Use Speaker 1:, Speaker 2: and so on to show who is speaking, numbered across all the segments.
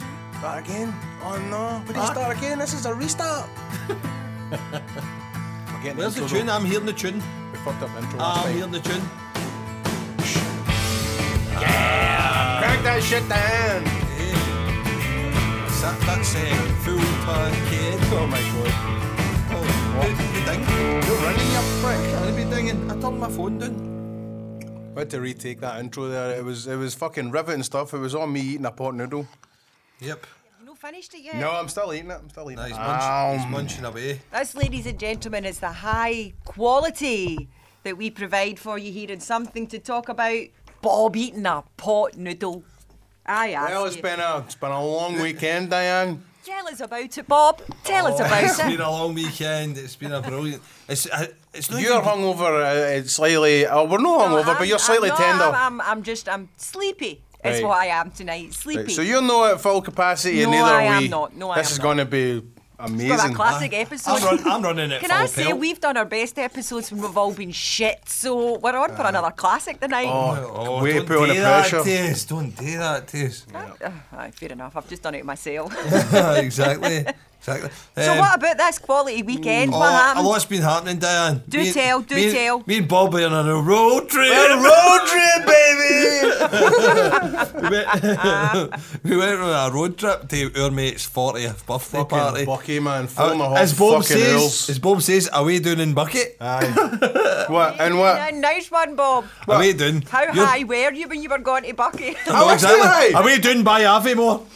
Speaker 1: Start again? Oh no, we didn't
Speaker 2: Fuck.
Speaker 1: start again. This is a restart. We're getting
Speaker 2: Where's the
Speaker 1: intro
Speaker 2: tune?
Speaker 1: though.
Speaker 2: I'm hearing the tune.
Speaker 1: We fucked up Ah, the intro last
Speaker 2: I'm
Speaker 1: time.
Speaker 2: hearing the tune.
Speaker 1: Crack that shit down.
Speaker 2: That, that's a full turn kid.
Speaker 1: Oh my god.
Speaker 2: Oh, what? Be dinging.
Speaker 1: You're running your prick.
Speaker 2: Can I be dinging? I turned my phone down.
Speaker 1: We had to retake that intro there. It was it was fucking riveting stuff. It was on me eating a pot noodle.
Speaker 2: Yep.
Speaker 3: No finished it yet.
Speaker 1: No, I'm still eating it. I'm still eating
Speaker 2: Nah,
Speaker 1: it. Um,
Speaker 2: he's, munching,
Speaker 1: Ow.
Speaker 2: he's munching away.
Speaker 3: This, ladies and gentlemen, is the high quality that we provide for you here and something to talk about. Bob eating a pot noodle. I ask
Speaker 1: Well, it's
Speaker 3: you.
Speaker 1: been a it's been a long weekend, Diane.
Speaker 3: Tell us about it, Bob. Tell
Speaker 1: Oh,
Speaker 3: us
Speaker 2: it's
Speaker 3: about
Speaker 2: been
Speaker 3: it.
Speaker 2: a long weekend. It's been a brilliant. It's I, it's not
Speaker 1: You're
Speaker 2: even-
Speaker 1: hungover. Uh, it's slightly. Oh, we're not hungover,
Speaker 3: I'm-
Speaker 1: but you're slightly
Speaker 3: I'm not-
Speaker 1: tender.
Speaker 3: I'm, I'm, I'm just, I'm sleepy. Is
Speaker 1: Right.
Speaker 3: what I am tonight. Sleepy.
Speaker 1: Right, so you're not at full capacity, and
Speaker 3: No,
Speaker 1: neither
Speaker 3: I
Speaker 1: are
Speaker 3: am
Speaker 1: we.
Speaker 3: not. No, I
Speaker 1: this
Speaker 3: am
Speaker 1: is
Speaker 3: not.
Speaker 1: going to be amazing.
Speaker 3: Got a classic episode.
Speaker 2: I'm, run, I'm running it
Speaker 3: Can
Speaker 2: full
Speaker 3: I say
Speaker 2: pelt.
Speaker 3: we've done our best episodes when we've all been shit? So we're on for another classic tonight.
Speaker 1: Oh, way
Speaker 2: don't
Speaker 1: put on
Speaker 2: do
Speaker 1: the
Speaker 2: that,
Speaker 1: pressure.
Speaker 2: Tess. Don't do that, Tess.
Speaker 3: Uh, aye, fair enough. I've just done it myself.
Speaker 2: exactly. Exactly.
Speaker 3: so
Speaker 2: Um,
Speaker 3: what about this quality weekend?
Speaker 2: Oh,
Speaker 3: what
Speaker 2: a
Speaker 3: happened?
Speaker 2: lot's been happening, Diane.
Speaker 3: Do
Speaker 2: Me-
Speaker 3: tell, do
Speaker 2: me-
Speaker 3: tell.
Speaker 2: Me and Bobby are on a road trip.
Speaker 1: road trip, baby.
Speaker 2: we, went, we went on a road trip to our mate's 40th birthday party.
Speaker 1: Bucky man,
Speaker 2: Uh,
Speaker 1: full of hot
Speaker 2: as Bob
Speaker 1: fucking
Speaker 2: says,
Speaker 1: rules. Uh-huh.
Speaker 2: as Bob says, away down in bucket.
Speaker 1: what and what?
Speaker 3: Yeah, nice one, Bob.
Speaker 2: away down.
Speaker 3: How
Speaker 2: You're-
Speaker 3: high were you when you were going to Bucky?
Speaker 2: No,
Speaker 1: was
Speaker 2: exactly.
Speaker 1: high.
Speaker 2: Away down by Aviemore.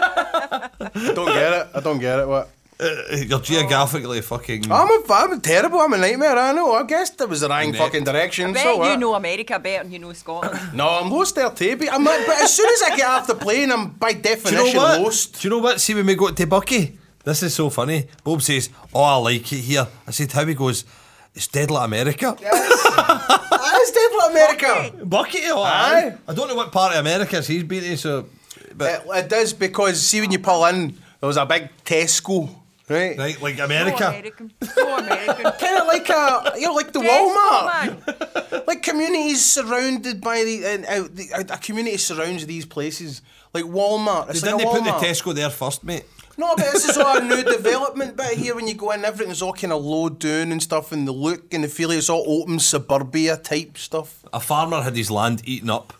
Speaker 1: I don't get it. I don't get it. What?
Speaker 2: Uh, You're geographically fucking.
Speaker 1: I'm a, I'm terrible. I'm a nightmare. I know. I guessed it was the wrong
Speaker 2: Mate.
Speaker 1: fucking direction.
Speaker 3: Bet
Speaker 1: so what?
Speaker 3: you know America better than you know Scotland.
Speaker 1: No, I'm lost there, too. But, I'm not, but as soon as I get off the plane, I'm by
Speaker 2: Do you
Speaker 1: definition
Speaker 2: know what?
Speaker 1: lost.
Speaker 2: Do you know what? See, when we got to Bucky, this is so funny. Bob says, "Oh, I like it here." I said, "How?" He goes, "It's dead like America."
Speaker 1: That's definitely America.
Speaker 2: Bucky, oh,
Speaker 1: Aye. Uh,
Speaker 2: I don't know what part of America he's been to, so. But
Speaker 1: It, it does because see when you pull in, there was a big Tesco, right?
Speaker 2: right, like
Speaker 3: So
Speaker 2: America.
Speaker 3: American. So American.
Speaker 1: Kind of like a you know like the
Speaker 3: Yes,
Speaker 1: Walmart,
Speaker 3: come on.
Speaker 1: like communities surrounded by the, and, uh, the uh, a community surrounds these places like Walmart. It's
Speaker 2: Didn't
Speaker 1: like
Speaker 2: they
Speaker 1: a
Speaker 2: put the
Speaker 1: Walmart.
Speaker 2: Tesco there first, mate?
Speaker 1: No, but this is all a new development bit here. When you go in, everything's all kind of low down and stuff, and the look and the feel. It's all open suburbia type stuff.
Speaker 2: A farmer had his land eaten up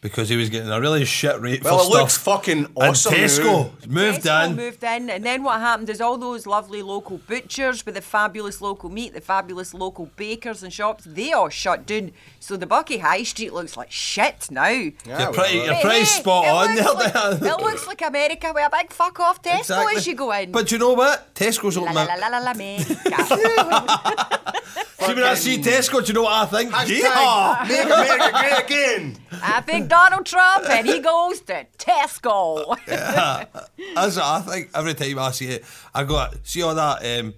Speaker 2: because he was getting a really shit rate
Speaker 1: Well,
Speaker 2: for
Speaker 1: it
Speaker 2: stuff.
Speaker 1: looks fucking awesome.
Speaker 2: and
Speaker 1: now.
Speaker 2: Tesco moved
Speaker 3: Tesco
Speaker 2: in.
Speaker 3: Moved in, and then what happened is all those lovely local butchers with the fabulous local meat, the fabulous local bakers and shops, they all shut down. So the Bucky High Street looks like shit now.
Speaker 1: Yeah,
Speaker 2: You're pretty,
Speaker 1: well,
Speaker 2: you're
Speaker 3: But
Speaker 2: pretty
Speaker 3: hey,
Speaker 2: spot
Speaker 3: it
Speaker 2: on there,
Speaker 3: looks like-
Speaker 2: Dan.
Speaker 3: It looks like America with a big fuck off Tesco as you go in.
Speaker 2: But you know what? Tesco's
Speaker 3: la
Speaker 2: open.
Speaker 3: la
Speaker 2: up.
Speaker 3: la la la la America.
Speaker 2: See, when I see Tesco, do you know what I think?
Speaker 1: Hashtag
Speaker 2: Yeehaw!
Speaker 1: Make America great again.
Speaker 3: I think Donald Trump and he goes to Tesco.
Speaker 2: That's what I think every time I see it. I got see all that um,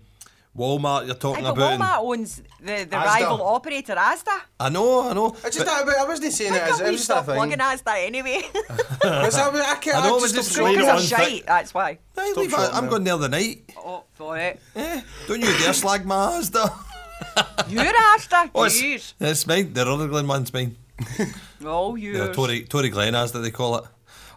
Speaker 2: Walmart you're
Speaker 3: Aye,
Speaker 2: talking
Speaker 3: but
Speaker 2: about. and-
Speaker 3: Walmart owns the, the
Speaker 1: Asda.
Speaker 3: rival operator Asda.
Speaker 2: I know, I know.
Speaker 1: I just, I, I wasn't saying it
Speaker 3: Why
Speaker 1: as
Speaker 3: can't
Speaker 1: it
Speaker 3: we
Speaker 1: was just a
Speaker 3: stop
Speaker 1: thing.
Speaker 3: plugging Asda anyway?
Speaker 1: Because I, I can't.
Speaker 2: I know,
Speaker 1: I
Speaker 2: it was
Speaker 1: just
Speaker 2: just
Speaker 1: don't
Speaker 2: going
Speaker 3: Because
Speaker 1: know.
Speaker 2: on.
Speaker 3: they're
Speaker 2: think-
Speaker 3: shite, that's why.
Speaker 2: Aye,
Speaker 1: Stop
Speaker 2: leave it.
Speaker 1: shouting
Speaker 2: I'm
Speaker 1: now.
Speaker 2: going there the night.
Speaker 3: Oh, for it.
Speaker 2: Eh, don't you dare slag my Asda.
Speaker 3: You're Asda.
Speaker 2: Oh,
Speaker 3: Jeez.
Speaker 2: it's, it's mine. The Rutherglen one's mine.
Speaker 3: Oh, you.
Speaker 2: The Tory, Tory Glen Asda they call it.
Speaker 3: so,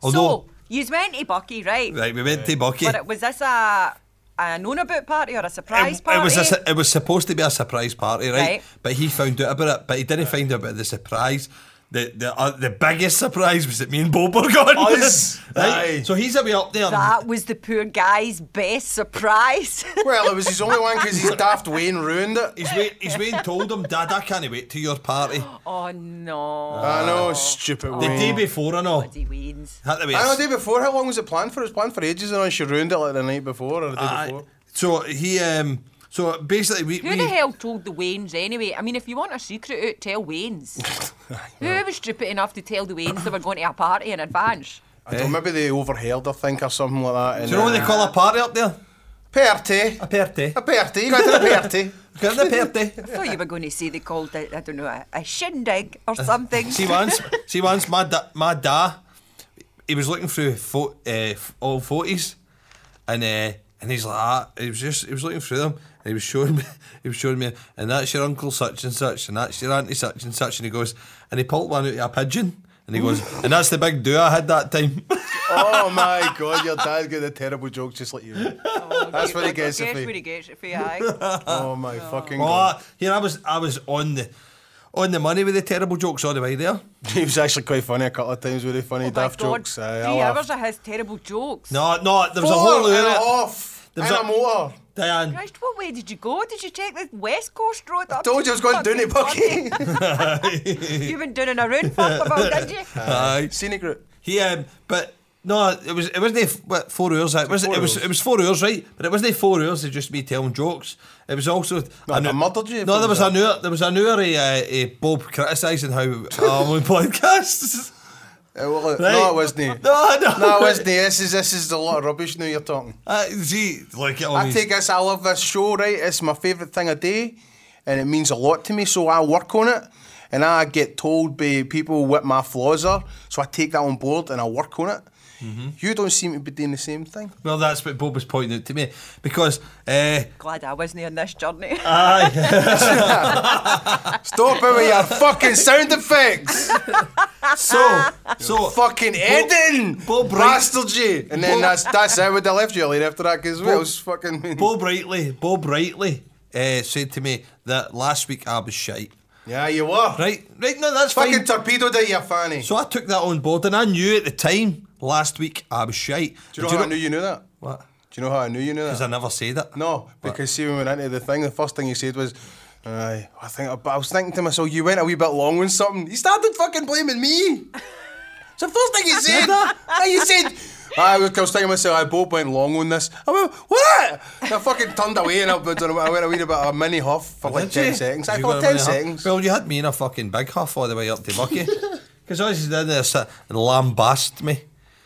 Speaker 2: Although,
Speaker 3: you went to Bucky, right?
Speaker 2: right, we went to Bucky.
Speaker 3: But it, was this a, a known about party or a
Speaker 2: It-
Speaker 3: surprise party?
Speaker 2: It was a, su- it was supposed to be a surprise party, right?
Speaker 3: Right.
Speaker 2: But he found out about it, but he didn't find out about the surprise. The the uh, the biggest surprise was that me and Bob were gone.
Speaker 1: Us. Aye.
Speaker 2: right? So he's a wee up there.
Speaker 3: that was the poor guy's best surprise.
Speaker 1: Well, it was his only one because his daft Wayne ruined it.
Speaker 2: He's wait, he's waiting told him, Dad, I can't wait to your party.
Speaker 3: oh, no.
Speaker 1: I
Speaker 2: Oh.
Speaker 1: know, stupid
Speaker 2: The
Speaker 3: Oh.
Speaker 2: day
Speaker 1: Wayne.
Speaker 2: before, I know.
Speaker 3: Bloody weens.
Speaker 2: Had to wait.
Speaker 1: I know, the day before, how long was it planned for? It was planned for ages, and she ruined it like the night before or the day
Speaker 2: Aye.
Speaker 1: before.
Speaker 2: So he um so basically we,
Speaker 3: Who
Speaker 2: we
Speaker 3: the hell told the Waynes anyway? I mean, if you want a secret out, tell Waynes. Who was stupid enough to tell the Waynes they were going to a party in advance?
Speaker 1: I don't know, maybe they overheard, I think, or something like that. And
Speaker 2: eh. Do you know what they call a party up there?
Speaker 1: Party.
Speaker 2: A party.
Speaker 1: A party. You got to a party.
Speaker 2: Got a party.
Speaker 3: I thought you were going to say they called it, I don't know, a, a shindig or something.
Speaker 2: See once, see once, my da, my da, he was looking through fo- uh, all forties, and uh, and he's like, ah, he was just, he was looking through them, and he was showing me, he was showing me, and that's your uncle such and such, and that's your auntie such and such, and he goes, and he pulled one out of a pigeon. And he goes, and that's the big do I had that time.
Speaker 1: Oh my god, your dad got a terrible joke just like you. That's what he gets
Speaker 3: That's
Speaker 1: if
Speaker 3: what he
Speaker 1: he.
Speaker 3: gets it for you, aye.
Speaker 1: Oh my fucking
Speaker 2: well,
Speaker 1: god.
Speaker 2: I, you know, Oh, I was I was on the on the money with the terrible jokes all the way there.
Speaker 1: He was actually quite funny a couple of times with the funny
Speaker 3: Oh my
Speaker 1: daft
Speaker 3: God,
Speaker 1: jokes. Aye, I
Speaker 3: Three
Speaker 1: laughed.
Speaker 3: hours of his terrible jokes.
Speaker 2: No, no, there was a
Speaker 1: Four
Speaker 2: whole
Speaker 1: and a
Speaker 2: lot.
Speaker 1: half.
Speaker 2: There was
Speaker 1: and
Speaker 2: a-
Speaker 1: a motor.
Speaker 2: Diane,
Speaker 3: Christ, what way did you go? Did you take the West Coast Road up?
Speaker 1: Told you I was going down it, Bucky.
Speaker 3: You've been doing a round fuck about, did you?
Speaker 2: aye.
Speaker 1: Scenic route.
Speaker 2: He, um, but no, it was it wasn't f- what, four hours. It was
Speaker 1: Four
Speaker 2: it was
Speaker 1: hours.
Speaker 2: it was four hours, right? But it wasn't four hours of just me telling jokes. It was also
Speaker 1: I murdered you if
Speaker 2: No,
Speaker 1: it
Speaker 2: there was
Speaker 1: was
Speaker 2: an hour. There was an hour. Of, uh, uh, Bob criticising how I'm on podcasts.
Speaker 1: Eh, well,
Speaker 2: Right.
Speaker 1: No, it wasn't.
Speaker 2: No, no,
Speaker 1: No, it wasn't. This is, this is a lot of rubbish now you're talking.
Speaker 2: Uh, see, like on
Speaker 1: I
Speaker 2: his-
Speaker 1: take this, I love this show, right? It's my favourite thing a day and it means a lot to me, so I work on it and I get told by people what my flaws are, so I take that on board and I work on it. You don't seem to be doing the same thing.
Speaker 2: Well, that's what Bob was pointing out to me because. Uh,
Speaker 3: Glad I wasn't on this journey.
Speaker 1: Ah,
Speaker 2: Aye.
Speaker 1: Stop it with your fucking sound effects!
Speaker 2: so, so
Speaker 1: fucking Eden!
Speaker 2: Bob Wright-
Speaker 1: Bastard you! And then
Speaker 2: Bob-
Speaker 1: that's, that's it with the left earlier after that, because
Speaker 2: Bob-
Speaker 1: well, it's fucking.
Speaker 2: Bob Rightly, Bob Rightly uh, said to me that last week I was shite.
Speaker 1: Yeah, you were.
Speaker 2: Right, right. No, that's
Speaker 1: Fucking
Speaker 2: fine.
Speaker 1: torpedoed out your fanny.
Speaker 2: so I took that on board, and I knew at the time last week I was shite.
Speaker 1: Do you know
Speaker 2: Did
Speaker 1: how I knew you knew that?
Speaker 2: What?
Speaker 1: Do you know how I knew you knew that?
Speaker 2: Because I never said it.
Speaker 1: No, because see, when we went into the thing, the first thing he said was, "Aye, I think." But I was thinking to myself, "You went a wee bit long with something." He started fucking blaming me. so the first thing he said, Aye, he said. I was, I was thinking to myself, I both went long on this. I went, what? And I fucking turned away and I, went- I went a wee about a mini huff for like
Speaker 2: Did
Speaker 1: 10
Speaker 2: you?
Speaker 1: seconds.
Speaker 2: Did
Speaker 1: I
Speaker 2: you
Speaker 1: thought
Speaker 2: go in
Speaker 1: 10
Speaker 2: with a huff?
Speaker 1: seconds.
Speaker 2: Well, you had me in a fucking big huff all the way up to Bucky. Because I was down there sit- and lambast me.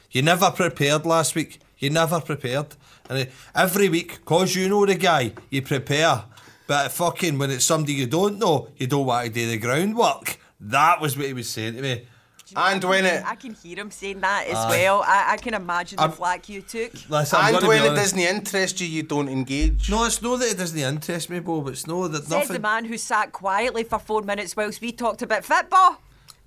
Speaker 2: You never prepared last week. You never prepared. And it- every week, because you know the guy, you prepare. But fucking when it's somebody you don't know, you don't want to do the groundwork. That was what he was saying to me.
Speaker 1: and when it.
Speaker 3: Mm, I can hear him saying that as well. I, I can imagine the
Speaker 2: Uh, I'm-
Speaker 3: flack you took.
Speaker 2: Listen,
Speaker 1: And
Speaker 2: I'm gonna be
Speaker 1: when it
Speaker 2: honest.
Speaker 1: doesn't interest you, you don't engage.
Speaker 2: No, it's not that it doesn't interest me, Bob. It's no that
Speaker 3: Says the
Speaker 2: nothing.
Speaker 3: man who sat quietly for four minutes whilst we talked about football.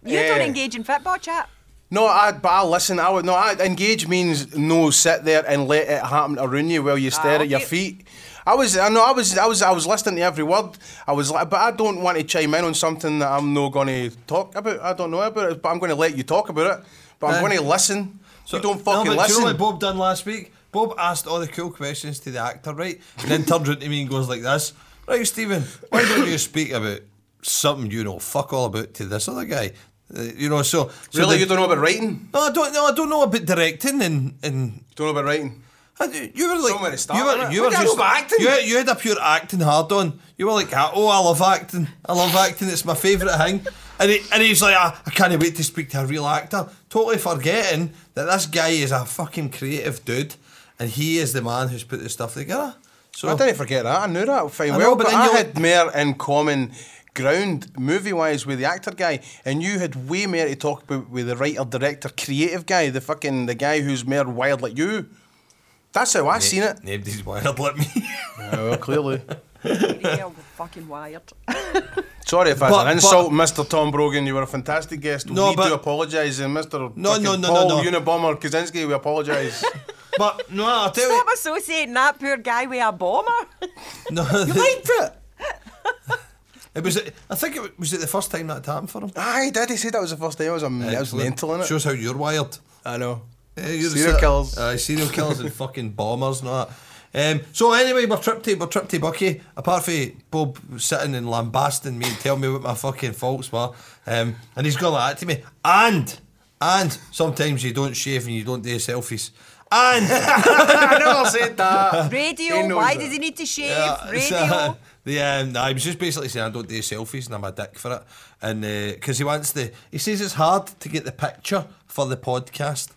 Speaker 3: You don't
Speaker 1: Eh.
Speaker 3: engage in football chat.
Speaker 1: No, I, but I listen. I would no. I, engage means no. Sit there and let it happen around you while you stare at your
Speaker 3: okay.
Speaker 1: feet. I was, I know, I was, I was, I was listening to every word. I was, like, but I don't want to chime in on something that I'm not going to talk about. I don't know about it, but I'm going to let you talk about it. But I'm
Speaker 2: Uh,
Speaker 1: going to listen.
Speaker 2: So-
Speaker 1: you don't
Speaker 2: No,
Speaker 1: fucking
Speaker 2: but Do
Speaker 1: listen.
Speaker 2: you know what Bob done last week? Bob asked all the cool questions to the actor, right? And then turned round to me and goes like this, right, Stephen, why don't you speak about something you know fuck all about to this other guy? Uh, you know, so, so
Speaker 1: really,
Speaker 2: the-
Speaker 1: you don't know about writing.
Speaker 2: No, I don't. No, I don't know about directing and and.
Speaker 1: You don't know about writing.
Speaker 2: I do- You were
Speaker 1: Somewhere to
Speaker 2: like
Speaker 1: start,
Speaker 2: you
Speaker 1: innit?
Speaker 2: were, you
Speaker 1: Look,
Speaker 2: were
Speaker 1: I know
Speaker 2: just
Speaker 1: about acting.
Speaker 2: You, you had a pure acting hard on. You were like, oh, I love acting. I love acting. It's my favourite thing. And he, and he's like, "Ah, I, I can't wait to speak to a real actor. Totally forgetting that this guy is a fucking creative dude, and he is the man who's put this stuff together. So
Speaker 1: I didn't forget that. I knew that fine
Speaker 2: Oh. I
Speaker 1: well,
Speaker 2: know,
Speaker 1: but,
Speaker 2: but then
Speaker 1: I
Speaker 2: you'll-
Speaker 1: had more in common ground movie-wise with the actor guy, and you had way more to talk about with the writer, director, creative guy, the fucking the guy who's more wired like you. That's how I seen it.
Speaker 2: Nobody's wired like me. Oh,
Speaker 1: well, clearly.
Speaker 3: Yeah, we're fucking wired.
Speaker 1: Sorry if that's an
Speaker 2: But- but-
Speaker 1: insult, Mr. Tom Brogan. You were a fantastic guest.
Speaker 2: No,
Speaker 1: we
Speaker 2: but-
Speaker 1: do apologise, and Mr.
Speaker 2: No,
Speaker 1: fucking
Speaker 2: no, no, no,
Speaker 1: Paul
Speaker 2: no.
Speaker 1: Unabomber Kaczynski, we apologise.
Speaker 2: but no, I'll tell you.
Speaker 3: Stop associating that poor guy with a bomber.
Speaker 2: No,
Speaker 1: liked it.
Speaker 2: it was. I think it was, was it the first time that happened for him.
Speaker 1: Aye, did he say that was the first time? It was, a, that was mental, innit?
Speaker 2: Shows how you're wired.
Speaker 1: I know.
Speaker 2: Yeah, Eh, you're
Speaker 1: Serial
Speaker 2: se-
Speaker 1: killers.
Speaker 2: Aye, serial killers and fucking bombers and all that. Um, so anyway, my trip to my trip to Bucky, apart from Bob sitting and lambasting me and telling me what my fucking faults were, um, and he's got like that to me. And and sometimes you don't shave and you don't do selfies. And
Speaker 1: I never said that. He
Speaker 3: Radio,
Speaker 1: knows
Speaker 3: why
Speaker 1: that.
Speaker 3: does he need to shave?
Speaker 2: Yeah, so,
Speaker 3: Radio.
Speaker 2: the um, nah, he was just basically saying I don't do selfies and I'm a dick for it, and because he wants the he says it's hard to get the picture for the podcast.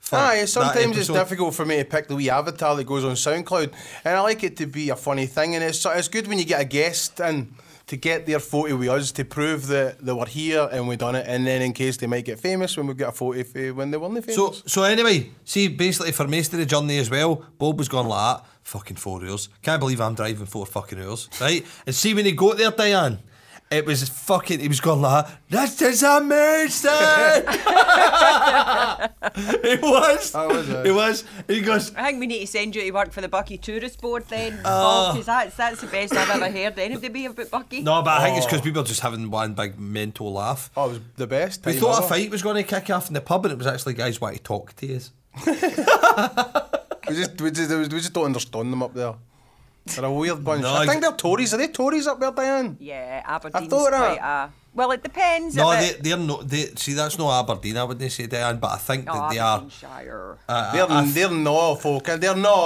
Speaker 2: for
Speaker 1: Aye,
Speaker 2: that
Speaker 1: sometimes it's
Speaker 2: episode.
Speaker 1: difficult for me to pick the wee avatar that goes on SoundCloud, and I like it to be a funny thing, and it's so- it's good when you get a guest and to get their photo with us to prove that they were here and we done it, and then in case they might get famous when we get a photo for when they weren't famous.
Speaker 2: So, so anyway, see, basically for most of the journey as well, Bob was gone like that, fucking four hours. Can't believe I'm driving four fucking hours, right? And see when he got there, Diane, It was fucking. He was going like, "This is amazing." he was.
Speaker 1: That was it.
Speaker 2: He was. He goes.
Speaker 3: I think we need to send you to work for the Bucky Tourist Board then,
Speaker 2: Uh,
Speaker 3: because that's, that's the best I've ever heard anybody be about Bucky.
Speaker 2: No, but I think it's because people are just having one big mental laugh.
Speaker 1: Oh, it was the best.
Speaker 2: We
Speaker 1: time
Speaker 2: thought a
Speaker 1: ever.
Speaker 2: fight was going to kick off in the pub, and it was actually guys wanting to talk to us.
Speaker 1: We just, we just, we just don't understand them up there. They're a weird bunch.
Speaker 2: No,
Speaker 1: I
Speaker 2: I-
Speaker 1: think they're Tories. Are they Tories up there, Diane?
Speaker 3: Yeah, Aberdeen's
Speaker 1: thought that.
Speaker 3: quite a... Well, it depends.
Speaker 2: uh, No,
Speaker 3: if
Speaker 2: they,
Speaker 3: it-
Speaker 2: they're no. They, see, that's not Aberdeen. I wouldn't say Diane, but I think
Speaker 3: No,
Speaker 2: that they are. uh,
Speaker 3: Aberdeenshire.
Speaker 1: they're, they're no, folk. They're no.
Speaker 2: No,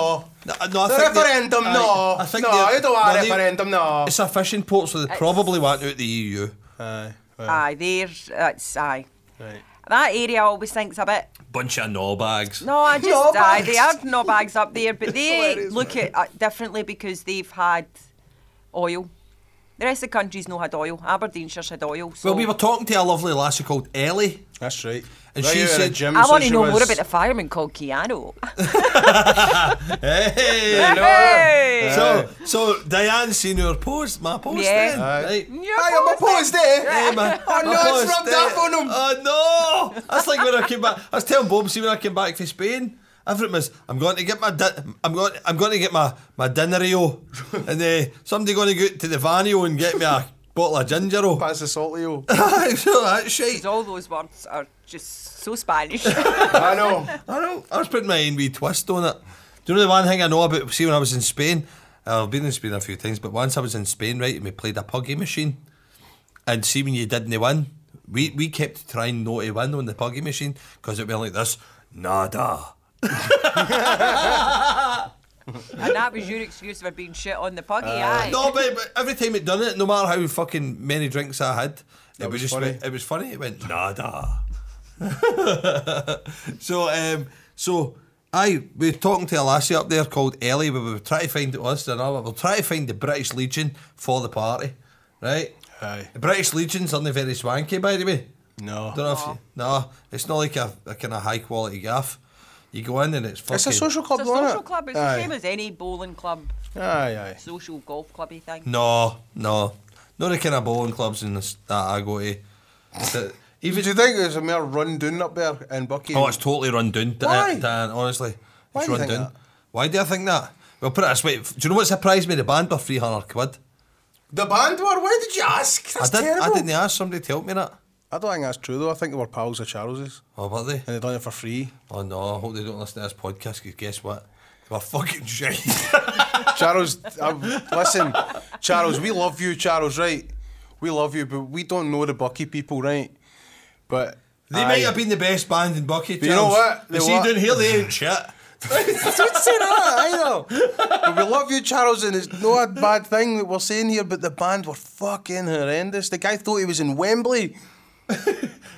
Speaker 2: no, I
Speaker 1: the
Speaker 2: think they-
Speaker 1: referendum,
Speaker 2: aye,
Speaker 1: no.
Speaker 2: I think
Speaker 1: no,
Speaker 2: they-
Speaker 1: you don't want
Speaker 2: no,
Speaker 1: a
Speaker 2: they-
Speaker 1: referendum, no.
Speaker 2: It's a fishing port, so they
Speaker 3: It's-
Speaker 2: probably want out the E EU.
Speaker 1: Aye, aye,
Speaker 3: aye, there's... That's, aye.
Speaker 1: right.
Speaker 3: That area always thinks a bit...
Speaker 2: Bunch of no bags.
Speaker 3: No, I just...
Speaker 1: No
Speaker 3: aye, they are
Speaker 1: bags.
Speaker 3: no bags up there, but they
Speaker 1: hilarious,
Speaker 3: look at it differently because they've had oil. The rest of the country's no had oil. Aberdeenshire's had oil, so...
Speaker 2: Well, we were talking to a lovely lassie called Ellie.
Speaker 1: That's right.
Speaker 2: And
Speaker 1: Right
Speaker 2: she
Speaker 1: out of the
Speaker 2: said-
Speaker 1: gym,
Speaker 3: I
Speaker 1: so
Speaker 3: want to
Speaker 1: she
Speaker 3: know
Speaker 1: was-
Speaker 3: more about the fireman called Keanu.
Speaker 2: Hey,
Speaker 1: You know her?
Speaker 3: Hey!
Speaker 2: So, so Diane seen your post, my post
Speaker 3: Yeah.
Speaker 2: then,
Speaker 1: Aye.
Speaker 2: right?
Speaker 3: Your
Speaker 1: Aye, I'm
Speaker 3: post
Speaker 1: opposed there.
Speaker 2: Hey, man.
Speaker 1: Oh,
Speaker 2: my
Speaker 1: no, it's
Speaker 2: post
Speaker 1: rubbed
Speaker 2: there.
Speaker 1: off on him.
Speaker 2: Oh no! That's like when I came back. I was telling Bob, see when I came back from Spain, everything was I'm going to get my di- I'm going I'm going to get my my dinnerio, and uh, somebody going to go to the vanio and get me a bottle of gingero.
Speaker 1: Pass the salt to you.
Speaker 2: so that shit.
Speaker 3: 'Cause all those words are just so Spanish.
Speaker 1: I know.
Speaker 2: I know. I was putting my own wee twist on it. Do you know the one thing I know about? See, when I was in Spain, I've been in Spain a few times, but once I was in Spain, right, and we played a puggy machine, and see when you didn't win, we we kept trying not to win on the puggy machine because it went like this, nada.
Speaker 3: and that was your excuse for being shit on the puggy, aye.
Speaker 2: No, but, but every time it done it, no matter how fucking many drinks I had, it was
Speaker 1: was
Speaker 2: just
Speaker 1: funny.
Speaker 2: went- it was funny. It went nada. so um, so I we were talking to a lassie up there called Ellie. We were trying to find it was another. We'll try to find the British Legion for the party, right?
Speaker 1: Aye.
Speaker 2: The British Legion's only very swanky, by the way.
Speaker 1: No.
Speaker 2: Don't know if you, no, it's not like a, a kind of high quality gaff. You go in and it's fucking.
Speaker 1: It's a social club,
Speaker 3: It's a
Speaker 1: isn't
Speaker 3: social
Speaker 1: it?
Speaker 3: club. It's
Speaker 1: aye.
Speaker 3: the same as any bowling club,
Speaker 1: Aye, aye.
Speaker 3: social golf clubby thing.
Speaker 1: Hmm.
Speaker 2: No, no. Not the kind of bowling clubs in this, that I go to. That-
Speaker 1: Even
Speaker 2: even
Speaker 1: do you think there's a mere run down up there in Bucky?
Speaker 2: oh, it's totally run down, Dan,
Speaker 1: Why?
Speaker 2: Dan, honestly.
Speaker 1: Why
Speaker 2: it's
Speaker 1: do you
Speaker 2: run
Speaker 1: think
Speaker 2: down.
Speaker 1: that?
Speaker 2: Why do I think that? Well, put it this way. f- Do you know what surprised me? The band were 300 quid.
Speaker 1: the band were. Why did you ask? That's
Speaker 2: I, did,
Speaker 1: terrible.
Speaker 2: I didn't ask somebody to help me that.
Speaker 1: I don't think that's true though. I think they were pals of Charles's
Speaker 2: Oh, were they?
Speaker 1: and they done it for free.
Speaker 2: Oh, no. I hope they don't listen to this podcast because guess what? They were fucking shit.
Speaker 1: Charles, i listen, Charles, we love you, Charles, right? We love you, but we don't know the Bucky people, right? But
Speaker 2: they might have been the best band in Bucky
Speaker 1: you know
Speaker 2: Charles.
Speaker 1: what?
Speaker 2: They
Speaker 1: They
Speaker 2: see
Speaker 1: were-
Speaker 2: down here, they ain't shit.
Speaker 1: Don't say that, I know. But we love you, Charles, and it's not a bad thing that we're saying here, but the band were fucking horrendous. The guy thought he was in Wembley.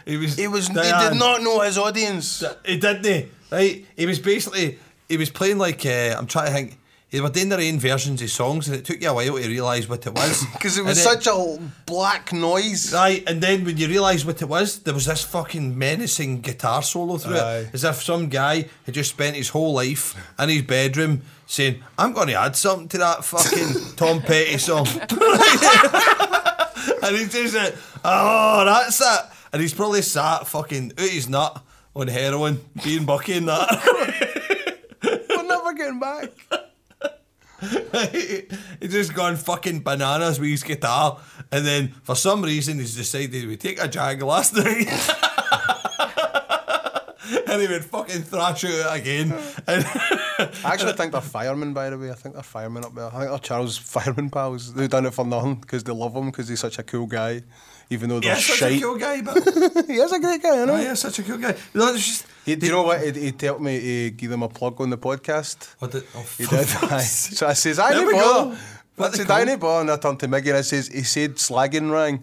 Speaker 2: He was,
Speaker 1: He was. He
Speaker 2: Diane.
Speaker 1: did not know his audience.
Speaker 2: He didn't. Right? He was basically he was playing like uh, I'm trying to think. They were doing their own versions of songs, and it took you a while to realise what it was.
Speaker 1: Because it was
Speaker 2: And
Speaker 1: such a black noise.
Speaker 2: Right, and then when you realise what it was, there was this fucking menacing guitar solo through
Speaker 1: Aye.
Speaker 2: it, as if some guy had just spent his whole life in his bedroom saying, "I'm going to add something to that fucking Tom Petty song," and he just said, "Oh, that's it," and he's probably sat fucking out his nut on heroin, being Bucky and that.
Speaker 1: We're never getting back.
Speaker 2: he's just gone fucking bananas with his guitar, and then for some reason he's decided we take a jag last night. And he would fucking thrash out again. And
Speaker 1: I actually think they're firemen, by the way. I think they're firemen up there. I think they're Charles' firemen pals. They've done it for nothing because they love him because he's such a cool guy, even though they're
Speaker 2: yeah, such a
Speaker 1: shite.
Speaker 2: cool guy, but
Speaker 1: he is a great guy, I know.
Speaker 2: oh, yeah, such a cool guy. No, it's just
Speaker 1: He, do you know what? He, he helped me to give them a plug on the podcast.
Speaker 2: what the, oh,
Speaker 1: He
Speaker 2: for
Speaker 1: did.
Speaker 2: fuck's
Speaker 1: aye.
Speaker 2: sake.
Speaker 1: so I says, I
Speaker 2: There
Speaker 1: need
Speaker 2: we go.
Speaker 1: bother. I
Speaker 2: What they
Speaker 1: said, I
Speaker 2: call-
Speaker 1: need bother. And I turned to Miggy and I says, he said slagging rang.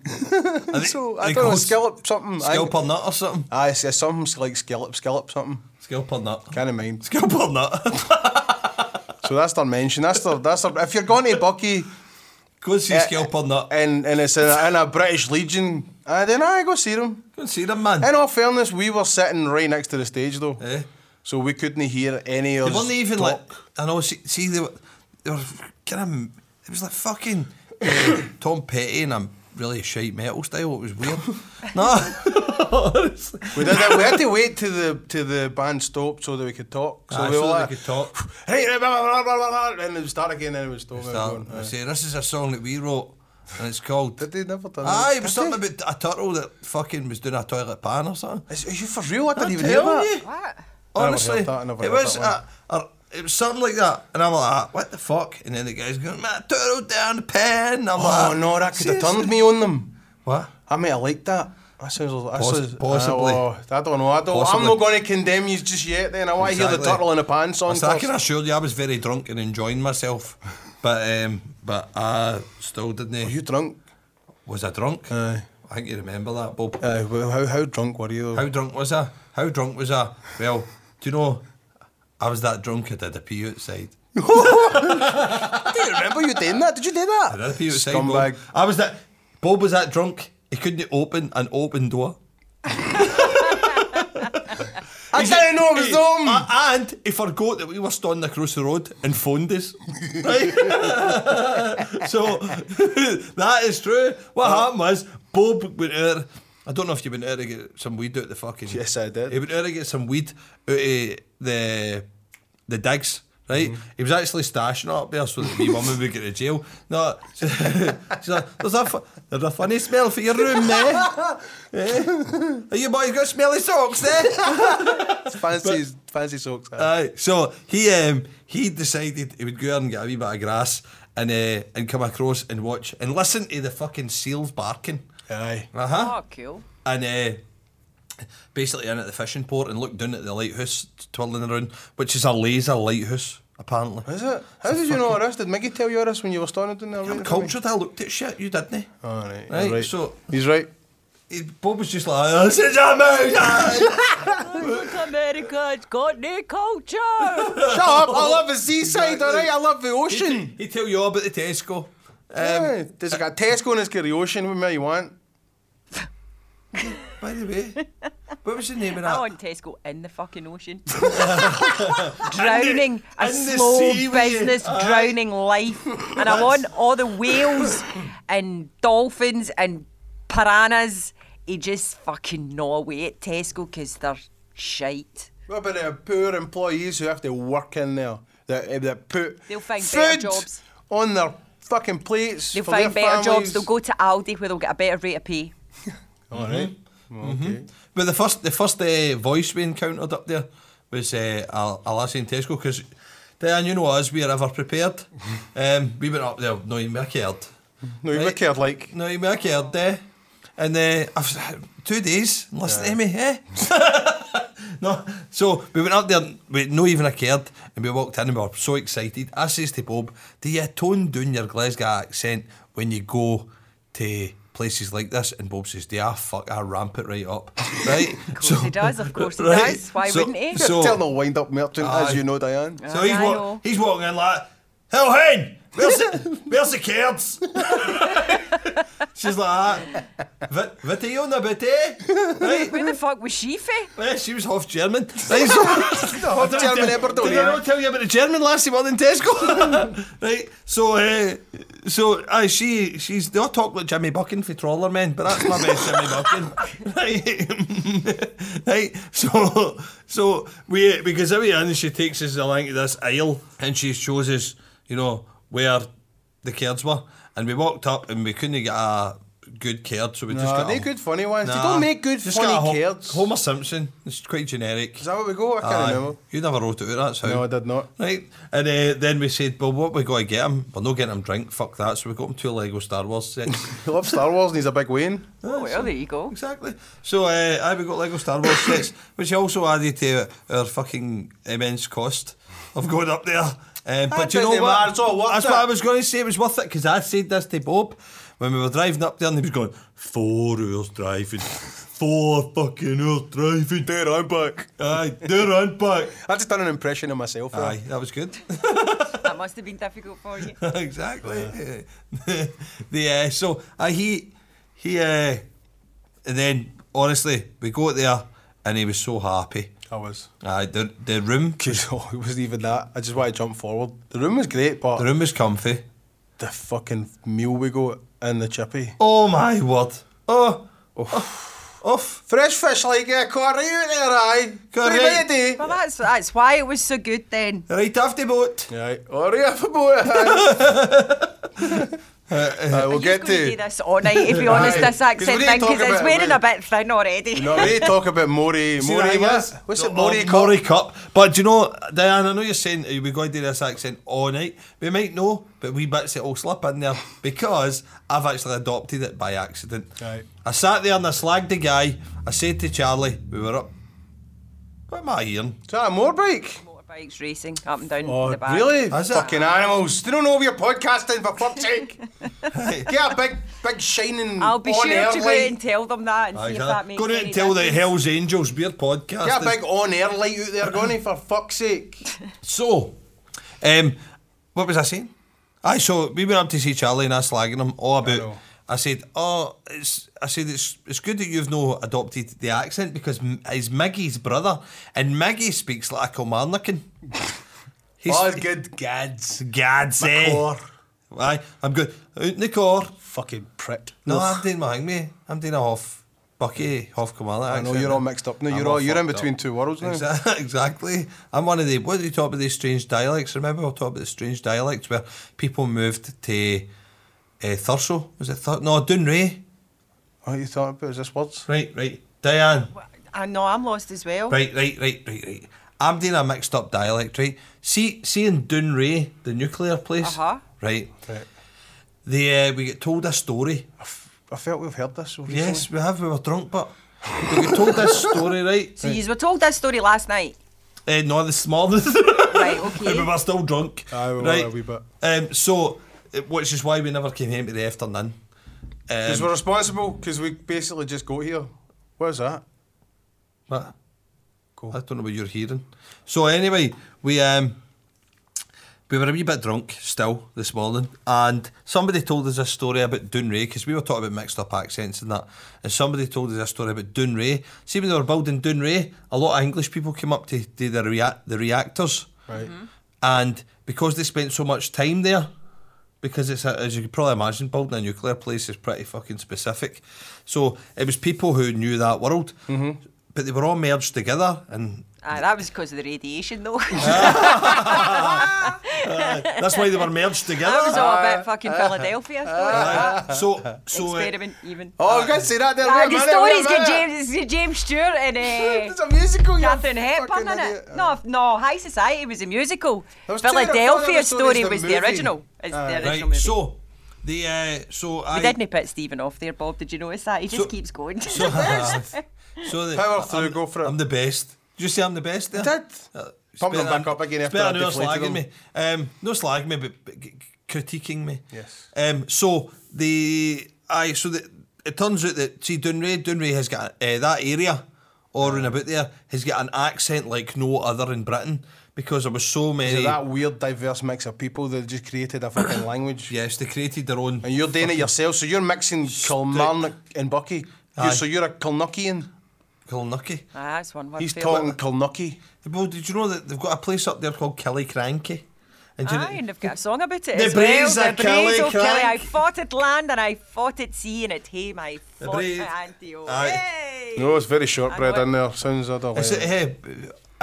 Speaker 2: they-
Speaker 1: so
Speaker 2: they
Speaker 1: I don't know,
Speaker 2: call-
Speaker 1: scallop something.
Speaker 2: Scalp or nut or something.
Speaker 1: I, I said something like scallop, scallop something.
Speaker 2: Scalp or nut.
Speaker 1: Kind of mind.
Speaker 2: Scalp or nut.
Speaker 1: So that's their mention. That's their, that's their, if you're going to Bucky,
Speaker 2: Go and see
Speaker 1: Uh,
Speaker 2: Scalp or nut.
Speaker 1: and and it's in a, in a British Legion. Uh, then I go see them.
Speaker 2: Go and see them, man.
Speaker 1: In all fairness, we were sitting right next to the stage though,
Speaker 2: Eh?
Speaker 1: so we couldn't hear any of.
Speaker 2: They weren't
Speaker 1: us
Speaker 2: even
Speaker 1: talk.
Speaker 2: like I know. See, see they were they were kind of it was like fucking eh, uh, Tom Petty and um, really shite metal style. It was weird. no, honestly.
Speaker 1: We, did it. we had to wait till the till the band stopped so that we could talk. So
Speaker 2: Aye,
Speaker 1: we
Speaker 2: so
Speaker 1: all
Speaker 2: they
Speaker 1: like,
Speaker 2: could talk.
Speaker 1: Hey, blah, blah, blah, blah, blah, blah," and it would start again. Then it would stop.
Speaker 2: Start, I say this is a song that we wrote, and it's called.
Speaker 1: Did they never done?
Speaker 2: Aye,
Speaker 1: that?
Speaker 2: it was
Speaker 1: Did
Speaker 2: something
Speaker 1: they?
Speaker 2: about a turtle that fucking was doing a toilet pan or something.
Speaker 1: Is, are you for real? I didn't
Speaker 2: I'm
Speaker 1: even hear
Speaker 2: telling
Speaker 1: that.
Speaker 2: you.
Speaker 3: What?
Speaker 1: I never
Speaker 2: Honestly,
Speaker 1: heard that, I never
Speaker 2: it
Speaker 1: heard
Speaker 2: was
Speaker 1: that
Speaker 2: a, a, it was something like that, and I'm like, "Ah, what the fuck? And then the guy's going, "Man, turtle down the pen." I'm
Speaker 1: Oh
Speaker 2: like,
Speaker 1: no, that could have
Speaker 2: "Seriously?"
Speaker 1: turned me on them.
Speaker 2: What?
Speaker 1: I might have liked that. That sounds. That
Speaker 2: Poss-
Speaker 1: sounds
Speaker 2: possibly.
Speaker 1: I, "Ah, I don't know. I don't.
Speaker 2: Possibly.
Speaker 1: I'm not going to condemn you just yet. Then I want to hear the
Speaker 2: Exactly.
Speaker 1: turtle in the pan song.
Speaker 2: Listen, I
Speaker 1: first.
Speaker 2: can assure you, I was very drunk and enjoying myself, but um, but I still didn't. uh,
Speaker 1: Were you drunk?
Speaker 2: was I drunk?
Speaker 1: Aye.
Speaker 2: I think you remember that, Bob.
Speaker 1: Uh, well, how how drunk were you?
Speaker 2: How drunk was I? How drunk was I? Well, do you know? I was that drunk I did a pee outside.
Speaker 1: I don't remember you doing that. Did you do that?
Speaker 2: I did a pee outside.
Speaker 1: Scumbag.
Speaker 2: Bob. I was that. Bob was that drunk. He couldn't open an open door.
Speaker 1: I didn't know it was them.
Speaker 2: Uh, and he forgot that we were standing across the road and phoned us. Right? so that is true. What
Speaker 1: Uh,
Speaker 2: happened was Bob went out. I don't know if you went out to get some weed out the fucking.
Speaker 1: Yes, I did.
Speaker 2: He went out to get some weed out of the the digs. Right,
Speaker 1: Mm-hmm.
Speaker 2: he was actually stashing it up there so that the wee woman would get to jail. No, she's like, there's a, fu- there's a funny smell for your room there. Are you boys got smelly socks eh? there?
Speaker 1: fancy fancy socks. eh? aye.
Speaker 2: Aye. So he um, he decided he would go out and get a wee bit of grass and uh, and come across and watch and listen to the fucking seals barking.
Speaker 1: Aye.
Speaker 2: Uh huh.
Speaker 3: Oh, cool.
Speaker 2: And uh, basically in at the fishing port and looked down at the lighthouse twirling around, which is a laser lighthouse apparently.
Speaker 1: Is it? How did you know all this? Did Miggy tell you all this when you were standing down there?
Speaker 2: I'm cultured. I looked at shit. You didn't. eh?
Speaker 1: All right,
Speaker 2: Right,
Speaker 1: right.
Speaker 2: so-
Speaker 1: he's right.
Speaker 2: He- Bob was just like, "Oh, "This is Ah, amazing."
Speaker 3: Look, America, it's got new culture.
Speaker 1: Shut up! I love the seaside,
Speaker 2: Exactly.
Speaker 1: all right. I love the
Speaker 2: he,
Speaker 1: ocean.
Speaker 2: he tell you all about the Tesco. Um,
Speaker 1: Yeah, there's got Tesco and it's got the ocean. What more you want?
Speaker 2: by the way, what was the name of that?
Speaker 3: I want Tesco in the fucking ocean. drowning a
Speaker 2: in the
Speaker 3: slow
Speaker 2: sea with you.
Speaker 3: business,
Speaker 2: Aye.
Speaker 3: drowning life. And I want all the whales and dolphins and piranhas. He just fucking gnaw away at Tesco because they're shite.
Speaker 1: What about the poor employees who have to work in there that, eh, that put
Speaker 3: They'll find better
Speaker 1: food
Speaker 3: jobs.
Speaker 1: on their fucking plates?
Speaker 3: They'll
Speaker 1: for
Speaker 3: find
Speaker 1: their
Speaker 3: better jobs.
Speaker 1: families?
Speaker 3: They'll go to Aldi where they'll get a better rate of pay.
Speaker 1: All right. Okay.
Speaker 2: But the first, the first uh, voice we encountered up there was uh, a, a lassie in Tesco because Dan, you know us, we are ever prepared. um, we went up there, no, even I cared.
Speaker 1: No, you
Speaker 2: Right.
Speaker 1: cared like.
Speaker 2: No, even I cared there. And uh, I was, two days, and listen to me, eh? no, so we went up there, we, no even I cared, and we walked in and we were so excited. I says to Bob, do you tone down your Glasgow accent when you go to places like this? And Bob says, yeah, fuck, I ramp it right up. Right? of
Speaker 3: course he does, of course he does, why wouldn't he?
Speaker 2: So,
Speaker 1: Tell no wind up merchant,
Speaker 2: Aye.
Speaker 1: as you know, Diane.
Speaker 2: so he's,
Speaker 3: I
Speaker 2: wa-
Speaker 3: know.
Speaker 2: he's walking in like, Hell, hen! Where's the, where's the cards? She's like, what, what are you on about, eh? Right?
Speaker 3: Where the fuck was she fi?
Speaker 2: Yeah, Eh, she was half German. Right, so, half
Speaker 1: German eh, Aberdonian.
Speaker 2: Did I not tell you about the German lassie one in Tesco? right, so uh, so uh, she she's not talking like Jimmy Bucking for trawler men, but that's my best Jimmy Bucking. Right, right. So so we because every and she takes us along to this aisle and she shows us you know where the kids were and we walked up and we couldn't get a good card, so we just
Speaker 1: Nah,
Speaker 2: got
Speaker 1: they
Speaker 2: a-
Speaker 1: good funny ones. They don't make good
Speaker 2: just
Speaker 1: funny
Speaker 2: got a Ho-
Speaker 1: cards.
Speaker 2: Homer Simpson. It's quite generic.
Speaker 1: Is that what we go? I can't
Speaker 2: Aye.
Speaker 1: remember.
Speaker 2: You never wrote it out, that's how.
Speaker 1: No, I did not.
Speaker 2: Right, and uh, then we said, well, what we got to get him? We're not getting him drink, fuck that. So we got him two Lego Star Wars sets.
Speaker 1: He loves Star Wars and he's a big Wayne.
Speaker 3: Oh, well, there you go.
Speaker 2: exactly. So uh, I we got Lego Star Wars sets, which also added to our fucking immense cost of going up there. Um, but you know
Speaker 1: doesn't
Speaker 2: what?
Speaker 1: matter, it's all worth
Speaker 2: That's what I
Speaker 1: it.
Speaker 2: was going to say. It was worth it because I said this to Bob when we were driving up there, and he was going four hours driving, four fucking hours driving.
Speaker 1: Dude, I'm back.
Speaker 2: Aye, there and back.
Speaker 1: I just done an impression of myself. there.
Speaker 2: Aye, that was good.
Speaker 3: That must have been difficult for you.
Speaker 2: exactly. the uh, so uh, he he uh, and then honestly we got there and he was so happy.
Speaker 1: I was.
Speaker 2: Aye, the the room
Speaker 1: Because oh, it wasn't even that. I just want to jump forward. The room was great, but
Speaker 2: the room was comfy.
Speaker 1: the fucking meal we got in the chippy.
Speaker 2: Oh my word. Oh. Off. Off.
Speaker 1: Fresh fish like uh, caught right out there, aye.
Speaker 2: Caught
Speaker 1: Three
Speaker 2: right-
Speaker 1: by a day.
Speaker 3: Well, that's that's why it was so good then.
Speaker 2: Right off the boat.
Speaker 1: Right, all Oh, right, for boy. Aye, Aye, we'll
Speaker 3: He's
Speaker 1: get
Speaker 3: gonna
Speaker 1: to.
Speaker 3: do this all night, to be honest,
Speaker 1: Aye, 'cause
Speaker 3: this
Speaker 1: we
Speaker 3: accent
Speaker 1: didn't
Speaker 3: thing,
Speaker 1: talk
Speaker 3: because it's
Speaker 1: about it,
Speaker 3: wearing
Speaker 1: right?
Speaker 3: a bit thin already.
Speaker 1: No, they talk about Maury.
Speaker 2: See
Speaker 1: Maury,
Speaker 2: that,
Speaker 1: what's,
Speaker 2: yeah?
Speaker 1: what's
Speaker 2: No,
Speaker 1: it,
Speaker 2: oh,
Speaker 1: Maury? Cup?
Speaker 2: Maury Cup. But do you know, Diane, I know you're saying uh, we going to do this accent all night. We might know, but we bits it all slip in there because I've actually adopted it by accident.
Speaker 1: Right.
Speaker 2: I sat there and I slagged the guy. I said to Charlie, we were up. What am I hearing?
Speaker 1: Is that a Moorbike?
Speaker 3: Motorbikes racing up and down
Speaker 1: Oh,
Speaker 3: the back.
Speaker 1: really?
Speaker 2: Is it?
Speaker 1: Fucking animals. They don't know if you're podcasting, for fuck's sake. Get a big, big shining
Speaker 3: I'll be
Speaker 1: on
Speaker 3: sure
Speaker 1: air
Speaker 3: to go out
Speaker 1: light.
Speaker 3: and tell them that and see if that makes
Speaker 2: Go out
Speaker 3: any
Speaker 2: and tell the
Speaker 3: difference.
Speaker 2: Hells Angels Beer podcast.
Speaker 1: Get a
Speaker 2: is-
Speaker 1: big on air light out there, Gonny, for fuck's sake.
Speaker 2: So, um, what was I saying? I so we went up to see Charlie and I slagging him all about.
Speaker 1: know.
Speaker 2: I, said, "Oh, it's." I said, "It's it's good that you've no adopted the accent because M- he's Miggy's brother, and Miggy speaks like a Kilmarnocken." He's
Speaker 1: Oh, good gads.
Speaker 2: Gads, eh?
Speaker 1: Core.
Speaker 2: Aye, I'm good. Out in the car.
Speaker 1: Fucking prick.
Speaker 2: No, I'm doing my me. I'm doing a half Bucky, half Kamala.
Speaker 1: I know you're all mixed up now. You're all, you're in between two worlds now.
Speaker 2: Exactly. exactly. I'm one of the. What do you talk about these strange dialects? Remember, we talked about the strange dialects where people moved to uh, Thurso. Was it Thur- No, Dunray.
Speaker 1: What you thought about? Is this words?
Speaker 2: Right, right. Diane.
Speaker 3: I know, I'm lost as well.
Speaker 2: Right, right, right, right, right. I'm doing a mixed up dialect, right? See, see in Dunray, the nuclear place.
Speaker 3: Uh-huh.
Speaker 2: Right.
Speaker 1: Right.
Speaker 2: The uh, we get told a story
Speaker 1: I, f- I felt we've heard this. so recently.
Speaker 2: Yes, we have. We were drunk, but we were told this story, right?
Speaker 3: So you were told this story last night.
Speaker 2: Uh, no, this morning.
Speaker 3: Right,
Speaker 2: we
Speaker 3: okay.
Speaker 2: were still drunk.
Speaker 1: Aye, we were
Speaker 2: right?
Speaker 1: a wee bit.
Speaker 2: Um, so, uh, which is why we never came home to the afternoon. Um,
Speaker 1: Because we're responsible, because we basically just got here. What is that?
Speaker 2: but
Speaker 1: Cool.
Speaker 2: I don't know what you're hearing. So anyway, we um, we were a wee bit drunk still this morning, and somebody told us a story about Dunray because we were talking about mixed up accents and that. And somebody told us a story about Dunray. See, when they were building Dunray, a lot of English people came up to do the rea- the reactors,
Speaker 1: Right.
Speaker 3: Mm-hmm.
Speaker 2: and because they spent so much time there. Because it's a, as you can probably imagine, building a nuclear place is pretty fucking specific. So it was people who knew that world, but they were all merged together, and
Speaker 3: Ah, that was because of the radiation, though.
Speaker 2: That's why they were merged
Speaker 3: that was
Speaker 2: together.
Speaker 3: all about fucking Philadelphia.
Speaker 2: Aye. so, so uh,
Speaker 3: Experiment, even.
Speaker 1: Oh, I'm going to say that there.
Speaker 3: Ah,
Speaker 1: wait a
Speaker 3: the
Speaker 1: minute, wait a
Speaker 3: story's got
Speaker 1: minute.
Speaker 3: James, it's got James Stewart and
Speaker 1: It's
Speaker 3: uh,
Speaker 1: a musical, you
Speaker 3: Catherine
Speaker 1: fucking
Speaker 3: Hepburn in
Speaker 1: idiot.
Speaker 3: it. No, if- no, High Society was a musical.
Speaker 1: There was two different-
Speaker 3: Philadelphia
Speaker 1: there was
Speaker 3: Story
Speaker 1: the
Speaker 3: was the
Speaker 1: movie.
Speaker 3: original. It's
Speaker 1: Aye.
Speaker 3: the original
Speaker 2: right,
Speaker 3: movie.
Speaker 2: so the uh, so I
Speaker 3: we didn't put Stephen off there, Bob. Did you notice that? He just
Speaker 2: So-
Speaker 3: keeps going.
Speaker 2: so, so the,
Speaker 1: Power through,
Speaker 2: I'm,
Speaker 1: go for it.
Speaker 2: I'm the best. Did you say I'm the best? Uh, There?
Speaker 1: did. Pumped
Speaker 2: spent
Speaker 1: them back
Speaker 2: an-
Speaker 1: up again after
Speaker 2: spent
Speaker 1: I
Speaker 2: an hour
Speaker 1: deflated
Speaker 2: slagging me. Um, no slagging me, but, but c- critiquing me.
Speaker 1: Yes.
Speaker 2: Um, so the I so the, it turns out that see Dunray Dunray has got uh, that area or in about there has got an accent like no other in Britain because there was so many.
Speaker 1: So that weird, diverse mix of people that just created a fucking language.
Speaker 2: yes, they created their own.
Speaker 1: And you're doing it yourself, so you're mixing Kilmarnock and Bucky.
Speaker 2: Aye.
Speaker 1: You, so you're a Kilnockian.
Speaker 2: Kilnucky.
Speaker 3: ah, that's one word.
Speaker 1: He's
Speaker 3: for it.
Speaker 1: talking Kilnocky.
Speaker 2: Well, did you know that they've got a place up there called Kelly Cranky? And do you know-
Speaker 3: Aye, and they've got a song about it
Speaker 2: The
Speaker 3: as well.
Speaker 2: breeze
Speaker 3: the
Speaker 2: of Kelly
Speaker 3: breeze, oh Kelly, I
Speaker 2: Crank.
Speaker 3: fought at land and I fought at sea and at home I fought
Speaker 2: breeze.
Speaker 3: at Antioch.
Speaker 2: Aye.
Speaker 3: Hey!
Speaker 1: No, it's very shortbread
Speaker 3: in
Speaker 1: in there. Sounds other
Speaker 2: It's a, hey,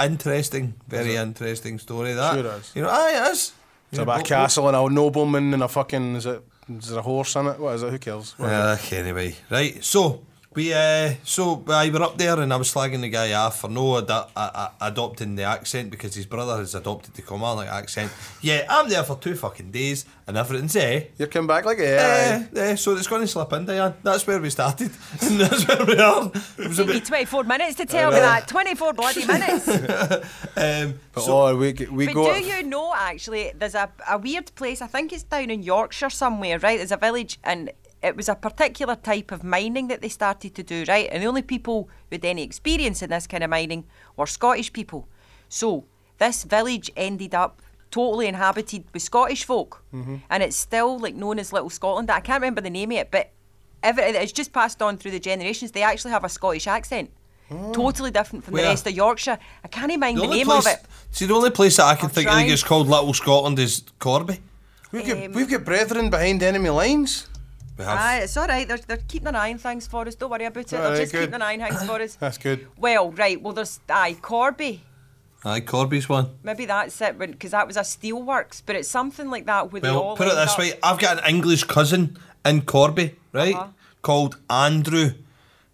Speaker 2: interesting, very interesting story that.
Speaker 1: Sure is.
Speaker 2: You know, aye, it is.
Speaker 1: It's about a castle and a nobleman and a fucking. Is it? Is there a horse in it? What is it? Who cares? What is it?
Speaker 2: Uh, anyway, right. So we, uh, so I were up there and I was slagging the guy off for no ad- a- a- adopting the accent because his brother has adopted the Kilmarnock accent. Yeah, I'm there for two fucking days and everything's eh.
Speaker 1: You come back like
Speaker 2: Eh,
Speaker 1: yeah.
Speaker 2: eh, so it's going to slip in, Diane. That's where we started, and that's where we are. It was a
Speaker 3: Took me
Speaker 2: bit,
Speaker 3: 24 minutes to tell me that. 24 bloody minutes. but
Speaker 2: um,
Speaker 1: But oh, we g- we go.
Speaker 3: do you know, actually, there's a, a weird place, I think it's down in Yorkshire somewhere, right? There's a village and it was a particular type of mining that they started to do, right? And the only people with any experience in this kind of mining were Scottish people. So this village ended up totally inhabited with Scottish folk. And it's still like known as Little Scotland. I can't remember the name of it, but ever, it's just passed on through the generations. They actually have a Scottish accent. Totally different from
Speaker 2: Where?
Speaker 3: the rest of Yorkshire. I can't even mind the,
Speaker 2: only
Speaker 3: name
Speaker 2: place,
Speaker 3: of it.
Speaker 2: See, the only place that I can
Speaker 3: I'm
Speaker 2: think
Speaker 3: trying.
Speaker 2: of that gets called Little Scotland is Corby.
Speaker 1: We've got,
Speaker 3: Um,
Speaker 1: we've got brethren behind enemy lines.
Speaker 2: We have.
Speaker 3: Aye, it's all right. They're, they're keeping an eye on things for us. Don't worry about it.
Speaker 1: All
Speaker 3: They're
Speaker 1: right,
Speaker 3: just
Speaker 1: good.
Speaker 3: keeping an eye on things for us.
Speaker 1: That's good.
Speaker 3: Well, right. Well, there's aye Corby.
Speaker 2: Aye, Corby's one.
Speaker 3: Maybe that's it, because that was a steelworks. But it's something like that where they
Speaker 2: Well,
Speaker 3: all
Speaker 2: put it
Speaker 3: end
Speaker 2: this
Speaker 3: up-
Speaker 2: way: I've got an English cousin in Corby, right?
Speaker 3: Uh-huh.
Speaker 2: Called Andrew,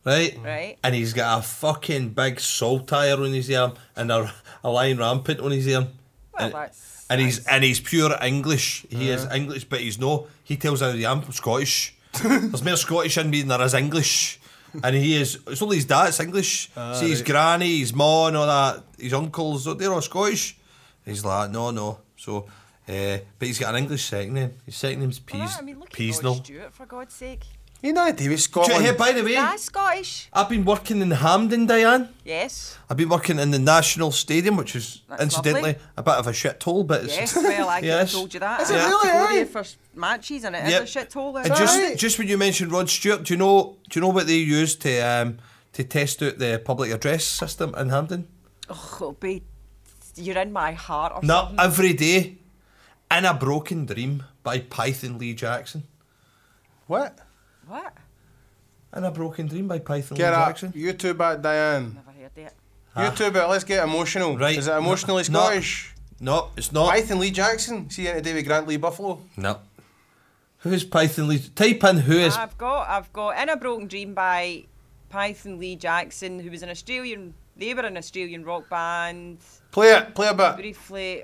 Speaker 2: right?
Speaker 3: Right.
Speaker 2: And he's got a fucking big salt tire on his arm and a, a lion rampant on his arm.
Speaker 3: Well,
Speaker 2: and,
Speaker 3: that's Uh-huh.
Speaker 2: and he's and he's pure English. He is English, but he's no. He tells how I am Scottish. There's more Scottish in me than there is English. And he is. It's only his dad's English.
Speaker 3: Ah,
Speaker 2: See his
Speaker 1: right.
Speaker 2: granny, his ma, and all that. His uncles. They're all Scottish. He's like, no, no. So, uh, but he's got an English second name. His second name's
Speaker 3: Well,
Speaker 2: Peas.
Speaker 3: I mean, look at Rod
Speaker 2: Peasnell.
Speaker 3: Stewart, for God's sake.
Speaker 1: You know, David Scotland.
Speaker 2: Hey, by the way,
Speaker 3: That's Scottish.
Speaker 2: I've been working in Hamden, Diane.
Speaker 3: Yes.
Speaker 2: I've been working in the National Stadium, which is
Speaker 3: That's
Speaker 2: incidentally
Speaker 3: lovely.
Speaker 2: a bit of a shithole, but it's
Speaker 3: Yes, well, I could have
Speaker 2: Yes.
Speaker 3: told you that.
Speaker 1: Is
Speaker 3: I
Speaker 1: it
Speaker 3: have
Speaker 1: really,
Speaker 3: to go
Speaker 1: eh?
Speaker 3: there for s- matches and it is
Speaker 2: Yep.
Speaker 3: a shit hole.
Speaker 2: And just
Speaker 1: Right.
Speaker 2: just when you mentioned Rod Stewart, do you know do you know what they used to um to test out the public address system in Hamden?
Speaker 3: oh, it'll be, you're in my heart or
Speaker 2: Not
Speaker 3: something.
Speaker 2: every day, in a broken dream by Python Lee Jackson.
Speaker 1: What?
Speaker 3: What?
Speaker 2: In a broken dream by Python
Speaker 1: Get
Speaker 2: Lee
Speaker 1: up.
Speaker 2: Jackson. Ah.
Speaker 1: You two back, Diane.
Speaker 3: Never heard that.
Speaker 1: You two back. Let's get emotional.
Speaker 2: Right.
Speaker 1: Is it emotionally
Speaker 2: No, no.
Speaker 1: Scottish?
Speaker 2: No, it's not.
Speaker 1: Python Lee Jackson. See you into David Grant Lee Buffalo.
Speaker 2: no. Who is Python Lee? Type in who is.
Speaker 3: I've got I've got In a Broken Dream by Python Lee Jackson, who was an Australian they were an Australian rock band.
Speaker 1: Play it. Play a bit.
Speaker 3: Briefly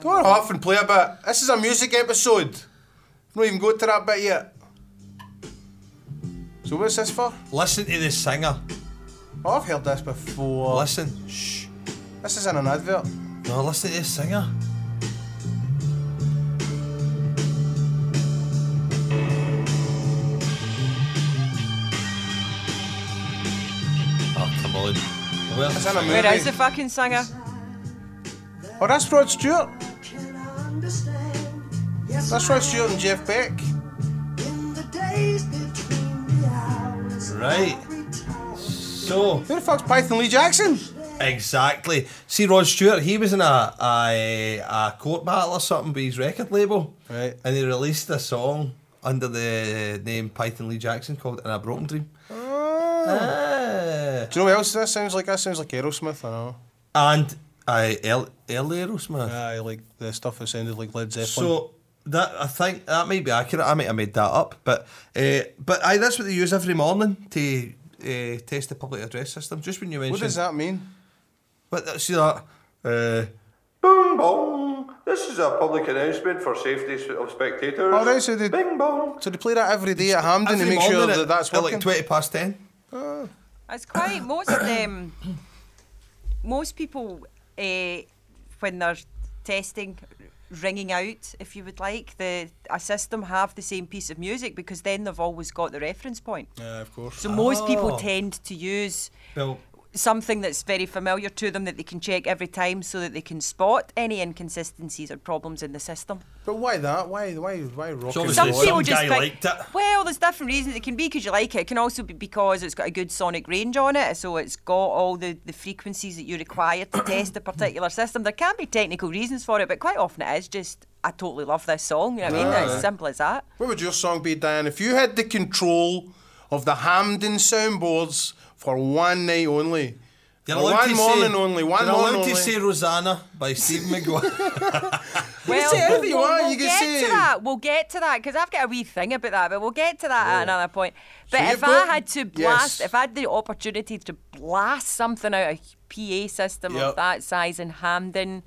Speaker 1: Don't off and play a bit. This is a music episode. Not even got to that bit yet. So what's this for?
Speaker 2: Listen to the singer.
Speaker 1: Oh, I've heard this before.
Speaker 2: Listen. Shh.
Speaker 1: This is in an advert.
Speaker 2: No, listen to the singer. Oh, come on. Where's the
Speaker 1: It's in a
Speaker 2: singer?
Speaker 1: movie.
Speaker 3: Where is the fucking singer?
Speaker 1: Oh, that's Rod Stewart.
Speaker 4: can understand. Yes,
Speaker 1: That's
Speaker 4: I
Speaker 1: Rod Stewart and Jeff Beck.
Speaker 4: In the days between the hours. of
Speaker 2: Right.
Speaker 4: every tower.
Speaker 2: So,
Speaker 1: Who the fuck's Python Lee Jackson?
Speaker 2: exactly. See, Rod Stewart, he was in a, a, a court battle or something with his record label.
Speaker 1: Right.
Speaker 2: And he released a song under the name Python Lee Jackson called In a Broken Dream.
Speaker 1: Oh.
Speaker 2: Ah.
Speaker 1: Do you know what else that sounds like? That sounds like Aerosmith, I know.
Speaker 2: And I El, El Aerosmith.
Speaker 1: Aye, like the stuff that sounded like Led Zeppelin.
Speaker 2: So that I think that might be accurate. I might have made that up, but uh, but aye, that's what they use every morning to uh, test the public address system. Just when you mentioned,
Speaker 1: what does that mean?
Speaker 2: But that- see that. Uh, Bing bong. This is a public announcement for safety s- of spectators.
Speaker 1: All right, so they-
Speaker 2: Bing bong.
Speaker 1: So they play that every day at Hamden to
Speaker 2: Every
Speaker 1: make sure
Speaker 2: morning
Speaker 1: that
Speaker 2: at-
Speaker 1: that's
Speaker 2: at
Speaker 1: working.
Speaker 2: like twenty past ten.
Speaker 3: It's quite most um most people uh, when they're testing ringing out if you would like the a system have the same piece of music because then they've always got the reference point
Speaker 1: yeah, of course.
Speaker 3: so most people
Speaker 2: Oh.
Speaker 3: tend to use
Speaker 2: Well,
Speaker 3: something that's very familiar to them that they can check every time so that they can spot any inconsistencies or problems in the system.
Speaker 1: but why that? Why? Why? Why rock?
Speaker 2: obviously
Speaker 1: and
Speaker 2: Some
Speaker 1: roll?
Speaker 2: people just- guy liked it.
Speaker 3: Well, there's different reasons. It can be because you like it. It can also be because it's got a good sonic range on it, so it's got all the, the frequencies that you require to test a particular system. There can be technical reasons for it, but quite often it is just I totally love this song. You know what I mean?
Speaker 1: Aye.
Speaker 3: It's as simple as that.
Speaker 1: What would your song be, Diane? If you had the control of the Hamden soundboards for one night only,
Speaker 2: you're
Speaker 1: Or
Speaker 2: allowed
Speaker 1: one
Speaker 2: to
Speaker 1: morning
Speaker 2: say,
Speaker 1: only, one
Speaker 2: you're
Speaker 1: morning
Speaker 2: allowed
Speaker 1: only.
Speaker 2: to say Rosanna by Steve McGuire.
Speaker 3: Well,
Speaker 1: say anything you
Speaker 3: we'll,
Speaker 1: want,
Speaker 3: we'll
Speaker 1: you can
Speaker 3: get
Speaker 1: say-
Speaker 3: to that. We'll get to that because I've got a wee thing about that, but we'll get to that at another point. But
Speaker 1: you've
Speaker 3: if
Speaker 1: got-
Speaker 3: I had to blast,
Speaker 1: yes.
Speaker 3: if I had the opportunity to blast something out of PA system
Speaker 1: Yep.
Speaker 3: of that size in Hamden,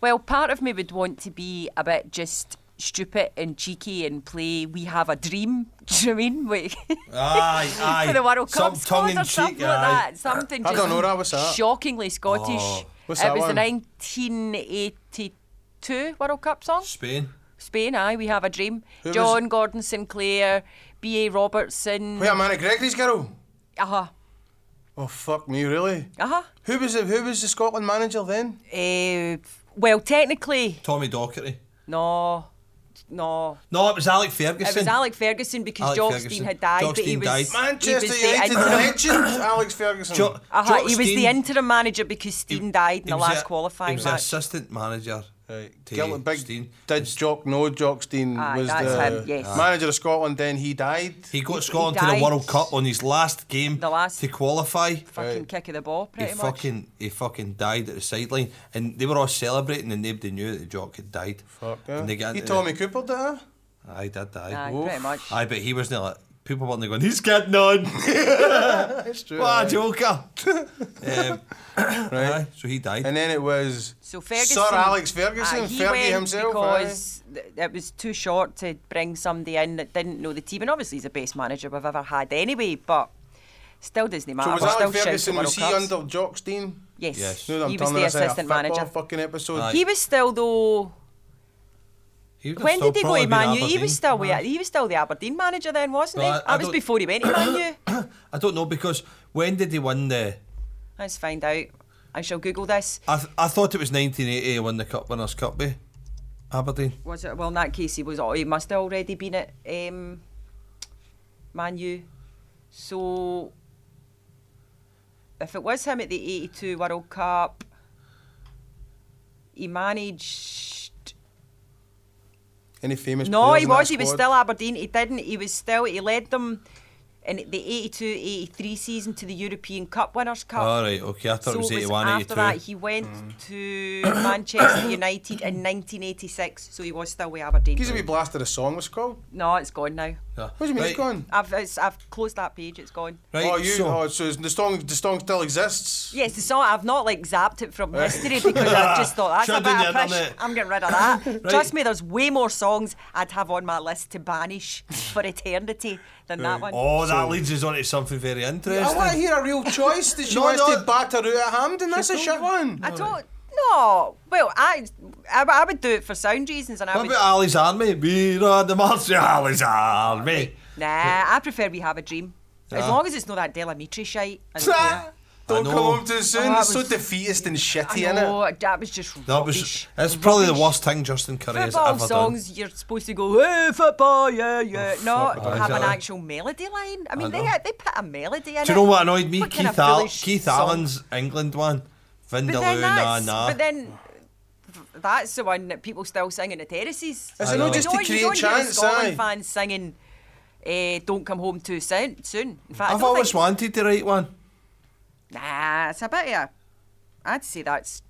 Speaker 3: well, part of me would want to be a bit just stupid and cheeky and play "We Have a Dream." Do you know what I mean? Wait.
Speaker 1: Ah,
Speaker 2: aye, aye.
Speaker 3: For the World
Speaker 2: Some
Speaker 3: Cup
Speaker 2: tongue
Speaker 3: squad
Speaker 2: in
Speaker 3: or
Speaker 2: cheek.
Speaker 3: something
Speaker 2: aye. Oh,
Speaker 3: like that. Something
Speaker 1: I
Speaker 3: just
Speaker 1: don't know that, what's that?
Speaker 3: shockingly Scottish.
Speaker 1: What's
Speaker 3: it
Speaker 1: that
Speaker 3: was
Speaker 1: one?
Speaker 3: the 1982 World Cup song.
Speaker 2: Spain.
Speaker 3: Spain, aye, we have a dream.
Speaker 1: Who was-
Speaker 3: John Gordon Sinclair, B.A. Robertson.
Speaker 1: wait, Amanda Gregory's girl.
Speaker 3: Uh huh.
Speaker 1: Oh fuck me, really?
Speaker 3: Uh huh.
Speaker 1: Who was the Who was the Scotland manager then?
Speaker 3: Uh, well, technically,
Speaker 2: Tommy Docherty.
Speaker 3: no. No.
Speaker 2: No, it was Alec Ferguson.
Speaker 3: It was Alec Ferguson because
Speaker 2: Alec
Speaker 3: Jock
Speaker 2: Ferguson.
Speaker 3: Stein had died,
Speaker 2: Jock
Speaker 3: but he
Speaker 2: Stein
Speaker 3: was.
Speaker 2: died.
Speaker 3: he
Speaker 1: Manchester
Speaker 3: was the
Speaker 1: United
Speaker 3: interim-
Speaker 1: legend, Alex Ferguson.
Speaker 2: Jo-
Speaker 3: Uh-huh,
Speaker 2: Jock
Speaker 3: he was the
Speaker 2: Stein-
Speaker 3: interim manager because Steen died in
Speaker 2: he
Speaker 3: the
Speaker 2: was
Speaker 3: last
Speaker 2: a-
Speaker 3: qualifying
Speaker 2: He was the
Speaker 3: match.
Speaker 2: assistant manager Uh,
Speaker 1: Right.
Speaker 2: to
Speaker 1: Gillan Big
Speaker 2: Steen.
Speaker 1: did Jock no Jockstein
Speaker 3: Aye,
Speaker 1: was
Speaker 3: Ah, that's
Speaker 1: the
Speaker 3: him, yes. Aye.
Speaker 1: manager of Scotland. Then he died.
Speaker 2: Ah. He got Scotland to the
Speaker 3: died-
Speaker 2: World Cup on his last game
Speaker 3: The last-
Speaker 2: to qualify.
Speaker 3: Fucking
Speaker 1: Right.
Speaker 3: kick of the ball,
Speaker 2: He
Speaker 3: pretty much.
Speaker 2: fucking he fucking died at the sideline, and they were all celebrating, and nobody knew that the Jock had died.
Speaker 1: Fuck yeah.
Speaker 2: And they got
Speaker 1: he
Speaker 2: into
Speaker 1: Tommy
Speaker 2: The,
Speaker 1: Cooper did that.
Speaker 2: I did
Speaker 3: Aye,
Speaker 2: die.
Speaker 3: pretty much.
Speaker 2: Aye, but he wasn't like people weren't going. He's getting on.
Speaker 1: That's true.
Speaker 2: what
Speaker 1: aye.
Speaker 2: a joker. um, aye, so he died.
Speaker 1: And then it was
Speaker 3: So Ferguson,
Speaker 1: Sir Alex
Speaker 3: Aye,
Speaker 1: Ferguson,
Speaker 3: he
Speaker 1: Fergie
Speaker 3: went
Speaker 1: himself. aye.
Speaker 3: because th- it was too short to bring somebody in that didn't know the team, and obviously he's the best manager we've ever had anyway. But still doesn't matter.
Speaker 1: So was
Speaker 3: We're
Speaker 1: Alex
Speaker 3: still
Speaker 1: Ferguson,
Speaker 3: shouting
Speaker 1: was he
Speaker 3: World Cups.
Speaker 1: under Jockstein?
Speaker 3: Yes,
Speaker 2: Yes.
Speaker 1: No, I'm
Speaker 3: he was
Speaker 1: telling
Speaker 3: the
Speaker 1: you, that's like a
Speaker 3: assistant
Speaker 1: football
Speaker 3: manager.
Speaker 1: Fucking episode.
Speaker 2: Aye.
Speaker 3: He was still though.
Speaker 2: He would have
Speaker 3: When
Speaker 2: still
Speaker 3: did he go
Speaker 2: probably
Speaker 3: to
Speaker 2: been
Speaker 3: Man U? He
Speaker 2: Aberdeen.
Speaker 3: was still with, he was still the Aberdeen manager then, wasn't
Speaker 2: No,
Speaker 3: he?
Speaker 2: I-
Speaker 3: That
Speaker 2: I
Speaker 3: was
Speaker 2: don't-
Speaker 3: before he went to Man U.
Speaker 2: I don't know because when did he win the?
Speaker 3: Let's find out. I shall Google this.
Speaker 2: I th- I thought it was 1980 he won the Cup Winners' Cup by Aberdeen.
Speaker 3: Was it? Well, in that case, he was. al- He must have already been at um, Man U. So, if it was him at the '82 World Cup, he managed.
Speaker 1: Any famous?
Speaker 3: No,
Speaker 1: players
Speaker 3: he
Speaker 1: in that
Speaker 3: was. He was
Speaker 1: squad?
Speaker 3: still Aberdeen. He didn't. He was still. He led them in the 82-83 season to the European Cup Winners' Cup.
Speaker 2: All Oh, right, okay. I thought
Speaker 3: Oh.
Speaker 2: it was Mm.
Speaker 3: so it
Speaker 2: 81,
Speaker 3: after that
Speaker 2: 82.
Speaker 3: he went to Manchester United in 1986. So he was still with Aberdeen.
Speaker 1: He's a wee blaster. A song was called.
Speaker 3: No, it's gone now.
Speaker 2: What
Speaker 1: What do you mean it's gone?
Speaker 3: I've it's, I've closed that page. It's gone.
Speaker 2: Right,
Speaker 1: oh, you.
Speaker 2: so-
Speaker 1: oh, so is- the song. The song still exists.
Speaker 3: Yes, the song I've not like zapped it from history because I just thought that's
Speaker 2: Shut
Speaker 3: a bit
Speaker 2: down
Speaker 3: of
Speaker 2: the
Speaker 3: pish.
Speaker 2: internet.
Speaker 3: I'm getting rid of that. Trust me, there's way more songs I'd have on my list to banish for eternity than that one.
Speaker 2: Oh, that leads us on to something very
Speaker 1: I want to
Speaker 2: interesting.
Speaker 1: hear a real choice that she
Speaker 2: No,
Speaker 1: wants
Speaker 2: no.
Speaker 1: to batter out at Hamden. That's a shit one.
Speaker 3: I don't. No, well, I, I I would do it for sound reasons, and I
Speaker 2: What
Speaker 3: would.
Speaker 2: about Ali's Army? We are the Martial Ali's Army.
Speaker 3: nah, I prefer we have a dream. As
Speaker 2: Yeah.
Speaker 3: long as it's not that Delamitri shite. I don't care.
Speaker 1: Don't
Speaker 2: I
Speaker 1: come
Speaker 2: know.
Speaker 1: home too soon.
Speaker 3: Oh, that
Speaker 1: it's so
Speaker 3: was-
Speaker 1: defeatist and
Speaker 3: I
Speaker 1: shitty, innit?
Speaker 3: know that was just
Speaker 2: That was,
Speaker 3: rubbish.
Speaker 2: that's probably the
Speaker 3: Rubbish.
Speaker 2: worst thing Justin Curry has
Speaker 3: football
Speaker 2: ever
Speaker 3: songs, you're supposed to go, hey, football, yeah, yeah.
Speaker 2: Oh,
Speaker 3: no,
Speaker 2: fuck,
Speaker 3: have an
Speaker 2: exactly.
Speaker 3: actual melody line. I mean,
Speaker 2: I
Speaker 3: they,
Speaker 2: know.
Speaker 3: they put a melody in
Speaker 2: done. Do
Speaker 3: it.
Speaker 2: you know what annoyed me?
Speaker 3: What kind
Speaker 2: Keith,
Speaker 3: of
Speaker 2: Al-
Speaker 3: foolish
Speaker 2: Keith
Speaker 3: song?
Speaker 2: Allen's England one.
Speaker 3: But
Speaker 2: Vindaloo,
Speaker 3: then
Speaker 2: nah,
Speaker 3: that's,
Speaker 2: nah.
Speaker 3: but then that's the one that people still sing in the terraces.
Speaker 1: Is
Speaker 2: it not
Speaker 3: You
Speaker 2: just
Speaker 1: to
Speaker 3: don't-
Speaker 1: create
Speaker 3: you don't Hear
Speaker 1: chance,
Speaker 3: the Scotland
Speaker 1: aye?
Speaker 3: fans singing, eh, "Don't come home too soon." Soon, in fact, I
Speaker 2: I've
Speaker 3: don't
Speaker 2: always
Speaker 3: think-
Speaker 2: wanted to write one.
Speaker 3: Nah, it's a bit of. a- I'd say that's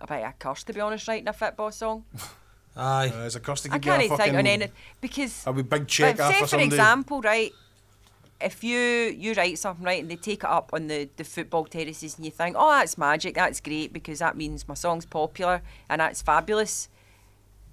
Speaker 3: a bit of a curse, to be honest. Writing a football song,
Speaker 2: Aye.
Speaker 1: Uh, it's a curse to
Speaker 3: I
Speaker 1: give you a
Speaker 3: can't think on
Speaker 1: fucking-
Speaker 3: any because
Speaker 1: A wee big check
Speaker 3: But
Speaker 1: after
Speaker 3: say for
Speaker 1: somebody.
Speaker 3: example, right, if you you write something right and they take it up on the, the football terraces and you think, oh, that's magic, that's great because that means my song's popular and that's fabulous.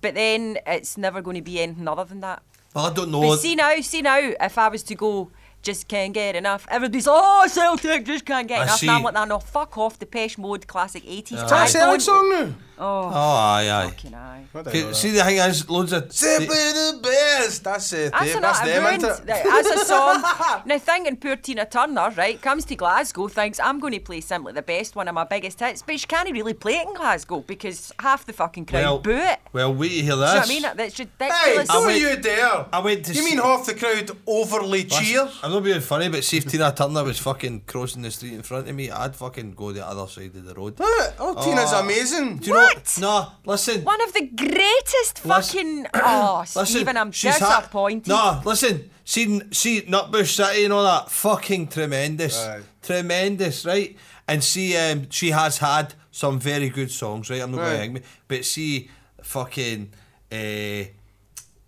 Speaker 3: But then it's never going to be anything other than that.
Speaker 2: Well, I don't know.
Speaker 3: But see now, see now, if I was to go, just can't get enough. Everybody's oh Celtic, just can't get
Speaker 2: I
Speaker 3: enough. And I'm
Speaker 2: see.
Speaker 3: like, nah, no, fuck off. Depeche Mode, classic eighties.
Speaker 1: Is that a Celtic song now?
Speaker 2: Oh, aye, aye.
Speaker 3: Fucking aye.
Speaker 1: I don't know
Speaker 2: Okay,
Speaker 1: that.
Speaker 2: See, the thing is, loads of.
Speaker 1: Simply the best. That's it.
Speaker 3: That's,
Speaker 1: eh?
Speaker 3: an,
Speaker 1: That's
Speaker 3: a
Speaker 1: them,
Speaker 3: ruined,
Speaker 1: isn't it?
Speaker 3: that's a song. now, thinking poor Tina Turner, right, comes to Glasgow, thinks I'm going to play simply the best, one of my biggest hits, but she can't really play it in Glasgow because half the fucking crowd
Speaker 2: well,
Speaker 3: boo it.
Speaker 2: well, wait to hear
Speaker 3: Do you know
Speaker 2: this.
Speaker 3: what I mean? That's
Speaker 1: Hey,
Speaker 3: ridiculous.
Speaker 1: don't
Speaker 2: went-
Speaker 1: you dare.
Speaker 2: I went to
Speaker 1: You
Speaker 2: see-
Speaker 1: mean half the crowd overly cheer?
Speaker 2: I'm not being funny, but see if Tina Turner was fucking crossing the street in front of me, I'd fucking go the other side of the road.
Speaker 1: Huh? Oh, Tina's
Speaker 2: Oh.
Speaker 1: amazing.
Speaker 2: Do you Know,
Speaker 3: What?
Speaker 2: no, listen.
Speaker 3: one of the greatest
Speaker 2: Listen-
Speaker 3: fucking. oh,
Speaker 2: Listen,
Speaker 3: Stephen, I'm
Speaker 2: she's
Speaker 3: disappointed.
Speaker 2: Ha- no, listen. See, see, Nutbush City and all that. Fucking tremendous,
Speaker 1: Aye.
Speaker 2: tremendous, right? And see, um, she has had some very good songs, right? I'm not
Speaker 1: Aye.
Speaker 2: going to but see, fucking, uh,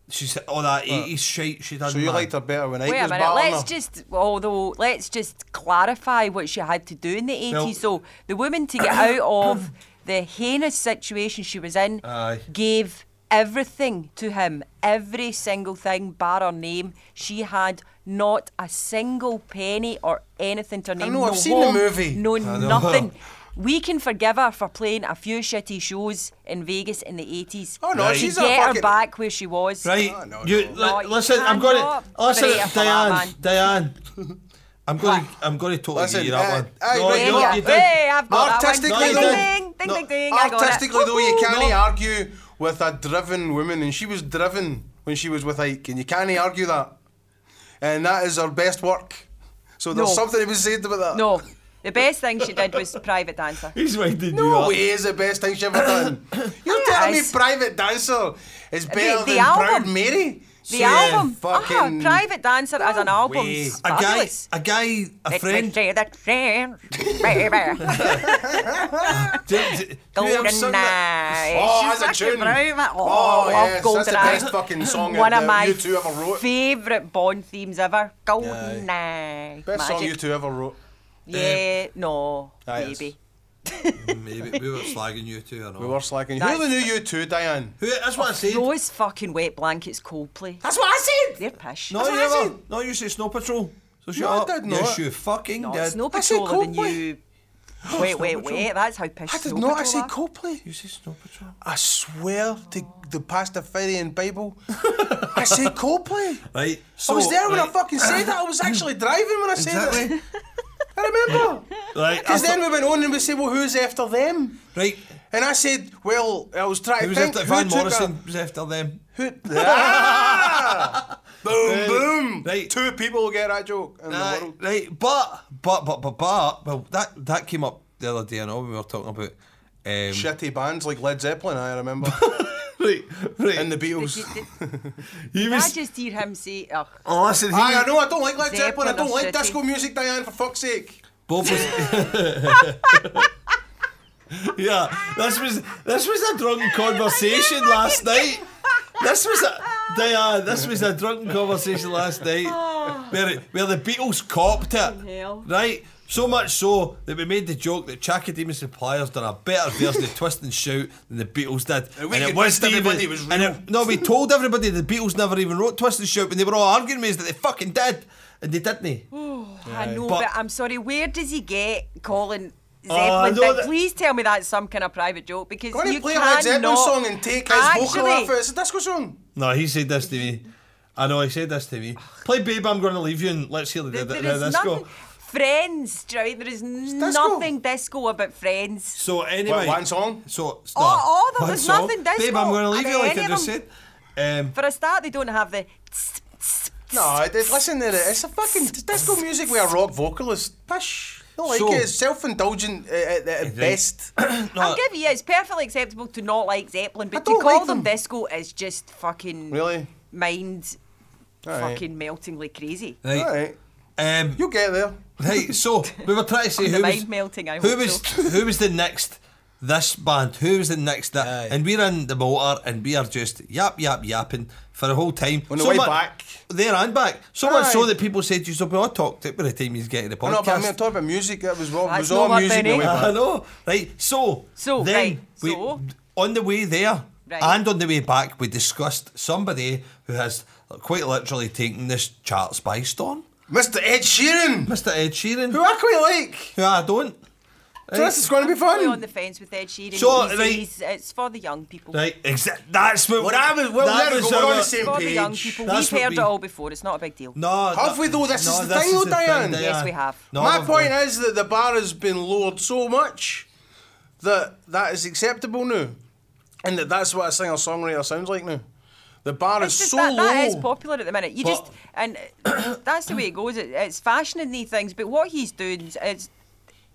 Speaker 2: she's all that 80s shite she done.
Speaker 1: So you
Speaker 2: man.
Speaker 1: liked her better when I
Speaker 3: Wait a
Speaker 1: was
Speaker 3: minute.
Speaker 1: battling her?
Speaker 3: Let's just, although let's just clarify what she had to do in the
Speaker 2: Well-
Speaker 3: eighties. so the woman to get out of the heinous situation she was in
Speaker 2: Aye.
Speaker 3: gave everything to him, every single thing, bar her name. She had not a single penny or anything to her name.
Speaker 1: know,
Speaker 3: no
Speaker 1: I've seen the
Speaker 3: home,
Speaker 1: movie.
Speaker 3: No
Speaker 2: know.
Speaker 3: nothing. We can forgive her for playing a few shitty shows in Vegas in the eighties.
Speaker 1: Oh, no,
Speaker 2: Right.
Speaker 1: she's
Speaker 3: to
Speaker 1: a
Speaker 3: get her
Speaker 1: fucking-
Speaker 3: back where she was.
Speaker 2: Right.
Speaker 1: No, no,
Speaker 2: you,
Speaker 1: no.
Speaker 2: li-
Speaker 3: No,
Speaker 2: listen,
Speaker 3: you
Speaker 2: I'm going
Speaker 3: cannot
Speaker 2: to listen,
Speaker 3: berate her for that,
Speaker 2: Diane, Diane. I'm going. To, I'm going to totally
Speaker 1: Listen,
Speaker 2: give you that
Speaker 1: uh,
Speaker 2: one.
Speaker 1: aye,
Speaker 2: no,
Speaker 1: right,
Speaker 2: you, know what
Speaker 1: yeah.
Speaker 2: you did.
Speaker 3: Hey, I've got that one.
Speaker 1: Artistically,
Speaker 2: No, you
Speaker 3: ding, ding,
Speaker 2: didn't.
Speaker 3: ding,
Speaker 2: No.
Speaker 3: ding, ding. I got it.
Speaker 1: Artistically, though, you can't
Speaker 2: No.
Speaker 1: argue with a driven woman, and she was driven when she was with Ike, and you can't argue that. And that is her best work. So there's
Speaker 3: No.
Speaker 1: something to be said about that.
Speaker 3: No, the best thing she did was private dancer.
Speaker 2: He's winding you
Speaker 1: No
Speaker 2: up.
Speaker 1: way is the best thing she's ever done. You're
Speaker 3: I-
Speaker 1: Tell me
Speaker 3: is.
Speaker 1: Private Dancer is better
Speaker 3: the
Speaker 1: than Proud
Speaker 3: album.
Speaker 1: Mary.
Speaker 3: The
Speaker 1: Yeah,
Speaker 3: album, ah,
Speaker 1: fucking-
Speaker 3: Private Dancer as an album,
Speaker 1: way. A
Speaker 2: A guy,
Speaker 3: fabulous.
Speaker 2: a guy, a
Speaker 3: Let me
Speaker 2: friend.
Speaker 3: see the friend, baby.
Speaker 2: Do- do- do you ever
Speaker 3: Golden
Speaker 2: sing that?
Speaker 3: Eye.
Speaker 1: Oh,
Speaker 3: She's
Speaker 1: that's a
Speaker 3: fucking
Speaker 1: tune.
Speaker 3: brave, man. Oh, I love
Speaker 1: yes,
Speaker 3: Golden
Speaker 1: that's the
Speaker 3: Eye.
Speaker 1: best fucking song
Speaker 3: One
Speaker 1: that
Speaker 3: of my
Speaker 1: you two ever wrote.
Speaker 3: favourite Bond themes ever. Golden Eye.
Speaker 1: Best song
Speaker 3: Magic.
Speaker 1: you two ever wrote.
Speaker 3: Yeah, no,
Speaker 1: Aye, it's-
Speaker 3: maybe.
Speaker 2: Mm, Maybe we were slagging you two or not.
Speaker 1: We were slacking.
Speaker 3: That's-
Speaker 1: Who the new you two, Diane?
Speaker 2: Who, that's what I said.
Speaker 3: Those fucking wet blankets Coldplay.
Speaker 1: That's what I said.
Speaker 3: They're pish.
Speaker 2: No,
Speaker 3: That's
Speaker 2: you
Speaker 3: what I
Speaker 2: never.
Speaker 3: said.
Speaker 2: No, you said Snow Patrol. So shut
Speaker 1: I
Speaker 2: up.
Speaker 1: did
Speaker 2: Yes,
Speaker 1: not.
Speaker 2: you fucking
Speaker 3: No,
Speaker 2: did.
Speaker 3: Snow
Speaker 1: I said
Speaker 3: Patrol are the new. Wait, wait,
Speaker 1: Patrol.
Speaker 3: wait. That's how pish
Speaker 1: I did
Speaker 3: Snow
Speaker 1: not. I
Speaker 3: Patrol
Speaker 1: said
Speaker 3: are.
Speaker 1: Coldplay.
Speaker 2: You said Snow Patrol.
Speaker 1: I swear to the Pastafarian Bible, I said Coldplay.
Speaker 2: Right.
Speaker 1: I was
Speaker 2: so,
Speaker 1: there when I
Speaker 2: right,
Speaker 1: fucking said that. I was actually driving when I said it.
Speaker 2: Exactly.
Speaker 1: I remember.
Speaker 2: Right.
Speaker 1: Because
Speaker 2: I
Speaker 1: then
Speaker 2: thought-
Speaker 1: we went on and we said, well, who's after them?
Speaker 2: right.
Speaker 1: And I said, well, I was trying
Speaker 2: It
Speaker 1: to
Speaker 2: was
Speaker 1: think
Speaker 2: after
Speaker 1: who
Speaker 2: Van
Speaker 1: took a-
Speaker 2: Morrison was after them.
Speaker 1: who, Ah! boom, boom.
Speaker 2: Right.
Speaker 1: Two people get that joke in the
Speaker 2: Right,
Speaker 1: world.
Speaker 2: right, but but but but but well, that that came up the other day. I know when we were talking about um,
Speaker 1: Shitty bands like Led Zeppelin, I remember.
Speaker 2: Right, right.
Speaker 1: and the Beatles.
Speaker 3: Did, did,
Speaker 2: he
Speaker 3: did I
Speaker 2: was.
Speaker 3: just hear him say, ugh.
Speaker 2: Oh, listen, he,
Speaker 1: Aye, I know, I don't like Led Zeppelin. I
Speaker 3: Zeppelin
Speaker 1: don't
Speaker 3: or
Speaker 1: like
Speaker 3: shitty.
Speaker 1: disco music, Diane, for fuck's sake.
Speaker 2: Both was. yeah, this was this was a drunken conversation last night. This was a Diane. This was a drunken conversation last night where it- where the Beatles copped
Speaker 3: hell.
Speaker 2: it, right? So much so that we made the joke that Chakadema Suppliers done a better version of Twist and Shout than the Beatles did,
Speaker 1: And we convinced everybody it was
Speaker 2: and
Speaker 1: real.
Speaker 2: it- no, we told everybody the Beatles never even wrote Twist and Shout, and they were all arguing with us that they fucking did, and they didn't.
Speaker 3: I know,
Speaker 2: But-
Speaker 3: but, I'm sorry. Where does he get Colin
Speaker 2: I
Speaker 1: Oh,
Speaker 3: Zeppelin?
Speaker 2: know
Speaker 3: thing?
Speaker 2: that-
Speaker 3: Please tell me that's some kind of private joke because
Speaker 1: Go on
Speaker 3: you
Speaker 1: and play a Led
Speaker 3: cannot
Speaker 1: Zeppelin song and take his vocal
Speaker 3: actually-
Speaker 1: off it. It's a disco song.
Speaker 2: No, he said this to me. I know he said this to me. Play Babe, I'm going to leave you and let's hear the,
Speaker 3: There,
Speaker 2: the, the,
Speaker 3: there is
Speaker 2: disco.
Speaker 3: nothing. Friends, right? There is
Speaker 1: disco.
Speaker 3: nothing disco about friends.
Speaker 2: So anyway,
Speaker 1: What, one song?
Speaker 2: So no,
Speaker 3: oh, there
Speaker 2: one
Speaker 3: was
Speaker 2: song.
Speaker 3: nothing
Speaker 2: Babe, I'm
Speaker 3: disco.
Speaker 2: going to leave
Speaker 3: Are
Speaker 2: you
Speaker 3: there
Speaker 2: like
Speaker 3: any
Speaker 2: I
Speaker 3: of
Speaker 2: just
Speaker 3: them?
Speaker 2: said. Um,
Speaker 3: For a start, they don't have the. tss, tss,
Speaker 1: No, it is. Listen to it. It's a fucking it's disco music with a rock vocalist. Pish. Not like
Speaker 2: So-
Speaker 1: it. It's self-indulgent at, at, at best.
Speaker 2: no,
Speaker 3: I'll give you. It's perfectly acceptable to not like Zeppelin, but to
Speaker 1: don't
Speaker 3: call
Speaker 1: like
Speaker 3: them
Speaker 1: them.
Speaker 3: disco is just fucking
Speaker 1: Really?
Speaker 3: mind
Speaker 1: Alright.
Speaker 3: fucking meltingly crazy.
Speaker 2: right.
Speaker 1: All right,
Speaker 2: Um,
Speaker 1: you'll get there.
Speaker 2: right. So we were trying to see
Speaker 3: The
Speaker 2: who was
Speaker 3: mind melting. I
Speaker 2: who
Speaker 3: hope
Speaker 2: was
Speaker 3: so.
Speaker 2: who was the next this band? Who was the next that?
Speaker 1: Aye.
Speaker 2: And we're in the motor and we are just yap yap yapping for the whole time.
Speaker 1: On the way back.
Speaker 2: there and back. So much so
Speaker 1: Aye.
Speaker 2: that people said, "You should be all talked it by the time he's getting the podcast."
Speaker 1: Oh, no, but I'm talking about music. It was, all- it
Speaker 3: That's
Speaker 1: was all
Speaker 3: not what
Speaker 1: music.
Speaker 3: they
Speaker 1: the way
Speaker 3: need.
Speaker 2: I
Speaker 1: back.
Speaker 2: know. Uh, Right. So.
Speaker 3: So,
Speaker 2: then
Speaker 3: right,
Speaker 2: We,
Speaker 3: so-
Speaker 2: on the way there
Speaker 3: Right.
Speaker 2: and on the way back, we discussed somebody who has quite literally taken this charts by storm.
Speaker 1: Mr. Ed Sheeran,
Speaker 2: Mr. Ed Sheeran.
Speaker 1: who I quite like.
Speaker 2: who I don't.
Speaker 1: So this is going to be
Speaker 3: We're on
Speaker 1: fun.
Speaker 3: the fence with Ed Sheeran.
Speaker 2: So,
Speaker 3: He's-
Speaker 2: right.
Speaker 3: he's- it's for the young people.
Speaker 2: Right. Exactly. That's what.
Speaker 1: Well, I was- well,
Speaker 2: that
Speaker 1: there we
Speaker 2: was
Speaker 1: go, we're on
Speaker 2: our-
Speaker 1: the same-
Speaker 3: For the young
Speaker 1: Page.
Speaker 3: people.
Speaker 2: That's
Speaker 3: We've
Speaker 2: what
Speaker 3: heard
Speaker 2: we-
Speaker 3: it all before. It's not a big deal.
Speaker 2: No.
Speaker 1: Have
Speaker 2: no,
Speaker 1: we though? This
Speaker 2: no,
Speaker 1: is the thing though,
Speaker 2: the thing,
Speaker 1: Diane.
Speaker 2: Diane.
Speaker 3: Yes, we have.
Speaker 2: No,
Speaker 1: My
Speaker 2: we've
Speaker 1: point
Speaker 2: not.
Speaker 1: is that the bar has been lowered so much that that is acceptable now, and that that's what a singer-songwriter sounds like now. The bar
Speaker 3: It's
Speaker 1: is
Speaker 3: just
Speaker 1: so
Speaker 3: that,
Speaker 1: low.
Speaker 3: that is popular at the minute. You
Speaker 2: But-
Speaker 3: just and that's the way it goes. It, it's fashioning these things, but what he's doing is it's,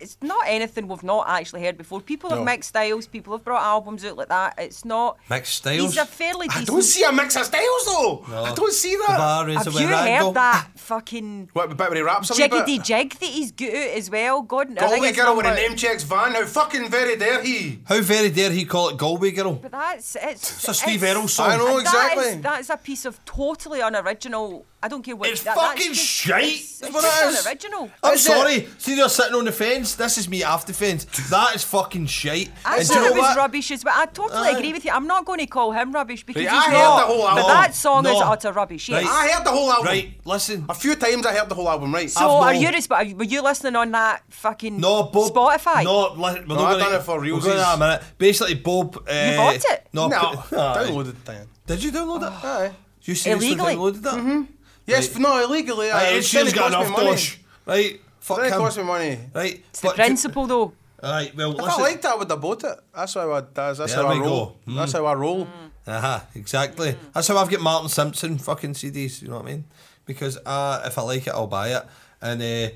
Speaker 3: it's not anything we've not actually heard before. People
Speaker 1: No.
Speaker 3: have mixed styles. People have brought albums out like that. It's not
Speaker 2: Mixed
Speaker 3: He's
Speaker 2: styles?
Speaker 3: a fairly
Speaker 1: I
Speaker 3: decent.
Speaker 1: don't see a mix of styles though. I don't see
Speaker 2: The
Speaker 1: that.
Speaker 2: bar is
Speaker 3: have
Speaker 2: a
Speaker 3: you
Speaker 2: where I go.
Speaker 3: heard that fucking
Speaker 1: What about when he raps a wee
Speaker 3: jiggity
Speaker 1: bit?
Speaker 3: jig that he's good at as well? God, I think
Speaker 1: Galway
Speaker 3: it's
Speaker 1: girl with a
Speaker 3: number-
Speaker 1: name checks van. How fucking very dare he?
Speaker 2: How very dare he call it Galway girl?
Speaker 3: But that's it's.
Speaker 2: It's a Steve Earle song.
Speaker 1: I know
Speaker 3: And that is-
Speaker 1: exactly.
Speaker 3: That is, a piece of totally unoriginal. I don't care what.
Speaker 2: It's
Speaker 3: that- that's
Speaker 2: fucking
Speaker 3: just-
Speaker 2: shite.
Speaker 3: It's,
Speaker 2: That's
Speaker 3: it's
Speaker 2: what it is.
Speaker 3: just unoriginal.
Speaker 2: I'm
Speaker 1: Is it-
Speaker 2: sorry. See, you're sitting on the fence. This is me after fence. That is fucking shite.
Speaker 3: I
Speaker 2: And do
Speaker 3: thought
Speaker 2: you
Speaker 3: it
Speaker 2: know
Speaker 3: was
Speaker 2: what? Uh-huh.
Speaker 3: rubbish as well. I totally agree with you. I'm not going to call him rubbish because
Speaker 1: Right,
Speaker 3: he's
Speaker 1: I heard
Speaker 3: not.
Speaker 1: the whole
Speaker 3: but
Speaker 1: album.
Speaker 3: that song is
Speaker 2: No.
Speaker 3: utter rubbish. Yes.
Speaker 2: Right.
Speaker 1: I heard the whole album.
Speaker 2: Right, listen.
Speaker 1: A few times I heard the whole album. Right.
Speaker 3: so
Speaker 2: I've
Speaker 3: are
Speaker 2: no-
Speaker 3: you? Resp- are you- were you listening on that fucking
Speaker 2: No, Bob.
Speaker 3: Spotify?
Speaker 2: No, li- we're not
Speaker 1: I've
Speaker 2: gonna-
Speaker 1: done it for
Speaker 2: we're
Speaker 1: realsies.
Speaker 2: going to have a minute. Basically, Bob. Uh, you
Speaker 3: bought it?
Speaker 2: No,
Speaker 1: no,
Speaker 2: p- aye.
Speaker 1: downloaded Diane.
Speaker 2: Did you download it?
Speaker 1: Aye.
Speaker 2: You seriously
Speaker 3: Illegally?
Speaker 2: downloaded that? Mm-hmm.
Speaker 1: Yes,
Speaker 2: Right.
Speaker 1: no, illegally. uh,
Speaker 2: Aye,
Speaker 1: I
Speaker 2: Ed Sheeran's got enough dosh. Right, fuck
Speaker 1: Then it
Speaker 2: him.
Speaker 1: cost me money.
Speaker 2: Right,
Speaker 3: It's the
Speaker 2: but
Speaker 3: principle though.
Speaker 2: Aye, well,
Speaker 1: If
Speaker 2: listen.
Speaker 1: I liked it, I would have bought it. That's how I. That's, that's
Speaker 2: There
Speaker 1: how I
Speaker 2: we
Speaker 1: roll.
Speaker 2: go. Mm.
Speaker 1: That's how I roll.
Speaker 2: Aha, exactly.
Speaker 3: Mm.
Speaker 2: That's how I've got Martin Simpson fucking CDs. You know what I mean? Because uh, if I like it, I'll buy it, and uh,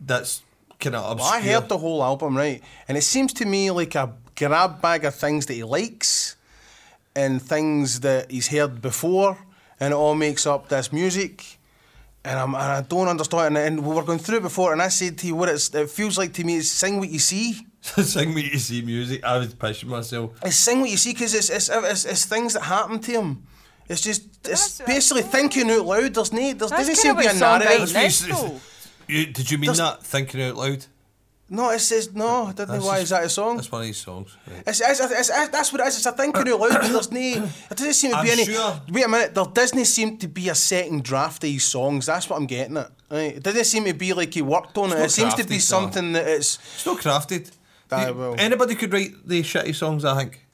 Speaker 2: that's kind of
Speaker 1: Well,
Speaker 2: obscure.
Speaker 1: I heard the whole album, right? And it seems to me like a grab bag of things that he likes. and things that he's heard before, and it all makes up this music. And, I'm, and I don't understand. it. And, and we were going through it before, and I said to you what it's, it feels like to me is sing what you see.
Speaker 2: Sing me to see music. I was pushing myself.
Speaker 1: It's sing what you see because it's it's, it's it's things that happen to him. It's just it's
Speaker 3: That's what I
Speaker 1: basically
Speaker 3: thought.
Speaker 1: thinking out loud. There's no there's
Speaker 3: That's
Speaker 1: doesn't seem to
Speaker 3: kinda
Speaker 1: be a
Speaker 3: what it sound
Speaker 1: narrative.
Speaker 3: like.
Speaker 2: That's what you
Speaker 3: Nice
Speaker 2: s-
Speaker 3: though.
Speaker 2: You, did you mean that thinking out loud?
Speaker 1: No, it says no. I don't know why is that a song.
Speaker 2: That's one of these songs. Right.
Speaker 1: It's, it's, it's, it's, that's what it is. It's a thinking out loud. But there's no. There doesn't seem to be
Speaker 2: I'm
Speaker 1: any.
Speaker 2: sure.
Speaker 1: Wait a minute. There doesn't seem to be a second draft of these songs. That's what I'm getting at. Right? It doesn't seem to be like he worked on it.
Speaker 2: not
Speaker 1: It seems to be
Speaker 2: crafty, though.
Speaker 1: something that it's.
Speaker 2: It's not crafted.
Speaker 1: Aye,
Speaker 2: You-
Speaker 1: well.
Speaker 2: Anybody could write the shitty songs, I think.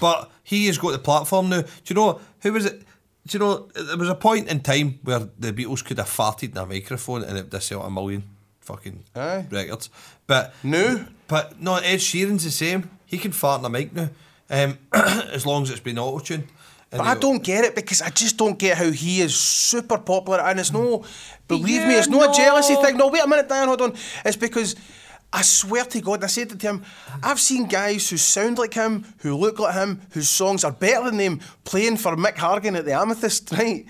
Speaker 2: But he has got the platform now. Do you know who was it? Do you know there was a point in time where the Beatles could have farted in a microphone and it would have sold a million fucking
Speaker 1: Aye.
Speaker 2: records. But
Speaker 1: No.
Speaker 2: but no, Ed Sheeran's the same. He can fart in a mic now, um, as long as it's been auto tuned.
Speaker 1: But I don't get it because I just don't get how he is super popular and it's
Speaker 3: Hmm.
Speaker 1: no believe me,
Speaker 3: You
Speaker 1: it's no a jealousy
Speaker 3: know.
Speaker 1: thing. No, wait a minute, Diane, hold on. It's because I swear to God, and I said it to him, I've seen guys who sound like him, who look like him, whose songs are better than him, playing for Mick Hargan at the Amethyst, right?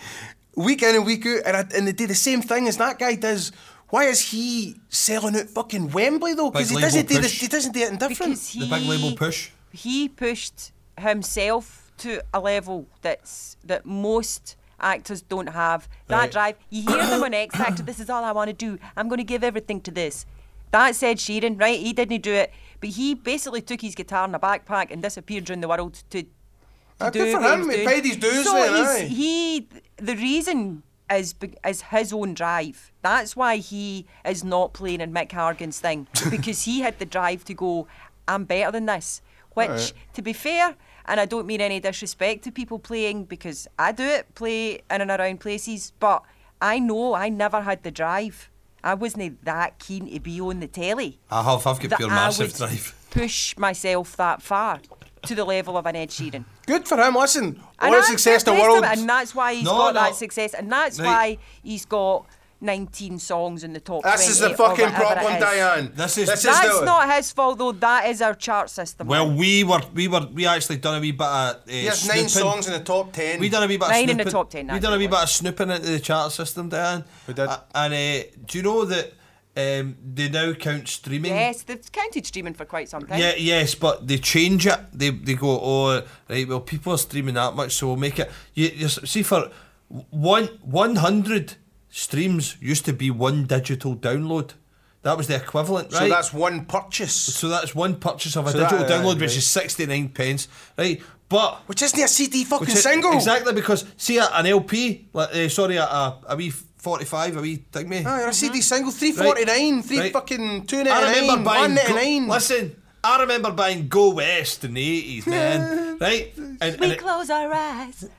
Speaker 1: Week in and week out, and, I, and they do the same thing as that guy does. Why is he selling out fucking Wembley though? Because he
Speaker 2: Big label
Speaker 1: doesn't do this,
Speaker 2: push.
Speaker 1: he doesn't do it indifferent.
Speaker 3: Because
Speaker 2: The
Speaker 3: he,
Speaker 2: big label push.
Speaker 3: He pushed himself to a level that's that most actors don't have. That
Speaker 2: Right.
Speaker 3: drive. You hear them on X Factor. This is all I want to do. I'm going to give everything to this. That said, Sheeran, right? He didn't do it, but he basically took his guitar in a backpack and disappeared around the world to. to
Speaker 1: Ah,
Speaker 3: do
Speaker 1: good for
Speaker 3: what
Speaker 1: him. He
Speaker 3: was doing.
Speaker 1: paid his dues eh?
Speaker 3: So
Speaker 1: then,
Speaker 3: he's-
Speaker 1: aye.
Speaker 3: he the reason is be- is his own drive. That's why he is not playing in Mick Hargan's thing because he had the drive to go. I'm better than this. Which,
Speaker 1: Alright.
Speaker 3: to be fair, and I don't mean any disrespect to people playing because I do it, play in and around places, but I know I never had the drive. I wasn't that keen to be on the telly.
Speaker 2: I have. I've got
Speaker 3: that
Speaker 2: pure
Speaker 3: I
Speaker 2: massive
Speaker 3: would
Speaker 2: drive.
Speaker 3: push myself that far to the level of an Ed Sheeran.
Speaker 1: Good for him, listen.
Speaker 3: And
Speaker 1: What a
Speaker 3: that's
Speaker 1: success in the
Speaker 3: best of
Speaker 1: world.
Speaker 3: it, And that's why he's
Speaker 2: No,
Speaker 3: got
Speaker 2: no.
Speaker 3: that success. And that's
Speaker 2: Right.
Speaker 3: why he's got 19 songs in the top
Speaker 1: This is the
Speaker 3: 20 or
Speaker 1: fucking
Speaker 3: whatever it
Speaker 1: problem,
Speaker 3: is.
Speaker 1: Diane.
Speaker 2: This is-
Speaker 3: That's
Speaker 1: the-
Speaker 3: not his fault, though. That is our chart system.
Speaker 2: Well, we were we were we actually done a wee bit of. Uh,
Speaker 1: He has nine
Speaker 2: snooping.
Speaker 1: songs in the top ten.
Speaker 2: We done a wee bit
Speaker 3: Nine
Speaker 2: of
Speaker 3: in the
Speaker 2: snooping.
Speaker 3: top ten,
Speaker 2: We done a wee
Speaker 3: actually.
Speaker 2: bit of snooping into the chart system, Diane.
Speaker 1: We did.
Speaker 2: A- and uh, do you know that um, they now count streaming?
Speaker 3: yes, they've counted streaming for quite some time.
Speaker 2: Yeah, yes, but they change it. They they go, oh right, well people are streaming that much, so we'll make it. You, you s- see for one one hundred streams used to be one digital download. That was the equivalent,
Speaker 1: so
Speaker 2: right?
Speaker 1: that's one purchase,
Speaker 2: so that's one purchase of a
Speaker 1: So that-
Speaker 2: digital
Speaker 1: yeah,
Speaker 2: download, which
Speaker 1: right.
Speaker 2: is sixty nine pence, right? But
Speaker 1: which isn't a CD fucking
Speaker 2: which is-
Speaker 1: single.
Speaker 2: Exactly because see a- an LP, like uh, sorry, a, a, a wee forty five, a wee thing me.
Speaker 1: Ah, you're a CD single, three forty nine, three
Speaker 2: Right.
Speaker 1: fucking two
Speaker 2: I
Speaker 1: ninety nine,
Speaker 2: remember
Speaker 1: one
Speaker 2: buying.
Speaker 1: ninety
Speaker 2: Go,
Speaker 1: nine.
Speaker 2: listen, I remember buying Go West in the eighties, man. right? And, and
Speaker 3: We
Speaker 2: it-
Speaker 3: close our eyes. to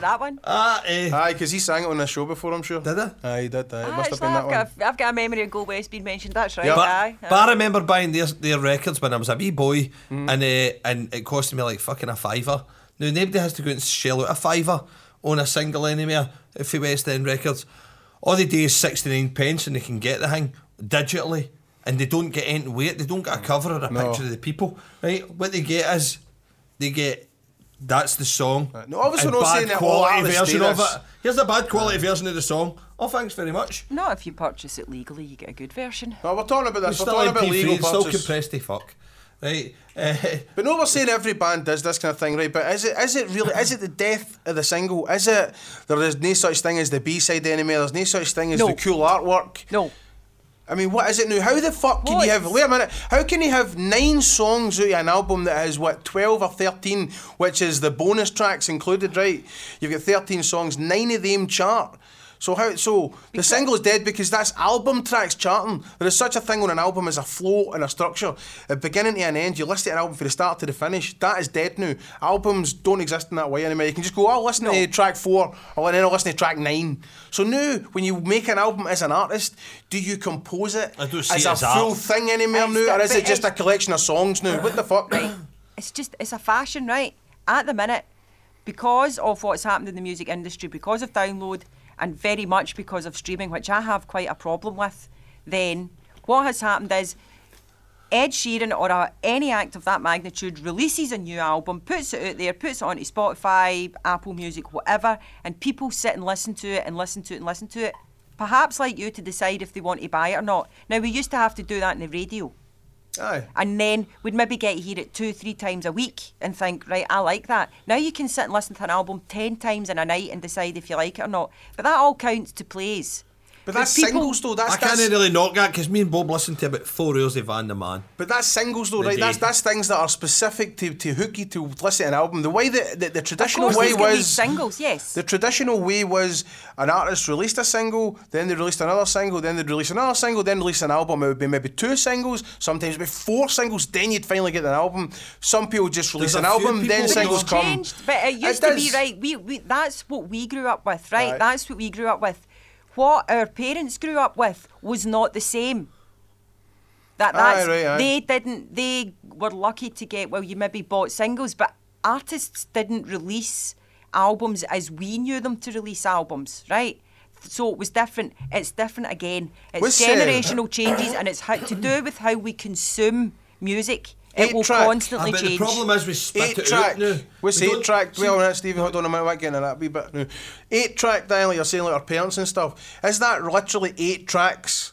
Speaker 3: that one.
Speaker 2: ah, eh,
Speaker 1: Aye, because he sang it on a show before, I'm sure.
Speaker 2: Did he?
Speaker 1: Aye, he did. Aye. It must have
Speaker 3: Actually,
Speaker 1: been that
Speaker 3: I've,
Speaker 1: one.
Speaker 3: got, Ah, a- I've got a memory of Go West being mentioned. That's right.
Speaker 1: Yeah.
Speaker 2: But,
Speaker 3: aye, aye.
Speaker 2: but I remember buying their their records when I was a wee boy,
Speaker 1: Mm.
Speaker 2: and uh, and it cost me like fucking a fiver. Now nobody has to go and shell out a fiver on a single anywhere if you West End Records. All they do is sixty nine pence, and they can get the thing digitally, and they don't get anything weight. They don't get a cover or a
Speaker 1: No.
Speaker 2: picture of the people. Right? What they get is they get that's the song.
Speaker 1: No, obviously
Speaker 2: and
Speaker 1: we're not
Speaker 2: bad
Speaker 1: saying that oh, all
Speaker 2: quality
Speaker 1: artists do
Speaker 2: version of
Speaker 1: this.
Speaker 2: it. Here's the bad quality version of the song. Oh, thanks very much.
Speaker 3: Not if you purchase it legally, you get a good version.
Speaker 1: No, we're talking about this.
Speaker 2: It's
Speaker 1: We're
Speaker 2: still
Speaker 1: talking about
Speaker 2: MP3,
Speaker 1: legal
Speaker 2: it's still
Speaker 1: purchase.
Speaker 2: compressed to fuck. Right. eh,
Speaker 1: But no, we're saying every band does this kind of thing, right? But is it is it really is it the death of the single? Is it there is no such thing as the B side anymore? There's no such thing as
Speaker 3: No.
Speaker 1: the cool artwork.
Speaker 3: No.
Speaker 1: I mean, what is it now? How the fuck can
Speaker 3: Well,
Speaker 1: you have?
Speaker 3: it's-
Speaker 1: Wait a minute. How can you have nine songs out of an album that has what twelve or thirteen, which is the bonus tracks included, right? You've got thirteen songs, nine of them chart. So how? So the
Speaker 3: Because-
Speaker 1: single's dead because that's album tracks charting. There is such a thing on an album as a flow and a structure, a beginning to an end. You listen to an album from the start to the finish. That is dead now. Albums don't exist in that way anymore. You can just go, I'll listen to
Speaker 3: No.
Speaker 1: track four, or then I'll listen to track nine. So now, when you make an album as an artist, do you compose it
Speaker 2: I don't see
Speaker 1: as
Speaker 2: it
Speaker 1: a
Speaker 2: as
Speaker 1: full
Speaker 2: art.
Speaker 1: thing anymore
Speaker 3: It's
Speaker 1: now, or
Speaker 3: the-
Speaker 1: is it
Speaker 3: but
Speaker 1: just a
Speaker 3: it's-
Speaker 1: collection of songs now? What the fuck?
Speaker 3: it's just it's a fashion right at the minute because of what's happened in the music industry because of download and very much because of streaming which i have quite a problem with then what has happened is Ed Sheeran or a, any act of that magnitude releases a new album, puts it out there, puts it onto Spotify, Apple Music, whatever, and people sit and listen to it and listen to it and listen to it, perhaps like you to decide if they want to buy it or not. Now, we used to have to do that in the radio.
Speaker 1: Aye.
Speaker 3: And then we'd maybe get to hear it two, three times a week and think, right, I like that. Now you can sit and listen to an album 10 times in a night and decide if you like it or not. But that all counts to plays.
Speaker 1: But
Speaker 3: 'Cause
Speaker 1: that's singles though. That's,
Speaker 2: I can't
Speaker 1: that's
Speaker 2: really knock that because me and Bob listened to about four hours of Van the Man.
Speaker 1: But that's singles though,
Speaker 2: The
Speaker 1: right?
Speaker 2: day.
Speaker 1: That's that's things that are specific to, to hook you to listen to an album. The way that the, the traditional
Speaker 3: course
Speaker 1: way
Speaker 3: there's gonna be
Speaker 1: was
Speaker 3: singles, yes.
Speaker 1: The traditional way was an artist released a single, then they released another single, then they'd release another single, then release an album. It would be maybe two singles, sometimes it'd be four singles, then you'd finally get an album. Some people just release an
Speaker 2: There's a few
Speaker 1: album, then
Speaker 2: people that
Speaker 1: singles
Speaker 3: it's
Speaker 1: come.
Speaker 3: changed, but it used to be
Speaker 1: does.
Speaker 3: right. We, we that's what we grew up with, right?
Speaker 1: Right.
Speaker 3: That's what we grew up with. What our parents grew up with was not the same. That
Speaker 1: Aye,
Speaker 3: that's
Speaker 1: right, aye.
Speaker 3: they didn't. They were lucky to get well. You maybe bought singles, but artists didn't release albums as we knew them to release albums, right? So it was different. It's different again. It's
Speaker 1: Was, uh,
Speaker 3: generational changes, and it's how, to do with how we consume music. It
Speaker 1: Eight
Speaker 3: will
Speaker 1: track.
Speaker 3: constantly
Speaker 2: Uh, Ah, but the
Speaker 3: change.
Speaker 2: problem is we spit
Speaker 1: Eight
Speaker 2: it
Speaker 1: track.
Speaker 2: out now.
Speaker 1: What's
Speaker 2: We
Speaker 1: eight
Speaker 2: don't-
Speaker 1: track?
Speaker 2: see,
Speaker 1: Well, that's Stevie. Hold on a minute. We're getting in that wee bit now. Eight track, Diana. You're saying like our parents and stuff. Is that literally eight tracks?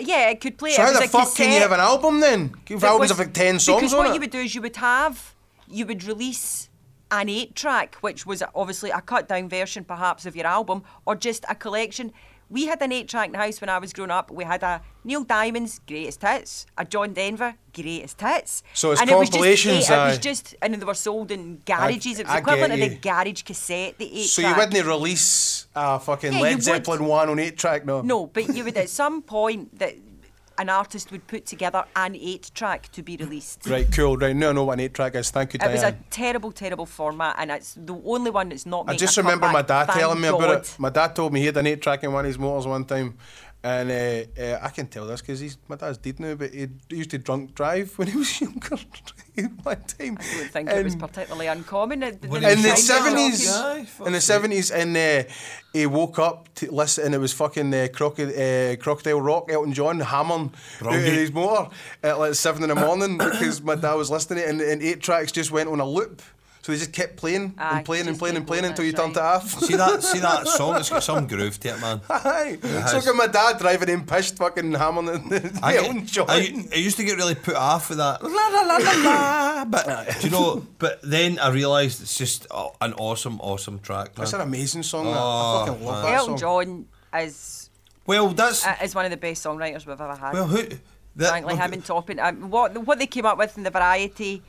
Speaker 3: Yeah, it could play.
Speaker 1: So
Speaker 3: it
Speaker 1: how
Speaker 3: was
Speaker 1: the
Speaker 3: a
Speaker 1: fuck can you
Speaker 3: cassette.
Speaker 1: have an album then? If
Speaker 3: It
Speaker 1: albums
Speaker 3: was-
Speaker 1: have like ten songs
Speaker 3: because
Speaker 1: on
Speaker 3: what
Speaker 1: it.
Speaker 3: you would do is you would have, you would release an eight track, which was obviously a cut down version perhaps of your album, or just a collection. We had an eight track in the house when I was growing up. We had a Neil Diamond's Greatest Hits, a John Denver Greatest Hits.
Speaker 1: So it's
Speaker 3: and it was just
Speaker 1: compilations,
Speaker 3: eight- It was
Speaker 1: aye.
Speaker 3: just, and they were sold in garages. it was
Speaker 1: I get
Speaker 3: equivalent of
Speaker 1: you.
Speaker 3: the garage cassette, the eight
Speaker 1: so
Speaker 3: track.
Speaker 1: you wouldn't release a fucking
Speaker 3: Yeah, you
Speaker 1: Led
Speaker 3: would.
Speaker 1: Zeppelin one on eight track, no?
Speaker 3: No, but you would at some point that an artist would put together an eight track to be released.
Speaker 1: Right, cool. Right, now I know what an eight track is. Thank you,
Speaker 3: It was a
Speaker 1: Diane.
Speaker 3: terrible, terrible format, and it's the only one that's not.
Speaker 1: I
Speaker 3: making
Speaker 1: just
Speaker 3: a
Speaker 1: remember my dad
Speaker 3: comeback, thank
Speaker 1: telling me
Speaker 3: God.
Speaker 1: about it. My dad told me he had an eight track in one of his motors one time. And uh, uh, I can tell this because he's my dad's dead now, but he he used to drunk drive when he was younger. one time,
Speaker 3: I don't think it was
Speaker 1: And-
Speaker 3: particularly uncommon. In
Speaker 2: When
Speaker 1: Um, in the
Speaker 2: Shine
Speaker 1: seventies,
Speaker 2: Down. Aye,
Speaker 1: in the
Speaker 2: fuck
Speaker 1: seventies, and uh, he woke up to listen, and it was fucking uh, Croco- uh, Crocodile Rock, Elton John, hammering out of
Speaker 2: Brilliant.
Speaker 1: his motor at like seven in the morning because my dad was listening, to it, and, and eight tracks just went on a loop. So they just kept playing
Speaker 3: Aye,
Speaker 1: and playing and
Speaker 3: Ah, just
Speaker 1: playing and
Speaker 3: keep
Speaker 1: playing
Speaker 3: going,
Speaker 1: until you
Speaker 3: that's
Speaker 1: turned it off.
Speaker 2: See that? See that song? It's got some groove to it, man.
Speaker 1: Aye. So
Speaker 2: has.
Speaker 1: can my dad driving in pissed fucking hammering the
Speaker 2: I, get-
Speaker 1: Elton John.
Speaker 2: I, I used to get really put off with that. La, la, la, la, la. But do you know? But then I realised it's just oh, an awesome, awesome track. Man.
Speaker 1: That's an amazing song.
Speaker 2: Oh,
Speaker 1: that. I fucking love that
Speaker 3: Elton
Speaker 1: song.
Speaker 3: John is
Speaker 2: well, that's
Speaker 3: uh, is one of the best songwriters we've ever had.
Speaker 2: well. Who? That,
Speaker 3: frankly, him and Topping. Um, what what they came up with in the variety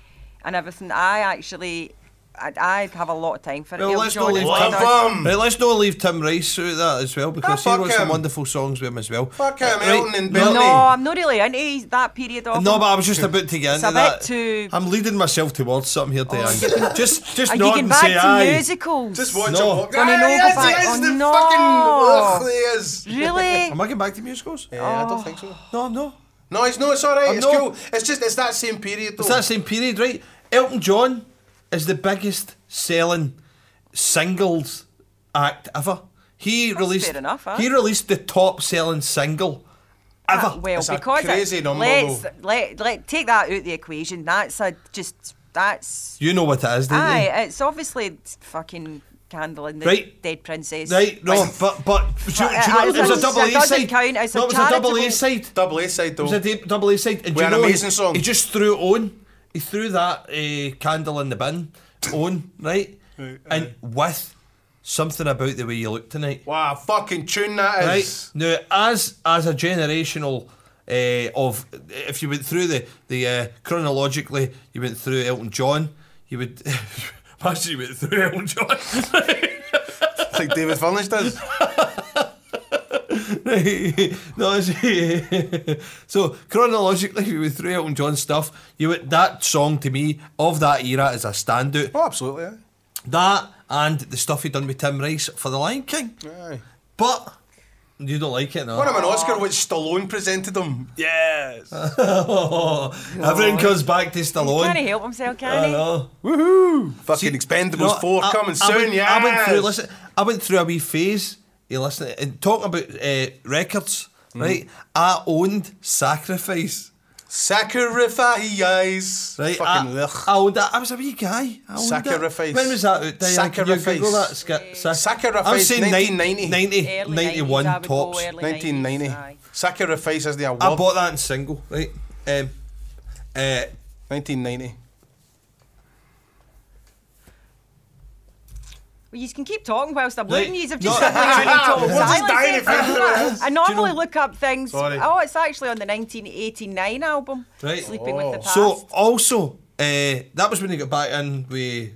Speaker 3: and everything. I actually, I, I have a lot of time for it.
Speaker 2: Well,
Speaker 3: Elton
Speaker 2: let's not
Speaker 3: John
Speaker 2: leave
Speaker 3: is
Speaker 1: Love
Speaker 3: wonderful.
Speaker 1: him.
Speaker 2: Tim. Right, let's not leave Tim Rice out of that as well because
Speaker 1: Ah,
Speaker 2: he wrote
Speaker 1: fuck him.
Speaker 2: some wonderful songs with him as well.
Speaker 1: Fuck him,
Speaker 2: Right,
Speaker 1: Elton and
Speaker 2: no-
Speaker 1: Billy.
Speaker 3: No, I'm not really into that period of.
Speaker 2: No,
Speaker 3: him.
Speaker 2: but I was just about to get
Speaker 3: It's
Speaker 2: into
Speaker 3: a bit
Speaker 2: that.
Speaker 3: too- Oh,
Speaker 2: I'm leading myself towards something here, Diane. just, just
Speaker 3: Are you
Speaker 2: nod
Speaker 3: getting
Speaker 2: and
Speaker 3: back
Speaker 2: say
Speaker 3: to
Speaker 2: aye.
Speaker 3: musicals?
Speaker 1: Just watch
Speaker 2: No.
Speaker 1: him walk.
Speaker 3: Johnny
Speaker 1: Aye,
Speaker 3: Noble
Speaker 1: yes,
Speaker 3: back.
Speaker 1: yes,
Speaker 3: Oh,
Speaker 1: the
Speaker 3: no.
Speaker 1: fucking. Ugh, there he is.
Speaker 3: Really?
Speaker 2: Am I getting back to musicals?
Speaker 1: Eh, I don't think so.
Speaker 2: No, I'm not.
Speaker 1: No, it's no, it's all right.
Speaker 2: I'm
Speaker 1: it's
Speaker 2: not-
Speaker 1: cool. It's just it's that same period though.
Speaker 2: It's Oh, that same period, right? Elton John is the biggest selling singles act ever. He released
Speaker 3: fair enough, eh?
Speaker 2: He released the top selling single ever.
Speaker 3: Ah, well,
Speaker 1: It's a
Speaker 3: because
Speaker 1: crazy
Speaker 3: it,
Speaker 1: number,
Speaker 3: let's
Speaker 1: though.
Speaker 3: let let take that out of the equation. That's a just that's
Speaker 2: you know what it is, didn't
Speaker 3: aye. It's obviously fucking candle in the
Speaker 2: Right.
Speaker 3: dead princess.
Speaker 2: you? Right, no, but but do, you- do
Speaker 3: uh,
Speaker 2: you know,
Speaker 3: it's
Speaker 2: there was
Speaker 3: a-
Speaker 2: a double
Speaker 3: it
Speaker 2: A
Speaker 3: doesn't
Speaker 2: side.
Speaker 3: count, it's a
Speaker 2: no, it was a double A
Speaker 3: charitable-
Speaker 2: side.
Speaker 1: double A side
Speaker 2: It
Speaker 1: though.
Speaker 2: was a da- double A side. And do
Speaker 1: With
Speaker 2: you
Speaker 1: an
Speaker 2: know,
Speaker 1: amazing
Speaker 2: he,
Speaker 1: song.
Speaker 2: He just threw it on. He threw that uh, candle in the bin on, right? and with something about the way you look tonight.
Speaker 1: wow, fucking tune that
Speaker 2: Right
Speaker 1: is.
Speaker 2: now, as as a generational uh, of, if you went through the the uh, chronologically, you went through Elton John. You would imagine you went through Elton John.
Speaker 1: like David Furnish does.
Speaker 2: no, it's- so chronologically, you went through Elton John stuff. You would, that song to me of that era is a standout.
Speaker 1: Oh, absolutely. aye.
Speaker 2: That and the stuff he done with Tim Rice for The Lion King.
Speaker 1: Aye.
Speaker 2: But you don't like it, no?
Speaker 1: Won him an Oscar, which Stallone presented him. Yes.
Speaker 2: Everyone comes back to Stallone.
Speaker 3: Can he help himself? Can
Speaker 2: I
Speaker 3: he?
Speaker 2: know.
Speaker 1: Woohoo! Fucking Expendables
Speaker 2: No,
Speaker 1: Four
Speaker 2: I-
Speaker 1: coming
Speaker 2: I
Speaker 1: soon.
Speaker 2: went-
Speaker 1: yes.
Speaker 2: I went through. Listen, I went through a wee phase. You listen
Speaker 1: Mm.
Speaker 2: and talking about uh, records, right? I owned Sacrifice.
Speaker 1: Sacrifice.
Speaker 2: Right,
Speaker 1: Fucking
Speaker 2: I,
Speaker 1: ugh.
Speaker 2: I, owned that. I was a wee guy. I owned that.
Speaker 1: Sacrifice.
Speaker 2: When was that out? Diane, can you
Speaker 1: Sacrifice.
Speaker 2: Google that? Ska- sac-
Speaker 1: Sacrifice,
Speaker 2: I'm saying
Speaker 1: 1990.
Speaker 2: 90,
Speaker 3: Early
Speaker 2: 91
Speaker 3: 90s, I would go
Speaker 2: tops.
Speaker 3: early
Speaker 1: 1990.
Speaker 3: 90s, aye.
Speaker 1: Sacrifice isn't it a word?
Speaker 2: I bought that in single, right? Um, uh,
Speaker 1: 1990.
Speaker 3: Well, you can keep talking whilst I'm
Speaker 2: Right.
Speaker 3: looking. You've just
Speaker 2: No,
Speaker 3: suddenly told
Speaker 1: we're just
Speaker 3: silence
Speaker 1: dying
Speaker 3: there
Speaker 1: if
Speaker 3: for a
Speaker 1: you do
Speaker 3: minute.
Speaker 1: this.
Speaker 3: I normally
Speaker 2: know-
Speaker 3: look up things.
Speaker 1: Sorry.
Speaker 3: Oh, it's actually on the 1989 album.
Speaker 2: Right. Oh.
Speaker 3: Sleeping with the past.
Speaker 2: so also, uh, that was when he got back in with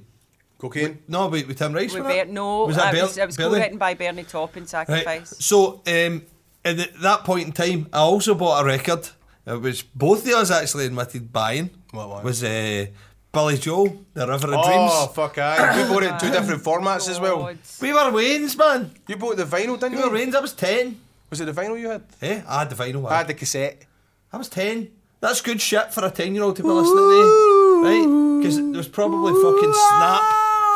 Speaker 1: Cocaine.
Speaker 2: no, with, with Tim Rice.
Speaker 3: With
Speaker 2: wasn't it?
Speaker 3: Ber- no,
Speaker 2: was
Speaker 3: that
Speaker 2: that Ber-
Speaker 3: was, it was
Speaker 2: Berlin?
Speaker 3: co-written by Bernie Taupin.
Speaker 2: Right.
Speaker 3: Sacrifice.
Speaker 2: So um, at th- that point in time, I also bought a record, uh, which both of us actually admitted buying.
Speaker 1: What one?
Speaker 2: was uh, Billy Joel, The River of
Speaker 1: Oh,
Speaker 2: Dreams?
Speaker 1: fuck aye. We bought it in two different formats as well.
Speaker 3: God.
Speaker 2: We were Wayne's man.
Speaker 1: You bought the vinyl,
Speaker 2: We
Speaker 1: didn't
Speaker 2: were
Speaker 1: you?
Speaker 2: Wayne's. I was ten.
Speaker 1: Was it the vinyl you had?
Speaker 2: Eh, I had the vinyl one.
Speaker 1: I had the cassette.
Speaker 2: I was 10. That's good shit for a 10 year old to be listening to. Right? Because there was probably fucking Snap.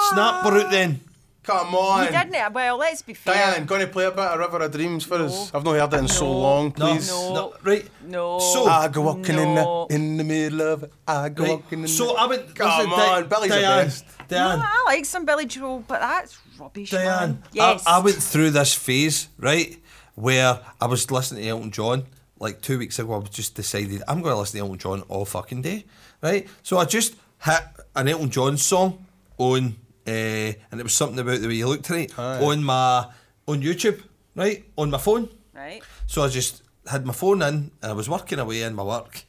Speaker 2: Snap were out then.
Speaker 1: Come
Speaker 3: You
Speaker 1: on.
Speaker 3: didn't. uh, Well, let's be fair.
Speaker 1: Diane, going to play a bit of River of Dreams for us? I've not heard it in so
Speaker 3: No.
Speaker 1: long,
Speaker 2: No,
Speaker 1: please.
Speaker 3: No.
Speaker 2: no, Right?
Speaker 3: No.
Speaker 2: So,
Speaker 1: I go walking
Speaker 3: No.
Speaker 1: in the in the middle of it. I go
Speaker 2: right.
Speaker 1: walking in
Speaker 2: so
Speaker 1: the
Speaker 2: I went.
Speaker 1: Come
Speaker 2: listen, Di-
Speaker 1: on, Billy's the
Speaker 2: Diane,
Speaker 1: best.
Speaker 2: Diane.
Speaker 3: No, I like some Billy Joel, but that's rubbish,
Speaker 2: Diane,
Speaker 3: man. Yes.
Speaker 2: I, I went through this phase, right, where I was listening to Elton John. Like two weeks ago, I was just decided I'm going to listen to Elton John all fucking day, right? So I just hit an Elton John song on, uh, and it was something about the way you look tonight on my on YouTube, right, on my phone.
Speaker 3: Right.
Speaker 2: So I just had my phone in and I was working away in my work.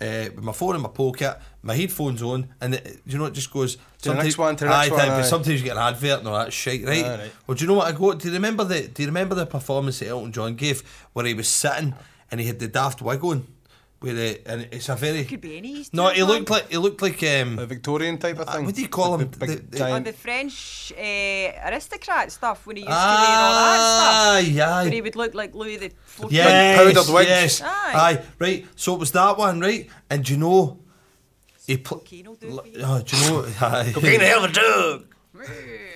Speaker 2: Uh, with my phone in my pocket, my headphones on, and it, you know it just goes.
Speaker 1: the next
Speaker 2: sometimes-
Speaker 1: one, to the next
Speaker 2: aye,
Speaker 1: one,
Speaker 2: time,
Speaker 1: aye.
Speaker 2: Sometimes you get an advert and all that shit, right?
Speaker 1: Aye, right.
Speaker 2: Well, do you know what I got? Do you remember the? Do you remember the performance that Elton John gave where he was sitting and he had the daft wig on, with it, and it's a very.
Speaker 3: could be any Easter
Speaker 2: No, he
Speaker 3: egg, man.
Speaker 2: looked like he looked like um.
Speaker 1: the Victorian type of
Speaker 2: uh,
Speaker 1: thing.
Speaker 2: what do you call
Speaker 1: With
Speaker 2: him?
Speaker 1: The,
Speaker 2: The- the-
Speaker 1: big,
Speaker 3: Or
Speaker 1: giant-
Speaker 3: the French uh, aristocrat stuff when he used
Speaker 2: Ah,
Speaker 3: to wear all that stuff.
Speaker 2: yeah.
Speaker 3: When he would look like Louis the Fourteenth.
Speaker 2: Yes,
Speaker 1: powdered wigs.
Speaker 2: Yes.
Speaker 3: Aye.
Speaker 2: Aye. Right. So it was that one, right? And do you know, he pl-
Speaker 3: Cocaine will do it
Speaker 2: l-
Speaker 3: for you.
Speaker 2: oh, do you know? Aye.
Speaker 1: Cocaine
Speaker 4: eh?
Speaker 1: a hell of a drug.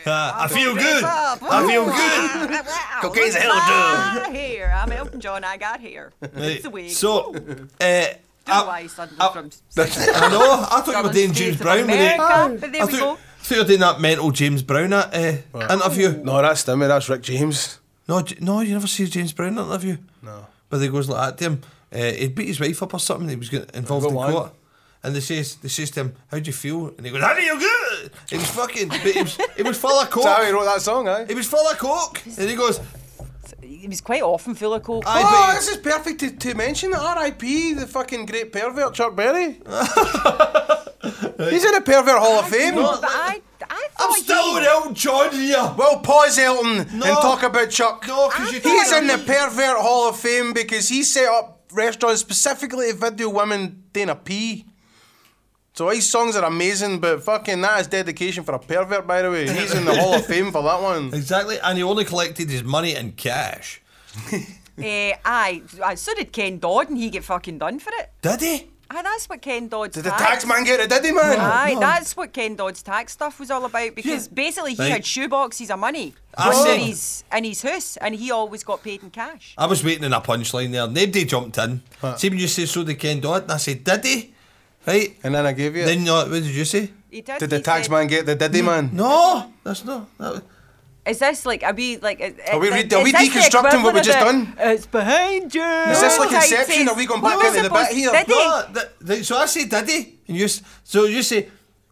Speaker 2: Uh, I feel good.
Speaker 3: I
Speaker 2: feel
Speaker 3: good.
Speaker 1: Cocaine's a hell of a
Speaker 3: ah, Here, I'm Elton John. I got here. It's a wig.
Speaker 2: So, uh,
Speaker 3: Don't know
Speaker 2: I,
Speaker 3: why he's suddenly
Speaker 2: I-
Speaker 3: from.
Speaker 2: I know. I thought you were
Speaker 3: Southern
Speaker 2: doing
Speaker 3: States
Speaker 2: James
Speaker 3: of
Speaker 2: Brown with it.
Speaker 3: America, but there
Speaker 2: I
Speaker 3: we
Speaker 2: thought,
Speaker 3: go.
Speaker 2: thought you were doing that mental James Brown uh, interview.
Speaker 1: No, that's Stimmy, that's Rick James.
Speaker 2: No, j- no, you never see a James Brown interview.
Speaker 1: No.
Speaker 2: But they goes like that to him. Uh, he'd beat his wife up or something. He was getting involved in
Speaker 1: Go on.
Speaker 2: court. And they says, they says to him, "How do you feel?" And he goes, "I feel good." It was fucking. But it was, it was full of
Speaker 1: That's how he
Speaker 2: coke.
Speaker 1: wrote that song, aye?
Speaker 2: It was full of coke. And he goes,
Speaker 3: He was quite often full of coke.
Speaker 2: Aye.
Speaker 1: Oh,
Speaker 2: but-
Speaker 1: this is perfect to, to mention. R.I.P. the fucking great pervert Chuck Berry. He's in a pervert hall of fame.
Speaker 3: No, but I, I thought
Speaker 2: "I'm
Speaker 1: Oh,
Speaker 2: still
Speaker 3: he,
Speaker 2: with Elton John here."
Speaker 1: Well, pause Elton
Speaker 2: No.
Speaker 1: and talk about Chuck.
Speaker 2: No, 'cause you
Speaker 1: he's
Speaker 2: can't
Speaker 1: in the
Speaker 2: really-
Speaker 1: pervert hall of fame because he set up restaurants specifically to video women doing a pee. So his songs are amazing, but fucking that is dedication for a pervert, by the way. He's in the hall of fame for that one.
Speaker 2: Exactly. And he only collected his money in cash.
Speaker 3: Eh, aye, aye, so did Ken Dodd, and he get fucking done for it.
Speaker 2: Did he?
Speaker 3: Aye, that's what Ken Dodd's
Speaker 1: Did the tax man get it? Did he, man?
Speaker 3: Aye,
Speaker 2: No.
Speaker 3: that's what Ken Dodd's tax stuff was all about because basically he
Speaker 2: Right.
Speaker 3: had shoeboxes of money
Speaker 2: I
Speaker 3: under
Speaker 2: see.
Speaker 3: his in his house, and he always got paid in cash.
Speaker 2: I was waiting on a punchline there. Nobody jumped in. See when you say so they Ken Dodd, and I said, "Did he?" Right.
Speaker 1: And then I gave you. it.
Speaker 2: Then you know, what did you say?
Speaker 3: He did.
Speaker 1: Did the
Speaker 3: he
Speaker 1: tax
Speaker 3: said-
Speaker 1: man get the diddy man?
Speaker 2: No, that's not. That was,
Speaker 3: Is this like are we like? Is,
Speaker 1: Are we
Speaker 3: is-
Speaker 1: re- are
Speaker 3: is
Speaker 1: we
Speaker 3: this the
Speaker 1: deconstructing what we
Speaker 3: equivalent
Speaker 1: just
Speaker 3: of the,
Speaker 1: done?
Speaker 3: It's behind you.
Speaker 1: Is this
Speaker 3: No,
Speaker 1: like
Speaker 3: type
Speaker 1: Inception?
Speaker 3: things?
Speaker 1: Are we going
Speaker 3: What
Speaker 1: back
Speaker 3: was
Speaker 1: into the bit
Speaker 3: supposed-
Speaker 1: here?
Speaker 3: Did he?
Speaker 2: No, th- th- so I say daddy, and you. s- So you say,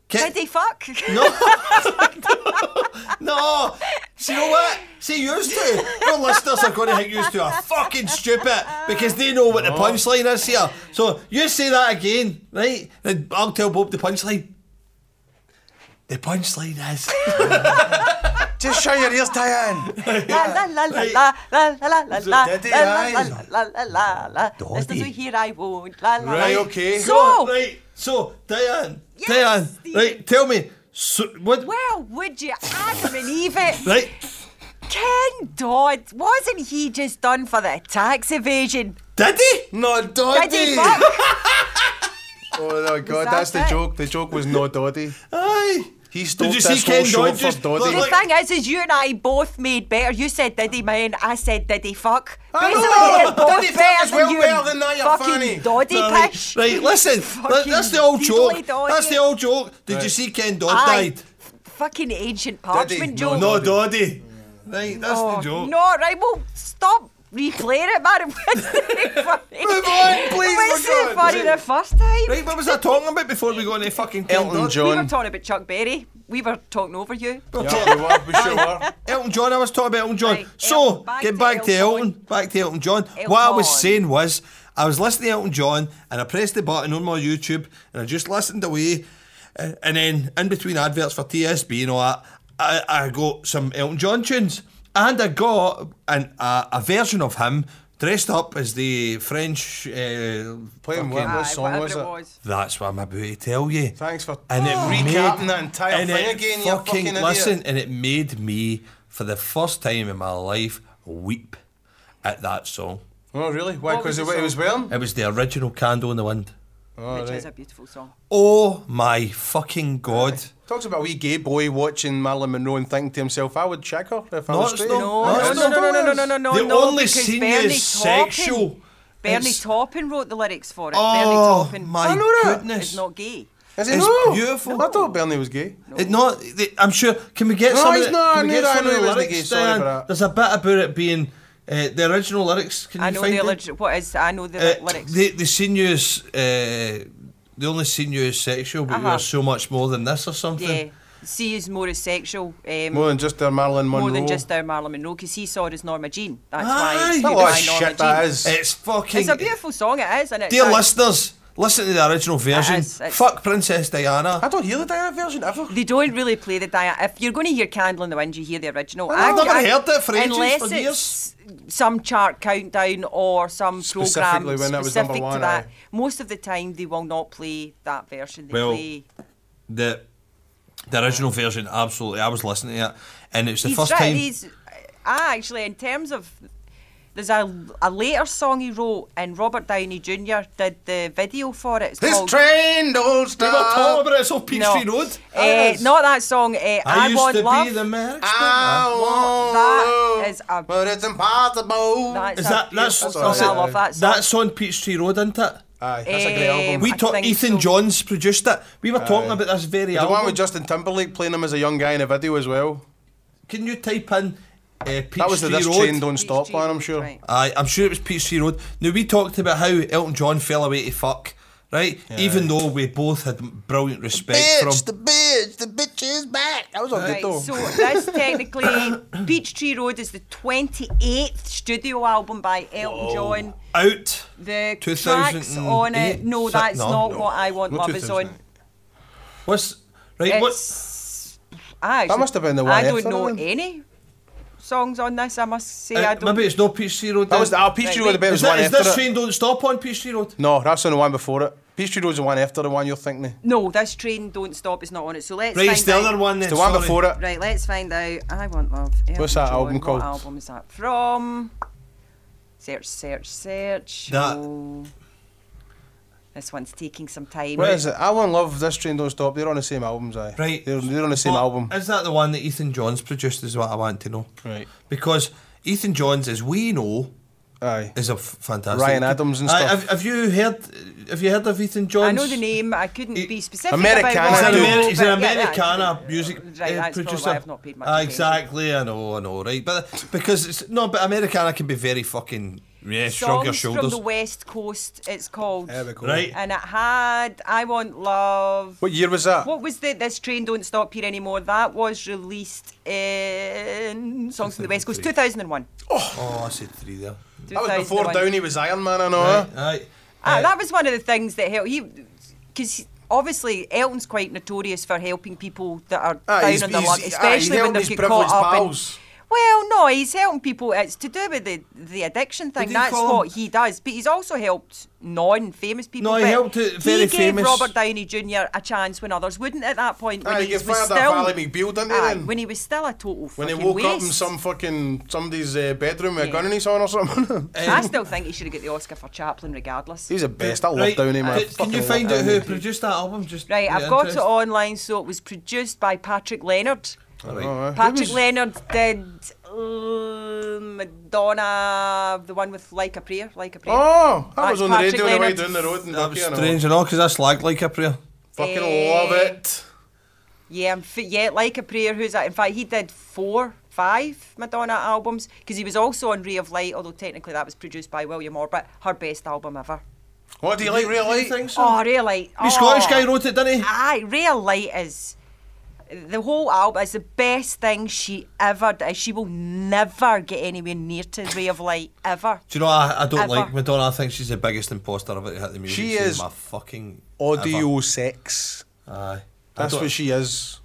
Speaker 2: Ken,
Speaker 3: Did he fuck?
Speaker 2: No, no. See, you know what? See, yours two. Your listeners are going to think yours two are fucking stupid because they know what the punchline is here. So you say that again, right? And I'll tell Bob the punchline. The punchline is.
Speaker 1: Just show your ears, Diane.
Speaker 3: La la la la la la la la la la
Speaker 1: Daddy,
Speaker 3: la la
Speaker 1: aye.
Speaker 3: la la la la la. Listen
Speaker 2: Daddy.
Speaker 3: to here I won't. La la.
Speaker 1: Right,
Speaker 3: la.
Speaker 1: okay.
Speaker 3: So
Speaker 2: right. So Diane,
Speaker 3: Yes,
Speaker 2: Diane,
Speaker 3: Steve.
Speaker 2: right? Tell me. So, what?
Speaker 3: well, would you Adam and Eve it?
Speaker 2: Right.
Speaker 3: Ken Dodd, wasn't he just done for the tax evasion?
Speaker 2: Daddy.
Speaker 1: No,
Speaker 3: Did
Speaker 1: doddy.
Speaker 3: he fuck?
Speaker 1: Oh my god,
Speaker 3: that
Speaker 1: that's the
Speaker 3: it?
Speaker 1: joke. The joke was no doddy.
Speaker 2: Aye.
Speaker 1: He stole
Speaker 2: Did you
Speaker 1: this
Speaker 2: see
Speaker 1: whole
Speaker 2: Ken
Speaker 1: show
Speaker 2: Dodd?
Speaker 1: for
Speaker 2: Just-
Speaker 1: Doddy.
Speaker 2: look,
Speaker 3: The
Speaker 2: look.
Speaker 3: thing is, is you and I both made better. You said Diddy man, I said Diddy fuck.
Speaker 1: I know!
Speaker 3: Basically, we did both
Speaker 1: Diddy fuck
Speaker 3: better
Speaker 1: is well
Speaker 3: than you
Speaker 1: better than that, you fanny.
Speaker 3: fucking doddy
Speaker 2: No, right,
Speaker 3: pish.
Speaker 2: Right, listen, that-
Speaker 3: Fucking
Speaker 2: that's the old
Speaker 3: diddly
Speaker 2: joke.
Speaker 3: doddy.
Speaker 2: That's the old joke. Did you
Speaker 1: Right.
Speaker 2: see Ken Dodd
Speaker 3: Aye.
Speaker 2: died?
Speaker 3: F- Fucking ancient parchment
Speaker 1: no,
Speaker 3: joke.
Speaker 2: No, Doddy. Right, that's
Speaker 3: Oh,
Speaker 2: the joke.
Speaker 3: No, right, well, stop replaying it, man. It wasn't funny.
Speaker 2: Move on, please,
Speaker 3: It wasn't
Speaker 2: for God's
Speaker 3: funny
Speaker 2: sake.
Speaker 3: the first time.
Speaker 2: Right, what was I talking about before we go into fucking Ken
Speaker 1: Elton
Speaker 2: Dodd?
Speaker 3: We were
Speaker 1: John.
Speaker 3: talking about Chuck Berry. We were talking over you.
Speaker 1: Yeah, we were, we sure were.
Speaker 2: Elton John, I was talking about Elton John.
Speaker 3: Right,
Speaker 2: so,
Speaker 3: Elton- back
Speaker 2: get
Speaker 3: to
Speaker 2: back to
Speaker 3: Elton.
Speaker 2: Elton. Back to Elton John.
Speaker 3: Elton
Speaker 2: what I was
Speaker 3: John.
Speaker 2: saying was, I was listening to Elton John and I pressed the button on my YouTube and I just listened away. uh, And then, in between adverts for TSB and all that, I, I got some Elton John tunes. And I got an, a, a version of him dressed up as the French. Uh,
Speaker 1: Playing
Speaker 2: fucking-
Speaker 1: what?
Speaker 3: Aye,
Speaker 1: What song
Speaker 3: whatever
Speaker 1: was
Speaker 3: it
Speaker 1: it?
Speaker 3: was.
Speaker 2: That's what I'm about to tell you.
Speaker 1: Thanks for
Speaker 2: And it made,
Speaker 1: recapping that entire
Speaker 2: and
Speaker 1: thing
Speaker 2: it
Speaker 1: again, you
Speaker 2: Fucking,
Speaker 1: fucking idiot.
Speaker 2: listen, and it made me for the first time in my life weep at that song.
Speaker 1: Oh, really? Why?
Speaker 3: What
Speaker 1: Because
Speaker 3: was the
Speaker 1: of what he
Speaker 3: song?
Speaker 1: was wearing?
Speaker 2: It was the original Candle in the Wind.
Speaker 1: Oh,
Speaker 3: which
Speaker 1: right.
Speaker 3: is a beautiful song.
Speaker 2: Oh my fucking god!
Speaker 1: Talks about a wee gay boy watching Marilyn Monroe and thinking to himself, I would check her if I
Speaker 2: No,
Speaker 1: was
Speaker 2: it's
Speaker 1: straight.
Speaker 2: not. No,
Speaker 3: No,
Speaker 2: it's
Speaker 3: no, no, no, no, no, no, no, no.
Speaker 2: the
Speaker 3: no,
Speaker 2: only
Speaker 3: because
Speaker 2: scene
Speaker 3: Bernie
Speaker 2: is
Speaker 3: Taupin-
Speaker 2: sexual.
Speaker 3: Bernie
Speaker 2: It's-
Speaker 3: Taupin wrote the lyrics for it.
Speaker 2: Oh,
Speaker 3: Bernie Taupin
Speaker 2: my
Speaker 1: I know that.
Speaker 2: goodness!
Speaker 3: is not gay.
Speaker 1: Is he
Speaker 2: It's
Speaker 1: no?
Speaker 2: beautiful.
Speaker 1: I thought Bernie was gay.
Speaker 2: It not. the- I'm sure. Can we get
Speaker 1: No,
Speaker 2: some?
Speaker 1: he's
Speaker 2: of the,
Speaker 1: not,
Speaker 2: Can
Speaker 1: I
Speaker 2: we
Speaker 1: knew
Speaker 2: get
Speaker 1: that, I
Speaker 2: some of
Speaker 1: knew
Speaker 2: the
Speaker 1: he wasn't
Speaker 2: lyrics?
Speaker 1: gay, sorry
Speaker 2: Diane?
Speaker 1: for that.
Speaker 2: There's a bit about it being uh, the original lyrics. Can
Speaker 3: I
Speaker 2: you
Speaker 3: know
Speaker 2: find
Speaker 3: the
Speaker 2: it?
Speaker 3: orig- what is I know the
Speaker 2: Uh,
Speaker 3: lyrics.
Speaker 2: The the seniors, uh, the only senior is sexual, but
Speaker 3: Uh-huh.
Speaker 2: you're so much more than this or something.
Speaker 3: yeah, see is more as sexual. Um,
Speaker 1: More than just their Marilyn Monroe.
Speaker 3: more than just our Marilyn Monroe, because he saw it as Norma Jean. That's
Speaker 2: Aye.
Speaker 3: why. he
Speaker 1: What a
Speaker 2: Why
Speaker 1: lot
Speaker 3: by
Speaker 1: of
Speaker 3: Norma
Speaker 1: shit
Speaker 3: Jean.
Speaker 1: that is.
Speaker 2: It's fucking.
Speaker 3: It's a beautiful song, it is, and it's
Speaker 2: Dear
Speaker 3: a-
Speaker 2: listeners, listen to the original version.
Speaker 3: is, it's-
Speaker 2: Fuck Princess
Speaker 1: I
Speaker 2: Diana.
Speaker 1: don't hear the Diana version ever.
Speaker 3: They don't really play the Diana. If you're going to hear Candle in the Wind, you hear the original.
Speaker 2: I've
Speaker 3: I-
Speaker 2: never
Speaker 3: I-
Speaker 2: heard that for ages,
Speaker 3: Unless
Speaker 2: for
Speaker 3: it's
Speaker 2: years.
Speaker 3: some chart countdown or some program
Speaker 1: Specifically when that was
Speaker 3: specific
Speaker 1: number
Speaker 3: to
Speaker 1: one,
Speaker 3: that.
Speaker 1: aye.
Speaker 3: Most of the time, they will not play that version. They
Speaker 2: Well,
Speaker 3: play.
Speaker 2: The the original version, absolutely. I was listening to it, and it's the
Speaker 3: he's
Speaker 2: first
Speaker 3: right,
Speaker 2: time.
Speaker 3: He's, ah, actually, in terms of. There's a, a later song he wrote, and Robert Downey Jr. did the video for it. It's
Speaker 1: This
Speaker 3: called
Speaker 1: train don't
Speaker 2: we were talking
Speaker 1: stop.
Speaker 2: about it. It's off Peachtree
Speaker 3: no.
Speaker 2: Road.
Speaker 3: Eh, not that song. eh,
Speaker 2: I,
Speaker 3: I,
Speaker 2: used
Speaker 3: want
Speaker 2: to
Speaker 3: love. Ah.
Speaker 2: be the man.
Speaker 1: I want
Speaker 3: That
Speaker 1: love,
Speaker 3: is a-
Speaker 1: But it's impossible.
Speaker 3: That's
Speaker 2: Is
Speaker 3: a
Speaker 2: that that's
Speaker 3: beautiful
Speaker 1: that's
Speaker 3: song. I
Speaker 1: it.
Speaker 3: love that song.
Speaker 2: that's on Peachtree Road, isn't it?
Speaker 1: Aye, that's a great album.
Speaker 3: Um,
Speaker 2: We
Speaker 3: I
Speaker 2: talked.
Speaker 3: think
Speaker 2: Ethan
Speaker 3: so.
Speaker 2: Johns produced it. We were talking about this very
Speaker 1: the
Speaker 2: album.
Speaker 1: one with Justin Timberlake playing him as a young guy in a video as well.
Speaker 2: Can you type in uh, Peachtree
Speaker 1: That was the This
Speaker 2: Road?
Speaker 1: Train Don't Stop
Speaker 3: Peachtree
Speaker 1: one, I'm
Speaker 3: Road,
Speaker 1: sure.
Speaker 3: right.
Speaker 2: Aye, I'm sure it was Peachtree Road. Now we talked about how Elton John fell away to fuck, right? Even though we both had brilliant respect for him.
Speaker 1: the bitch, the bitch is back. That was a
Speaker 3: Right,
Speaker 1: good though.
Speaker 3: so that's technically Peachtree Road is the 28th studio album by Elton John.
Speaker 2: Out.
Speaker 3: The tracks
Speaker 2: 2008?
Speaker 3: on it. No,
Speaker 2: Si-
Speaker 3: that's
Speaker 2: no,
Speaker 3: not
Speaker 2: no.
Speaker 3: what I Want
Speaker 1: Not
Speaker 3: Love Is On.
Speaker 1: 2008.
Speaker 2: What's right? What?
Speaker 3: It's. I actually-
Speaker 1: must have been the one
Speaker 3: I don't
Speaker 1: after
Speaker 3: know
Speaker 1: then.
Speaker 3: any songs on this. I must say,
Speaker 2: uh,
Speaker 3: I don't.
Speaker 2: maybe it's not Peachtree Road.
Speaker 1: That was the
Speaker 2: then.
Speaker 1: oh, Peachtree Road. The bit
Speaker 2: Is,
Speaker 1: was one
Speaker 2: that, is
Speaker 1: after
Speaker 2: this
Speaker 1: it.
Speaker 2: train don't stop on Peachtree Road?
Speaker 1: No, that's on the one before it. Peachtree Road's the one after the one you're thinking. of.
Speaker 3: No, this train don't stop. It's not on it. So let's
Speaker 2: Right,
Speaker 3: find
Speaker 2: it's the
Speaker 3: out.
Speaker 2: other one. Then,
Speaker 1: It's the one
Speaker 2: sorry.
Speaker 1: before it.
Speaker 3: Right, let's find out. I want love.
Speaker 1: What's
Speaker 3: Elton
Speaker 1: that album
Speaker 3: John.
Speaker 1: called?
Speaker 3: What album is that from? Search, search, search.
Speaker 2: That-
Speaker 3: Oh. This one's taking some time.
Speaker 1: What is it? I want love. This train don't stop. They're on the same albums, aye.
Speaker 2: Right.
Speaker 1: They're, they're on the same
Speaker 2: But
Speaker 1: album.
Speaker 2: Is that the one that Ethan Johns produced? Is what I want to know.
Speaker 1: Right.
Speaker 2: Because Ethan Johns, as we know,
Speaker 1: Aye.
Speaker 2: is a f- fantastic.
Speaker 1: Ryan Adams and
Speaker 2: Aye,
Speaker 1: stuff.
Speaker 2: have, have you heard? Have you heard of Ethan Johns?
Speaker 3: I know the name. I couldn't
Speaker 2: It-
Speaker 3: be specific.
Speaker 1: Americana,
Speaker 3: About
Speaker 2: He's an,
Speaker 3: what I
Speaker 1: dude.
Speaker 3: know,
Speaker 2: Ameri- he's an
Speaker 3: but yeah, that's-
Speaker 2: Americana music
Speaker 3: Right,
Speaker 2: uh,
Speaker 3: that's probably
Speaker 2: producer.
Speaker 3: why I've not paid much
Speaker 2: Ah,
Speaker 3: attention.
Speaker 2: exactly, I know, I know, right? But because it's no, but Americana can be very fucking yeah, shrug your
Speaker 3: Songs from
Speaker 2: shoulders,
Speaker 3: the West Coast. It's called.
Speaker 1: There we go.
Speaker 2: right?
Speaker 3: And it had I Want Love.
Speaker 1: What year was that?
Speaker 3: What was the This Train Don't Stop Here Anymore? That was released in Songs from the West Coast 2001.
Speaker 2: Oh, I said three there.
Speaker 1: That was before
Speaker 3: 2001.
Speaker 1: Downey was Iron Man, I know. eh?
Speaker 2: Right, right.
Speaker 3: Ah,
Speaker 2: Uh,
Speaker 3: that was one of the things that helped. He, because obviously Elton's quite notorious for helping people that are
Speaker 1: Aye,
Speaker 3: down
Speaker 1: he's-
Speaker 3: on their
Speaker 1: Ah, he's-
Speaker 3: luck,
Speaker 1: aye, he
Speaker 3: especially when
Speaker 1: helped
Speaker 3: they
Speaker 1: his
Speaker 3: get
Speaker 1: privileged
Speaker 3: caught up. in-
Speaker 1: pals.
Speaker 3: Well, no, he's helping people. It's to do with the, the addiction
Speaker 2: Would
Speaker 3: thing.
Speaker 2: you
Speaker 3: That's
Speaker 2: call him-
Speaker 3: what he does. But he's also helped non-famous people.
Speaker 2: No, he
Speaker 3: but
Speaker 2: helped
Speaker 1: uh,
Speaker 2: it- very
Speaker 3: he
Speaker 2: famous-
Speaker 3: gave Robert Downey Jr. a chance when others wouldn't at that point. When
Speaker 1: Aye,
Speaker 3: he
Speaker 1: he
Speaker 3: was
Speaker 1: gets fired at
Speaker 3: still
Speaker 1: Valley McBeal, didn't he,
Speaker 3: Aye,
Speaker 1: then?
Speaker 3: when he was still a total
Speaker 1: When he
Speaker 3: fucking
Speaker 1: woke
Speaker 3: waste.
Speaker 1: up in some fucking somebody's uh, bedroom with a
Speaker 3: Yeah.
Speaker 1: gun in his hand or something.
Speaker 3: I still think he should have got the Oscar for Chaplin, regardless.
Speaker 1: he was the best. I love
Speaker 2: Right,
Speaker 1: Downey, eh, man. I
Speaker 2: c- Can
Speaker 1: fucking eh.
Speaker 2: you find
Speaker 1: love
Speaker 2: out
Speaker 1: Downey.
Speaker 2: who produced that album? Just
Speaker 3: Right,
Speaker 2: out of
Speaker 3: I've got it
Speaker 2: interest.
Speaker 3: online, so it was produced by Patrick Leonard.
Speaker 2: Alright.
Speaker 3: Patrick
Speaker 1: was-
Speaker 3: Leonard did uh, Madonna, the one with Like a Prayer, Like a Prayer.
Speaker 1: Oh, that
Speaker 3: That's
Speaker 1: was on the
Speaker 3: Patrick
Speaker 1: radio on the way
Speaker 3: Leonard.
Speaker 1: down the road. in
Speaker 2: That was
Speaker 1: Bucky, I know.
Speaker 2: strange and all, because I slagged like a prayer.
Speaker 1: Fucking
Speaker 3: Eh.
Speaker 1: love it.
Speaker 3: Yeah, I'm fi- yeah, Like a Prayer. Who's that? In fact, he did four, five Madonna albums because he was also on Ray of Light, although technically that was produced by William Orbit, her best album ever.
Speaker 1: What do you like, real
Speaker 2: Do you
Speaker 1: light?
Speaker 2: think so?
Speaker 3: Oh, Ray of Light.
Speaker 2: The
Speaker 3: oh.
Speaker 2: Scottish guy wrote it, didn't he?
Speaker 3: Aye, Ray of Light is the whole album is the best thing she ever did. She will never get anywhere near to Ray of Light ever.
Speaker 2: Do you know, I, I don't
Speaker 3: Ever.
Speaker 2: like Madonna. I think she's the biggest imposter I've ever hit the music.
Speaker 1: She
Speaker 2: scene in
Speaker 1: is
Speaker 2: my fucking
Speaker 1: Audio sex.
Speaker 2: ever. Aye. I
Speaker 1: That's
Speaker 2: don't-
Speaker 1: what Hmm. she is.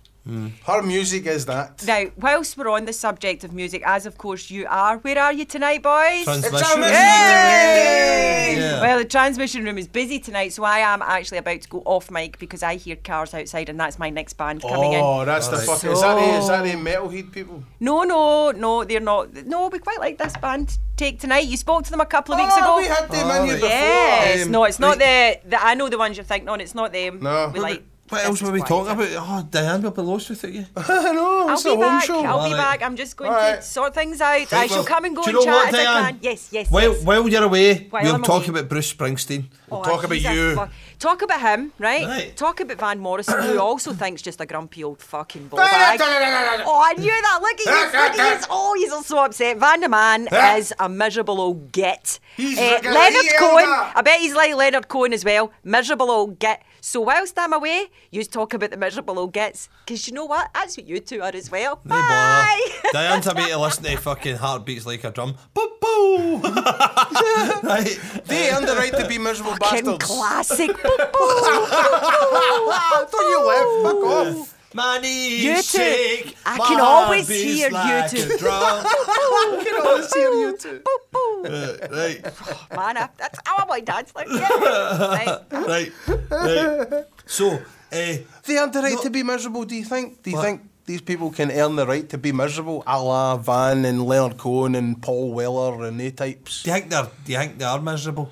Speaker 1: Her music is that.
Speaker 3: Now, whilst we're on the subject of music, as of course you are, where are you tonight, boys?
Speaker 2: Transmission.
Speaker 1: It's our mission.
Speaker 3: Yay!
Speaker 2: Yeah.
Speaker 3: Well, the transmission room is busy tonight, so I am actually about to go off mic because I hear cars outside, and that's my next band coming in. Oh.
Speaker 1: Oh, that's the
Speaker 2: Alright.
Speaker 1: fucking. Is that the, is that the metalhead people?
Speaker 3: No, no, no, they're not. No, we quite like this band. Take tonight. You spoke to them a couple of
Speaker 2: Ah,
Speaker 3: weeks
Speaker 1: oh,
Speaker 3: ago.
Speaker 1: we had them in here
Speaker 2: Alright.
Speaker 1: before.
Speaker 3: Yes,
Speaker 1: Um,
Speaker 3: no, it's not
Speaker 1: right.
Speaker 3: the, the. I know the ones you're thinking on. It's not them.
Speaker 1: No.
Speaker 3: we like.
Speaker 2: What else
Speaker 3: this
Speaker 2: were we
Speaker 3: is
Speaker 2: talking
Speaker 3: quieter.
Speaker 2: about? Oh, Diane, we'll be lost without you.
Speaker 1: no,
Speaker 3: I'll
Speaker 1: it's the
Speaker 3: be
Speaker 1: home
Speaker 3: back.
Speaker 1: show.
Speaker 3: I'll be
Speaker 2: Alright.
Speaker 3: back. I'm just going to
Speaker 1: Alright.
Speaker 3: sort things out. I shall
Speaker 2: Well,
Speaker 3: come and go
Speaker 2: do you
Speaker 3: and
Speaker 2: know
Speaker 3: chat
Speaker 2: what,
Speaker 3: as I
Speaker 2: Diane?
Speaker 3: can. Yes, yes.
Speaker 2: While,
Speaker 3: yes.
Speaker 2: while you're away,
Speaker 3: While
Speaker 2: we'll
Speaker 3: I'm
Speaker 2: talk
Speaker 3: away.
Speaker 2: about Bruce Springsteen.
Speaker 3: Oh,
Speaker 1: talk about
Speaker 3: he's a
Speaker 1: you.
Speaker 3: fuck- Talk about him, right?
Speaker 2: Right.
Speaker 3: Talk about Van Morrison, who also thinks just a grumpy old fucking ball bag. oh, I knew that. Look at his, look at his. Oh, he's so upset. Van der Man is a miserable old git.
Speaker 1: He's
Speaker 3: Eh,
Speaker 1: like a
Speaker 3: Leonard
Speaker 1: yelder.
Speaker 3: Cohen. I bet he's like Leonard Cohen as well. Miserable old git. So whilst I'm away, you talk about the miserable old gits, because you know what? That's what you two are as well.
Speaker 2: No bother.
Speaker 3: Bye.
Speaker 2: Diane's about to listen to fucking heartbeats like a drum. Boo boo! right.
Speaker 1: They earned the right to be miserable
Speaker 3: Fucking
Speaker 1: bastards.
Speaker 3: classic. Boo, boo, boo, boo.
Speaker 1: Ah, don't you live? Fuck off.
Speaker 2: My knees
Speaker 3: You two-
Speaker 2: shake.
Speaker 3: I
Speaker 2: my
Speaker 3: can always
Speaker 2: heartbeats
Speaker 3: hear you
Speaker 2: like
Speaker 3: two.
Speaker 2: a drum.
Speaker 1: I can always hear you two.
Speaker 2: right, right.
Speaker 3: Man, I- that's how my dad's like. Yeah. Right.
Speaker 2: right, right. So, eh,
Speaker 1: They earned the right to be miserable, do you think? Do you
Speaker 2: What?
Speaker 1: think these people can earn the right to be miserable? A la Van and Leonard Cohen and Paul Weller and they types.
Speaker 2: do you think they're do you think they are miserable?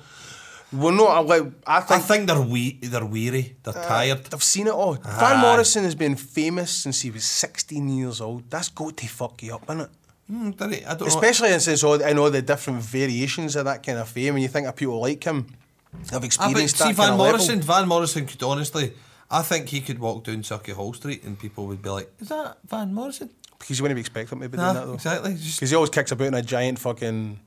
Speaker 1: Well, no, I, like, I
Speaker 2: I
Speaker 1: think.
Speaker 2: think they're we they're weary, they're
Speaker 1: Uh,
Speaker 2: tired.
Speaker 1: I've seen it all.
Speaker 2: Aye.
Speaker 1: Van Morrison has been famous since he was 16 years old. That's got to fuck you up, innit?
Speaker 2: Mm, they're- I don't
Speaker 1: Especially since all, I know the different variations of that kind of fame, and you think of people like him, have
Speaker 2: know. I
Speaker 1: experienced
Speaker 2: Ah, see
Speaker 1: that kind
Speaker 2: Van
Speaker 1: of
Speaker 2: Morrison.
Speaker 1: level.
Speaker 2: Van Morrison could honestly, I think he could walk down Circuit Hall Street and people would be like, "Is that Van Morrison?"
Speaker 1: Because you wouldn't expect him to be doing that
Speaker 2: Nah,
Speaker 1: though.
Speaker 2: exactly. Just,
Speaker 1: Because he always kicks about in a giant fucking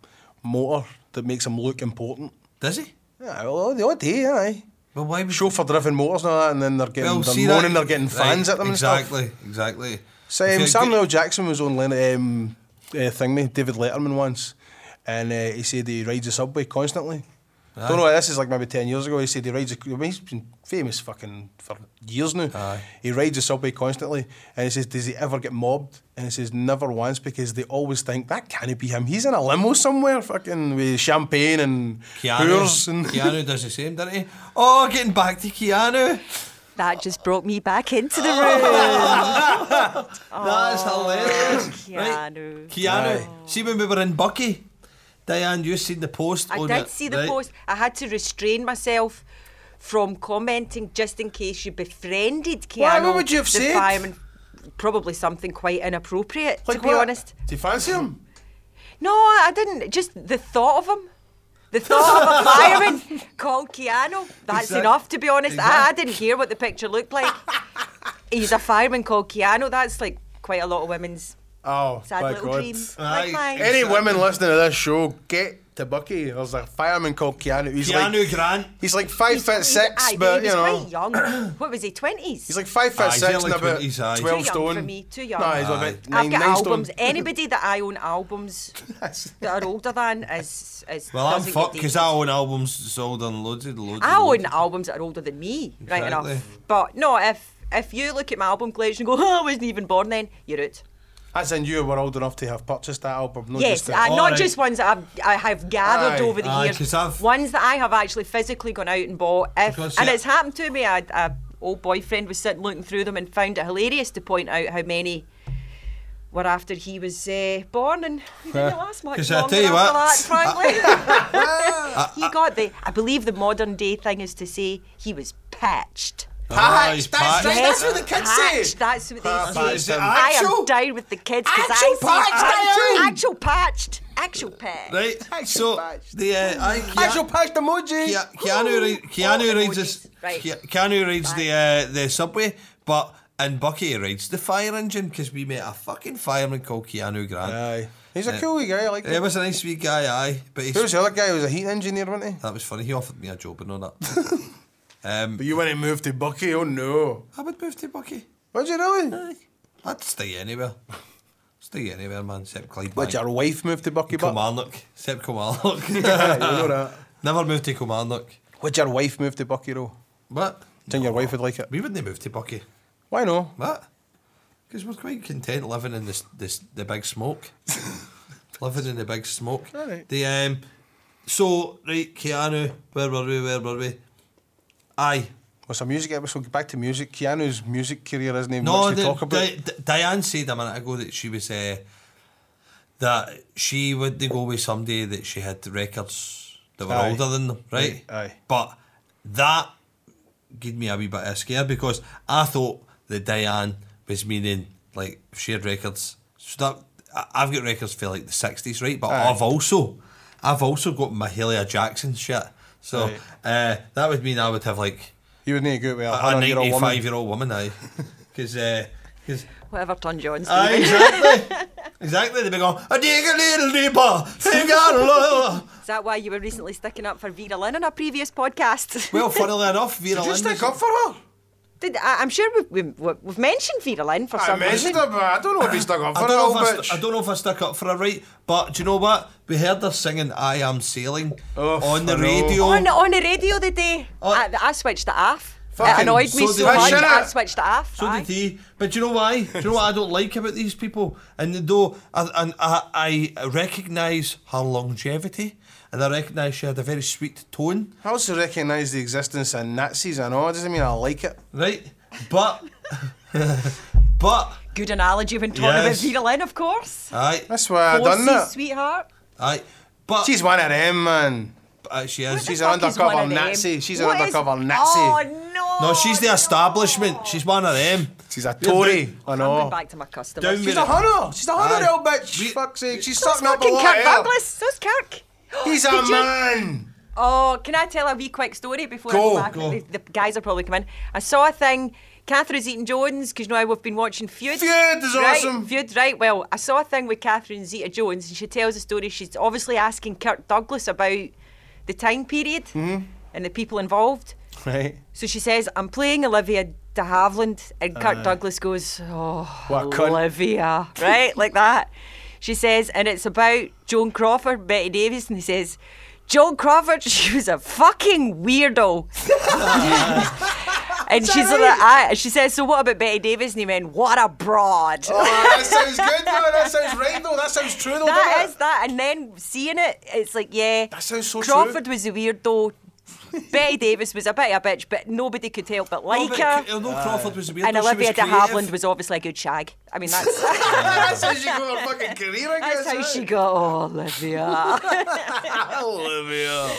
Speaker 1: motor that makes him look important.
Speaker 2: does he?
Speaker 1: Yeah, well, the odd day, aye.
Speaker 2: Well, why would
Speaker 1: Chauffeur driven motors and all that, and then they're getting
Speaker 2: Well, see
Speaker 1: they're
Speaker 2: that-
Speaker 1: moaning, they're getting fans
Speaker 2: right,
Speaker 1: at them
Speaker 2: Exactly, exactly. If
Speaker 1: and stuff. So, um,
Speaker 2: you're good-
Speaker 1: Samuel L. Jackson was on Len- um, uh, thing me David Letterman once, and uh, he said he rides the subway constantly. Don't know. This is like maybe ten years ago. He said he rides. the- I mean, he's been famous fucking for years now.
Speaker 2: Aye.
Speaker 1: He rides the subway constantly, and he says, "Does he ever get mobbed?" And he says, "Never once," because they always think that can't be him. He's in a limo somewhere, fucking with champagne and
Speaker 2: Keanu,
Speaker 1: pours and
Speaker 2: Keanu does the same, doesn't he? Oh, getting back to Keanu.
Speaker 3: That just brought me back into the room.
Speaker 2: That's hilarious.
Speaker 3: Oh, Keanu.
Speaker 2: Right? Keanu. See when we were in Bucky, Diane, you seen the post.
Speaker 3: I
Speaker 1: Oh,
Speaker 2: on
Speaker 3: did
Speaker 2: it,
Speaker 3: see the
Speaker 2: right?
Speaker 3: post. I had to restrain myself from commenting just in case you befriended Keanu.
Speaker 1: Why? What would you have
Speaker 3: the
Speaker 1: said?
Speaker 3: Fireman. Probably something quite inappropriate,
Speaker 1: Like
Speaker 3: to be
Speaker 1: what?
Speaker 3: honest.
Speaker 1: Do you fancy him?
Speaker 3: No, I didn't. Just the thought of him. The thought of a fireman called Keanu. That's
Speaker 2: Exact-
Speaker 3: enough, to be honest. I, I
Speaker 2: exact-
Speaker 3: didn't hear what the picture looked like. He's a fireman called Keanu. That's like quite a lot of women's
Speaker 1: Oh,
Speaker 3: sad
Speaker 1: my
Speaker 3: little
Speaker 1: God.
Speaker 3: dreams.
Speaker 2: Aye.
Speaker 3: Like mine.
Speaker 1: Any women listening to this show, get to Bucky. There's a fireman called Keanu. He's
Speaker 2: Keanu
Speaker 1: like,
Speaker 2: Grant.
Speaker 1: he's like five
Speaker 3: Aye,
Speaker 1: foot six,
Speaker 3: aye,
Speaker 1: but
Speaker 3: he
Speaker 1: you
Speaker 3: was
Speaker 1: know,
Speaker 3: quite young. what was he? Twenties.
Speaker 1: he's like five
Speaker 2: Aye,
Speaker 1: foot
Speaker 2: he's
Speaker 1: six
Speaker 2: early
Speaker 1: and about
Speaker 2: 20s, aye.
Speaker 1: twelve
Speaker 3: Too young
Speaker 1: stone.
Speaker 3: for me, too young.
Speaker 1: Nah, he's
Speaker 2: Aye.
Speaker 1: about
Speaker 3: I've
Speaker 1: nine,
Speaker 3: got
Speaker 1: nine
Speaker 3: albums. e-
Speaker 1: stone.
Speaker 3: Anybody that I own albums that are older than is is.
Speaker 2: Well, I'm
Speaker 3: doesn't get
Speaker 2: fucked because
Speaker 3: dated.
Speaker 2: I own albums sold and loads and loads.
Speaker 3: I
Speaker 2: and
Speaker 3: own
Speaker 2: loads.
Speaker 3: albums that are older than me, right
Speaker 2: Exactly.
Speaker 3: enough. But no, if if you look at my album collection and go, oh, I wasn't even born then, you're out.
Speaker 1: As in, you were old enough to have purchased that album. Not
Speaker 3: Yes,
Speaker 1: just the-
Speaker 3: uh,
Speaker 2: All
Speaker 3: not
Speaker 2: right.
Speaker 3: just ones that I've, I have gathered
Speaker 1: Aye,
Speaker 3: over the
Speaker 2: aye,
Speaker 3: years.
Speaker 2: 'cause I've-
Speaker 3: Ones that I have actually physically gone out and bought. If,
Speaker 2: Because,
Speaker 3: and
Speaker 2: yeah.
Speaker 3: it's happened to me. I, a old boyfriend was sitting looking through them and found it hilarious to point out how many were after he was uh, born, and he didn't last much
Speaker 2: 'Cause I
Speaker 3: longer
Speaker 2: tell you
Speaker 3: after
Speaker 2: what,
Speaker 3: that. Frankly, he got the. I believe the modern day thing is to say he was patched.
Speaker 1: Patch,
Speaker 2: Patch,
Speaker 1: that's,
Speaker 2: patch.
Speaker 1: right, that's what the kids
Speaker 3: patched,
Speaker 1: say.
Speaker 3: uh, That's what
Speaker 1: Patch,
Speaker 3: they
Speaker 1: is
Speaker 3: say.
Speaker 1: it
Speaker 3: I
Speaker 1: actual?
Speaker 3: am down with the kids because
Speaker 1: Actual
Speaker 3: I see
Speaker 1: patched, Diane?
Speaker 3: actual, actual patched, actual patched.
Speaker 2: Right, so
Speaker 1: patch.
Speaker 2: the uh, I, Kea-
Speaker 3: Ah,
Speaker 1: Actual patched emoji.
Speaker 2: Kea- Keanu, ri- Keanu
Speaker 3: Oh,
Speaker 2: rides this,
Speaker 3: emojis. Right.
Speaker 2: Ke- Keanu rides the uh, the subway, but and Bucky rides the fire engine because we met a fucking fireman called Keanu Grant.
Speaker 1: Aye. He's a
Speaker 2: Uh,
Speaker 1: cool wee guy, I like
Speaker 2: He
Speaker 1: him.
Speaker 2: was a nice wee guy, aye, but he's,
Speaker 1: Who was the other guy? He was a heat engineer, wasn't he?
Speaker 2: that was funny. He offered me a job and all that. um,
Speaker 1: But you wouldn't move to Bucky, oh no.
Speaker 2: I would move to Bucky.
Speaker 1: Would you really?
Speaker 2: Aye, I'd stay anywhere. Stay anywhere, man. Except Clyde.
Speaker 1: Would your wife move to Bucky Buck?
Speaker 2: Kilmarnock. Except Kilmarnock.
Speaker 1: Yeah, you know that.
Speaker 2: Never moved to Kilmarnock.
Speaker 1: Would your wife move to Bucky Row?
Speaker 2: What?
Speaker 1: Do you think your wife would like it?
Speaker 2: We wouldn't move to Bucky.
Speaker 1: Why no?
Speaker 2: What? Because we're quite content living in this, this the big smoke. living in the big smoke.
Speaker 1: Alright.
Speaker 2: The um, so right, Keanu, where were we? Where were we? Aye.
Speaker 1: Well, some music episode. Back to music. Keanu's music career isn't even
Speaker 2: No,
Speaker 1: much to
Speaker 2: the,
Speaker 1: talk about.
Speaker 2: Di- Di- Diane said a minute ago that she was uh, that she would go with somebody that she had records that were
Speaker 1: Aye.
Speaker 2: older than them, right?
Speaker 1: Aye, aye.
Speaker 2: But that gave me a wee bit of a scare because I thought that Diane was meaning like if she had records. So that I- I've got records for like the sixties, right? But
Speaker 1: Aye.
Speaker 2: I've also I've also got Mahalia Jackson shit. So
Speaker 1: Right.
Speaker 2: uh, that would mean I would have like
Speaker 1: you would need to go out with a
Speaker 2: a
Speaker 1: 100 year old woman.
Speaker 2: ninety-five year old woman, aye, because. because
Speaker 3: Whatever turns you on,
Speaker 2: Aye,
Speaker 3: Stephen.
Speaker 2: exactly. exactly. They've been going, I dig a little deeper. Think out a little.
Speaker 3: Is that why you were recently sticking up for Vera Lynn on a previous podcast?
Speaker 2: Well, funnily enough, Vera
Speaker 1: Did you
Speaker 2: Lynn
Speaker 1: stick
Speaker 2: was-
Speaker 1: up for her?
Speaker 3: Did, I, I'm sure we've, we've, we've mentioned Vera Lynn for
Speaker 1: I
Speaker 3: some reason.
Speaker 1: mentioned her, but I don't know if he stuck up
Speaker 2: I
Speaker 1: for
Speaker 2: don't,
Speaker 1: her,
Speaker 2: know
Speaker 1: old
Speaker 2: if I, st- I
Speaker 1: bitch.
Speaker 2: don't know if I stuck up for her right, but do you know what? We heard her singing I Am Sailing
Speaker 1: Oh,
Speaker 2: on the
Speaker 1: I know.
Speaker 2: radio.
Speaker 3: On, on the radio the day,
Speaker 2: Oh.
Speaker 3: I, I switched it off. It
Speaker 2: Fucking-
Speaker 3: annoyed
Speaker 2: so
Speaker 3: me so,
Speaker 2: did I.
Speaker 3: much,
Speaker 1: Shut
Speaker 3: I
Speaker 1: up.
Speaker 3: switched it off.
Speaker 2: So
Speaker 3: aye.
Speaker 2: did he. But do you know why? Do you know what I don't like about these people? And though I, and I, I recognise her longevity and I recognise she had a very sweet tone,
Speaker 1: I also recognise the existence of Nazis, I know. It doesn't mean I like it.
Speaker 2: right? But, but,
Speaker 3: Good analogy when talking
Speaker 2: Yes.
Speaker 3: about Vera Lynn, of course.
Speaker 2: aye,
Speaker 1: That's why I done
Speaker 3: Bossy's
Speaker 1: that.
Speaker 3: sweetheart.
Speaker 2: aye. But
Speaker 1: She's one of them, man.
Speaker 2: Uh, she is.
Speaker 1: She's
Speaker 2: She's
Speaker 1: an
Speaker 3: Fuck, he's one
Speaker 1: undercover
Speaker 3: of them.
Speaker 1: Nazi. She's an
Speaker 3: What is-
Speaker 1: undercover Nazi.
Speaker 3: Oh, no.
Speaker 2: no, she's the establishment. She's one of them.
Speaker 1: She's a Tory, I
Speaker 3: I'm going
Speaker 1: know.
Speaker 3: back to my customers.
Speaker 2: Down with
Speaker 1: She's a hunter. She's a hunter,
Speaker 2: Aye.
Speaker 1: old bitch.
Speaker 2: We-
Speaker 1: Fuck's sake. She's
Speaker 3: So's
Speaker 1: sucking up a
Speaker 3: fucking
Speaker 1: lot
Speaker 3: Kirk
Speaker 1: of air.
Speaker 3: Douglas. So's Kirk.
Speaker 1: He's a
Speaker 3: Did you-
Speaker 1: man.
Speaker 3: Oh, can I tell a wee quick story before
Speaker 1: Go,
Speaker 3: I go back?
Speaker 2: go.
Speaker 3: The, the guys are probably coming. I saw a thing. Catherine Zeta-Jones, because now we've been watching Feud.
Speaker 1: Feud is
Speaker 3: right,
Speaker 1: awesome.
Speaker 3: Feud, right. Well, I saw a thing with Catherine Zeta-Jones, and she tells a story. She's obviously asking Kirk Douglas about the time period
Speaker 1: Mm-hmm.
Speaker 3: and the people involved.
Speaker 1: Right.
Speaker 3: So she says, I'm playing Olivia de Havilland. And Kirk Douglas goes, Oh,
Speaker 1: What a cunt."
Speaker 3: Olivia. Right? Like that. She says, and it's about Joan Crawford, Betty Davis. And he says, Joan Crawford, she was a fucking weirdo. and she's like, I, she says, So what about Betty Davis? And he went, What a broad.
Speaker 1: Oh, that sounds good, though. That sounds right, though. That sounds true, though.
Speaker 3: That
Speaker 1: doesn't
Speaker 3: is that, and then seeing it, it's like yeah.
Speaker 1: That sounds so true.
Speaker 3: Crawford was a weirdo. Betty Davis was a bit of a bitch, but nobody could help but like her.
Speaker 2: Although Crawford was weird,
Speaker 3: And
Speaker 2: though, she
Speaker 3: Olivia
Speaker 2: was
Speaker 3: de Havilland
Speaker 2: creative.
Speaker 3: was obviously a good shag. I mean, that's
Speaker 1: it? That's how she got her fucking career, I guess.
Speaker 3: that's how
Speaker 1: right?
Speaker 3: she got oh, Olivia.
Speaker 1: Olivia.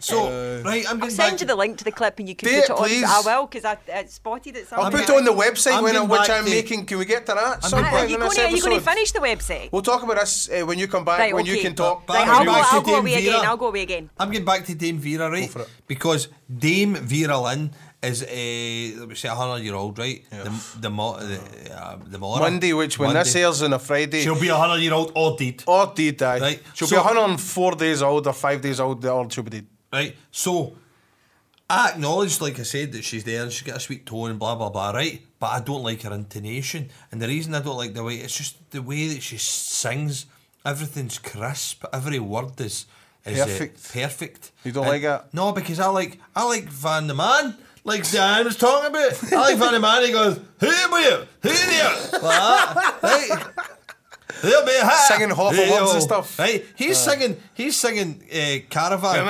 Speaker 2: So right, I'm
Speaker 3: I'll
Speaker 2: getting back.
Speaker 3: send you the link to the clip and you can
Speaker 1: Do it,
Speaker 3: put it, on.
Speaker 1: please.
Speaker 3: I will because I, I spotted it somewhere.
Speaker 1: I'll put it on the website
Speaker 2: I'm
Speaker 1: when I,
Speaker 2: getting
Speaker 1: which
Speaker 2: back
Speaker 1: I'm
Speaker 2: to-
Speaker 1: making. Can we get to that? at some
Speaker 2: getting
Speaker 3: Right,
Speaker 1: point
Speaker 3: are you
Speaker 1: in this
Speaker 3: going to
Speaker 1: episode?
Speaker 3: finish the website?
Speaker 1: We'll talk about this uh, when you come back,
Speaker 3: right,
Speaker 1: when
Speaker 3: okay.
Speaker 1: you can talk.
Speaker 2: Right,
Speaker 3: Right,
Speaker 2: I'll
Speaker 3: I'll
Speaker 2: go-
Speaker 3: go,
Speaker 2: back to
Speaker 3: I'll go
Speaker 2: Dame
Speaker 3: away
Speaker 2: Vera.
Speaker 3: again. I'll go away again.
Speaker 2: I'm getting back to Dame Vera, right?
Speaker 1: for it.
Speaker 2: Because Dame Vera Lynn is a let me say a hundred year old, right? The the mo- the, uh, the morning.
Speaker 1: Monday, which when this
Speaker 2: Monday.
Speaker 1: airs on a Friday,
Speaker 2: she'll be a hundred year old or dead.
Speaker 1: or did die.
Speaker 2: Right,
Speaker 1: She'll be
Speaker 2: so-
Speaker 1: 104 days old or five days old, or she'll be dead.
Speaker 2: right? So I acknowledge, like I said, that she's there and she's got a sweet tone and blah blah blah, right? But I don't like her intonation, and the reason I don't like the way it's just the way that she sings. Everything's crisp. Every word is is uh,
Speaker 1: Perfect.
Speaker 2: perfect.
Speaker 1: You don't
Speaker 2: And-
Speaker 1: like it?
Speaker 2: No, because I like I like Van the Man. Like Dan was talking about, I like Van the Man. He goes, "Hey, will you? Hey there?" Like that, right? They'll be high.
Speaker 1: Singing hot for words and stuff. Uh.
Speaker 2: Right? He's singing. He's singing uh, Caravan.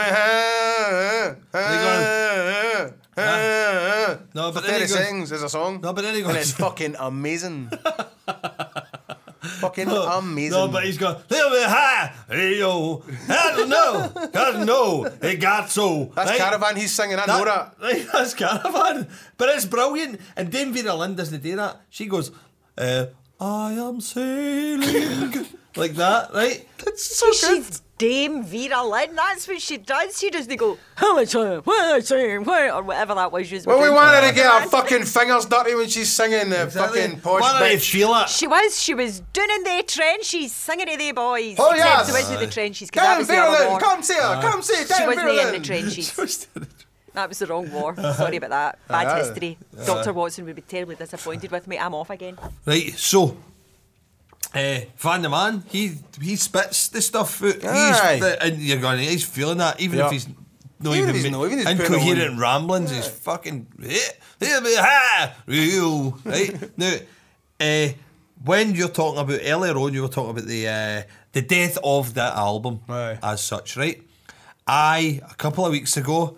Speaker 2: No, but
Speaker 1: For
Speaker 2: then
Speaker 1: 30
Speaker 2: he goes-
Speaker 1: seconds is a song.
Speaker 2: No, but then he
Speaker 1: And
Speaker 2: goes-
Speaker 1: it's fucking amazing. fucking
Speaker 2: No,
Speaker 1: amazing.
Speaker 2: No, but he's going, they'll be high. Hey, yo. I don't know. I don't know. It got so.
Speaker 1: That's
Speaker 2: right?
Speaker 1: Caravan he's singing, I know that.
Speaker 2: Right, that's Caravan. But it's brilliant. And Dame Vera Lynn doesn't do that. She goes, uh, I am sailing. like that, right?
Speaker 1: It's so good.
Speaker 3: She's Dame Vera Lynn. That's what she does. She doesn't go, how much are it? What are it? saying? What? Or whatever that was. She was
Speaker 1: Well, we
Speaker 3: doing.
Speaker 1: wanted to get our fucking fingers dirty when she's singing the fucking posh
Speaker 2: Why don't you
Speaker 1: bitch.
Speaker 2: feel it?
Speaker 3: She was. She was doing in the trenches, singing to the boys.
Speaker 1: Oh,
Speaker 3: Except
Speaker 1: yes.
Speaker 3: She went to the trenches because that
Speaker 1: Come,
Speaker 3: was the other
Speaker 1: Vera
Speaker 3: war.
Speaker 1: Lynn, come see her, come see
Speaker 3: she
Speaker 1: Darren
Speaker 3: wasn't in the
Speaker 1: Vera Lynn.
Speaker 3: trenches. That was the wrong war. Sorry about that. Bad
Speaker 1: Aye.
Speaker 3: history. Dr. Watson would be terribly disappointed with me. I'm off again.
Speaker 2: Right, so uh, Van the Man, he he spits the stuff out.
Speaker 1: Aye.
Speaker 2: He's, the, and you're going, he's feeling that, even
Speaker 1: Yeah.
Speaker 2: if he's
Speaker 1: Even
Speaker 2: not even,
Speaker 1: if he's
Speaker 2: ma-
Speaker 1: not, even if he's putting
Speaker 2: incoherent
Speaker 1: on-
Speaker 2: ramblings, he's fucking "Eh, eh, eh, ah, ew," right now. Uh, when you're talking about earlier on, you were talking about the uh, the death of that album
Speaker 1: Aye.
Speaker 2: as such, right? I a couple of weeks ago,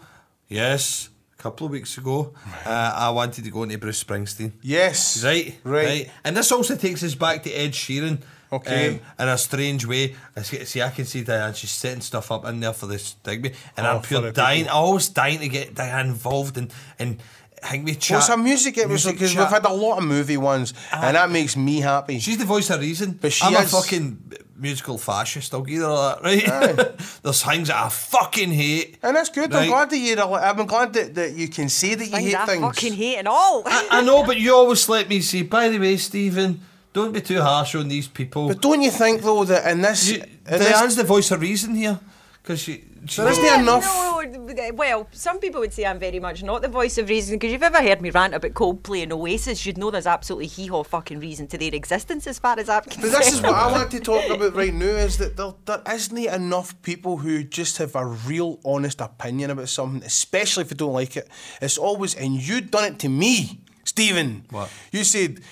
Speaker 2: yes, a couple of weeks ago, uh, I wanted to go into Bruce Springsteen.
Speaker 1: Yes.
Speaker 2: Right,
Speaker 1: Right.
Speaker 2: right, And this also takes us back to Ed Sheeran.
Speaker 1: Okay.
Speaker 2: um, in a strange way, I see, see, I can see Diane. She's setting stuff up in there for this Digby, and
Speaker 1: Oh,
Speaker 2: I'm
Speaker 1: for the
Speaker 2: pure dying. I always dying to get Diane involved and and hang me chat.
Speaker 1: Well, it's a music it was
Speaker 2: music
Speaker 1: because we've had
Speaker 2: chat.
Speaker 1: a lot of movie ones, and that makes me happy.
Speaker 2: She's the voice of reason.
Speaker 1: But she
Speaker 2: I'm
Speaker 1: is-
Speaker 2: a fucking musical fascist. I'll give her that. Right? There's things that I fucking hate.
Speaker 1: and that's good. I'm
Speaker 2: Right.
Speaker 1: glad that you. I'm glad that, that you can say that you
Speaker 3: Things
Speaker 1: hate
Speaker 3: I
Speaker 1: things. Ah,
Speaker 3: fucking hate and all.
Speaker 2: I, I know, but you always let me see. By the way, Stephen, don't be too harsh on these people.
Speaker 1: But don't you think though that in this,
Speaker 2: You,
Speaker 1: in this
Speaker 2: Diane's the voice of reason here, because she. she
Speaker 1: There isn't enough.
Speaker 3: No, well, some people would say I'm very much not the voice of reason because you've ever heard me rant about Coldplay and Oasis, you'd know there's absolutely hee haw fucking reason to their existence as far as I'm
Speaker 1: But
Speaker 3: concerned.
Speaker 1: this is what I want to talk about right now is that there, there isn't enough people who just have a real honest opinion about something, especially if you don't like it. It's always, and you done it to me, Stephen.
Speaker 2: What?
Speaker 1: You said,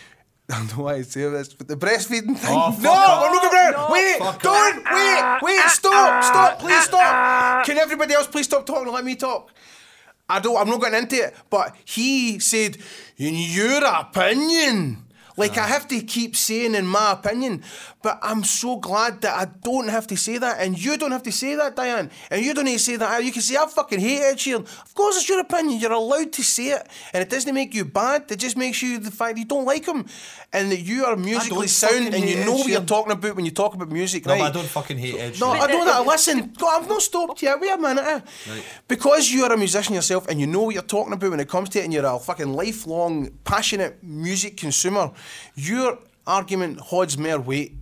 Speaker 1: I don't know why I say this, but the breastfeeding thing.
Speaker 2: Oh, fuck
Speaker 1: no,
Speaker 2: off.
Speaker 1: we're not going to
Speaker 3: No,
Speaker 1: Wait,
Speaker 2: fuck
Speaker 1: don't, wait, wait, stop, stop, please stop. Can everybody else please stop talking and let me talk? I don't. I'm not getting into it. But he said, "In your opinion." Like I have to keep saying in my opinion, but I'm so glad that I don't have to say that, and you don't have to say that, Diane, and you don't need to say that. You can say I fucking hate Ed Sheeran. Of course, it's your opinion. You're allowed to say it, and it doesn't make you bad. It just makes you the fact that you don't like him, and that you are musically sound,
Speaker 2: fucking
Speaker 1: and you
Speaker 2: hate
Speaker 1: know
Speaker 2: Ed
Speaker 1: what you're
Speaker 2: Sheeran.
Speaker 1: talking about when you talk about music.
Speaker 2: No,
Speaker 1: right?
Speaker 2: but I don't fucking hate Ed
Speaker 1: No,
Speaker 2: Sheeran.
Speaker 1: I
Speaker 3: But
Speaker 1: know
Speaker 3: the-
Speaker 1: that. Listen, God, I've not stopped yet. Wait a minute. eh? Because you are a musician yourself and you know what you're talking about when it comes to it, and you're a fucking lifelong, passionate music consumer, your argument holds more weight.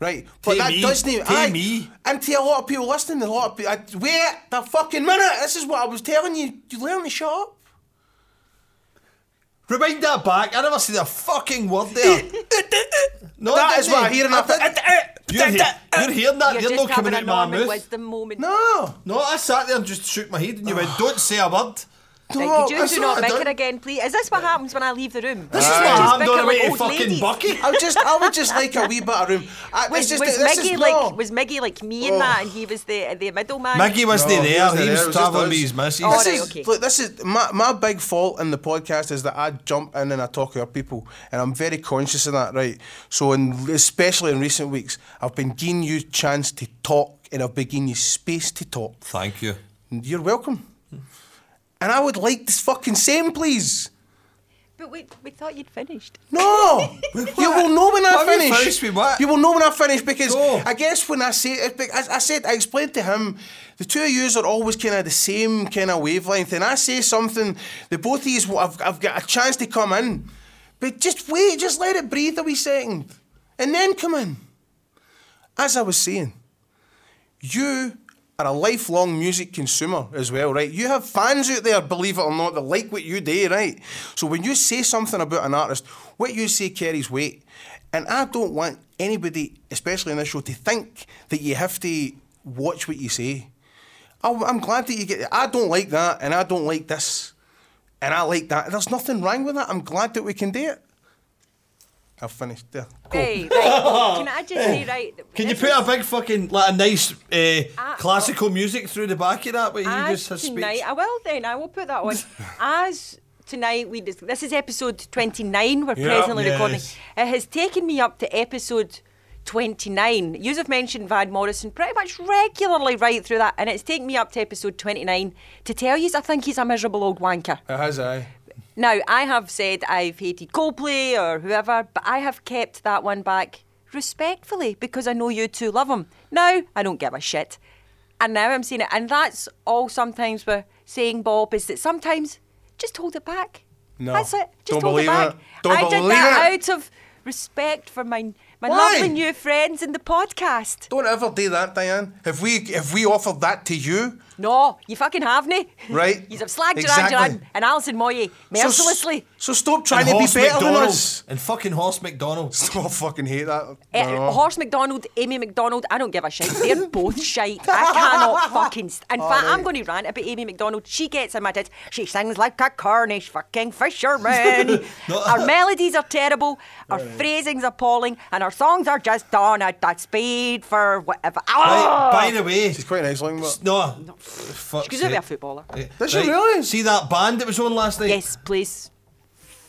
Speaker 1: Right, but
Speaker 2: To
Speaker 1: that
Speaker 2: me,
Speaker 1: doesn't.
Speaker 2: to me.
Speaker 1: and to a lot of people listening, a lot of people. I, wait the fucking minute. This is what I was telling you. You learn to shut up.
Speaker 2: Rewind that back. I never said a fucking word there. no, I
Speaker 1: That is
Speaker 2: didn't.
Speaker 1: what I hear in my-
Speaker 2: didn't. You're, he- you're hearing that.
Speaker 3: You're,
Speaker 2: You're,
Speaker 3: just
Speaker 2: not coming
Speaker 3: having a
Speaker 2: out my
Speaker 3: Norman
Speaker 2: mouth.
Speaker 3: Wisdom moment.
Speaker 1: No,
Speaker 2: No, I sat there and just shook my head, and you went, "Don't say a word."
Speaker 3: Like,
Speaker 1: no,
Speaker 3: could you
Speaker 1: that's
Speaker 3: do
Speaker 1: what
Speaker 3: not
Speaker 1: I
Speaker 3: bicker
Speaker 1: don't- Uh,
Speaker 3: again, please? Is this what happens when I leave the room?
Speaker 2: This is
Speaker 3: Just
Speaker 2: what happened on
Speaker 3: bicker
Speaker 2: the way
Speaker 3: like
Speaker 2: to
Speaker 3: old
Speaker 2: fucking
Speaker 3: ladies.
Speaker 2: Bucky.
Speaker 1: I just, I would just like a wee bit of room. I, it's
Speaker 3: Was,
Speaker 1: just
Speaker 3: was
Speaker 1: that this
Speaker 3: Miggy
Speaker 1: is
Speaker 3: like
Speaker 1: not-
Speaker 3: was Miggy like me in
Speaker 1: Oh.
Speaker 3: that, and he was the the middleman?
Speaker 2: Maggie wasn't
Speaker 1: No,
Speaker 2: there. He
Speaker 1: there,
Speaker 2: was,
Speaker 1: it just
Speaker 2: travelling
Speaker 1: us.
Speaker 2: with his missus.
Speaker 3: Oh,
Speaker 1: This
Speaker 3: right,
Speaker 1: is,
Speaker 3: okay.
Speaker 1: Look, this is my, my big fault in the podcast is that I jump in and I talk to our people, and I'm very conscious of that, right? So, in, especially in recent weeks, I've been giving you chance to talk, and I've been giving you space to talk.
Speaker 2: Thank you.
Speaker 1: You're welcome. And I would like this fucking same, please.
Speaker 3: But we, we thought you'd finished.
Speaker 1: No, you will know when I
Speaker 2: Why we
Speaker 1: finish.
Speaker 2: finished with what?
Speaker 1: You will know when I finish because
Speaker 2: Go.
Speaker 1: I guess when I say it, bec- I, I said I explained to him, the two of yous are always kind of the same kind of wavelength, and I say something, the both of you, I've, I've got a chance to come in, but just wait, just let it breathe a wee second, and then come in. As I was saying, you are a lifelong music consumer as well, right? You have fans out there, believe it or not, that like what you do, right? So when you say something about an artist, what you say carries weight. And I don't want anybody, especially in this show, to think that you have to watch what you say. I- I'm glad that you get. I don't like that, and I don't like this, and I like that. There's nothing wrong with that. I'm glad that we can do it. I've finished there.
Speaker 3: Hey, right. Can I just say, right? that
Speaker 2: Can you
Speaker 3: this
Speaker 2: put
Speaker 3: is-
Speaker 2: a big fucking like a nice eh,
Speaker 3: Ah,
Speaker 2: classical music through the back of that? But you
Speaker 3: As
Speaker 2: just has
Speaker 3: tonight,
Speaker 2: speech.
Speaker 3: I will then. I will put that on. As tonight, we dis- this is episode twenty nine. We're
Speaker 1: Yeah,
Speaker 3: presently recording.
Speaker 1: yes.
Speaker 3: It has taken me up to episode twenty nine. You have mentioned Van Morrison pretty much regularly right through that, and it's taken me up to episode twenty nine to tell you. I think he's a miserable old wanker.
Speaker 1: It has, aye.
Speaker 3: Now, I have said I've hated Coldplay or whoever, but I have kept that one back respectfully because I know you two love them. Now, I don't give a shit. And now I'm seeing it. And that's all sometimes we're saying, Bob, is that sometimes just hold it back.
Speaker 1: No.
Speaker 3: That's it. Just
Speaker 1: Don't
Speaker 3: hold it
Speaker 1: believe
Speaker 3: back.
Speaker 1: it. Don't
Speaker 3: I did
Speaker 1: believe
Speaker 3: that
Speaker 1: it.
Speaker 3: out of respect for my, my
Speaker 1: Why?
Speaker 3: lovely new friends in the podcast.
Speaker 1: Don't ever do that, Diane. If we if we offered that to you,
Speaker 3: No, you fucking haven't.
Speaker 1: Right.
Speaker 3: You've slagged
Speaker 1: Exactly.
Speaker 3: Duran Duran and Alison Moyet
Speaker 1: so s-
Speaker 3: mercilessly.
Speaker 1: So, stop
Speaker 2: And
Speaker 1: trying to be
Speaker 2: Horse
Speaker 1: better than
Speaker 2: McDonald's.
Speaker 1: us.
Speaker 2: And fucking Horse McDonald's.
Speaker 1: Oh, I fucking hate that.
Speaker 3: Uh,
Speaker 1: No.
Speaker 3: Horse McDonald, Amy McDonald, I don't give a shit. They're both shite. I cannot fucking. St- In fact, I'm going to rant about Amy McDonald. She gets in my tits. She sings like a Cornish fucking fisherman. her melodies are terrible. Her phrasing's appalling. And her songs are just on at that speed for whatever.
Speaker 2: Right,
Speaker 3: Ah!
Speaker 2: by the way,
Speaker 1: She's quite nice looking, but
Speaker 2: no. Fuck's
Speaker 3: She's going to be a
Speaker 2: sake.
Speaker 3: footballer.
Speaker 2: Eh,
Speaker 1: Does she really?
Speaker 2: See that band that was on last night?
Speaker 3: Yes, please.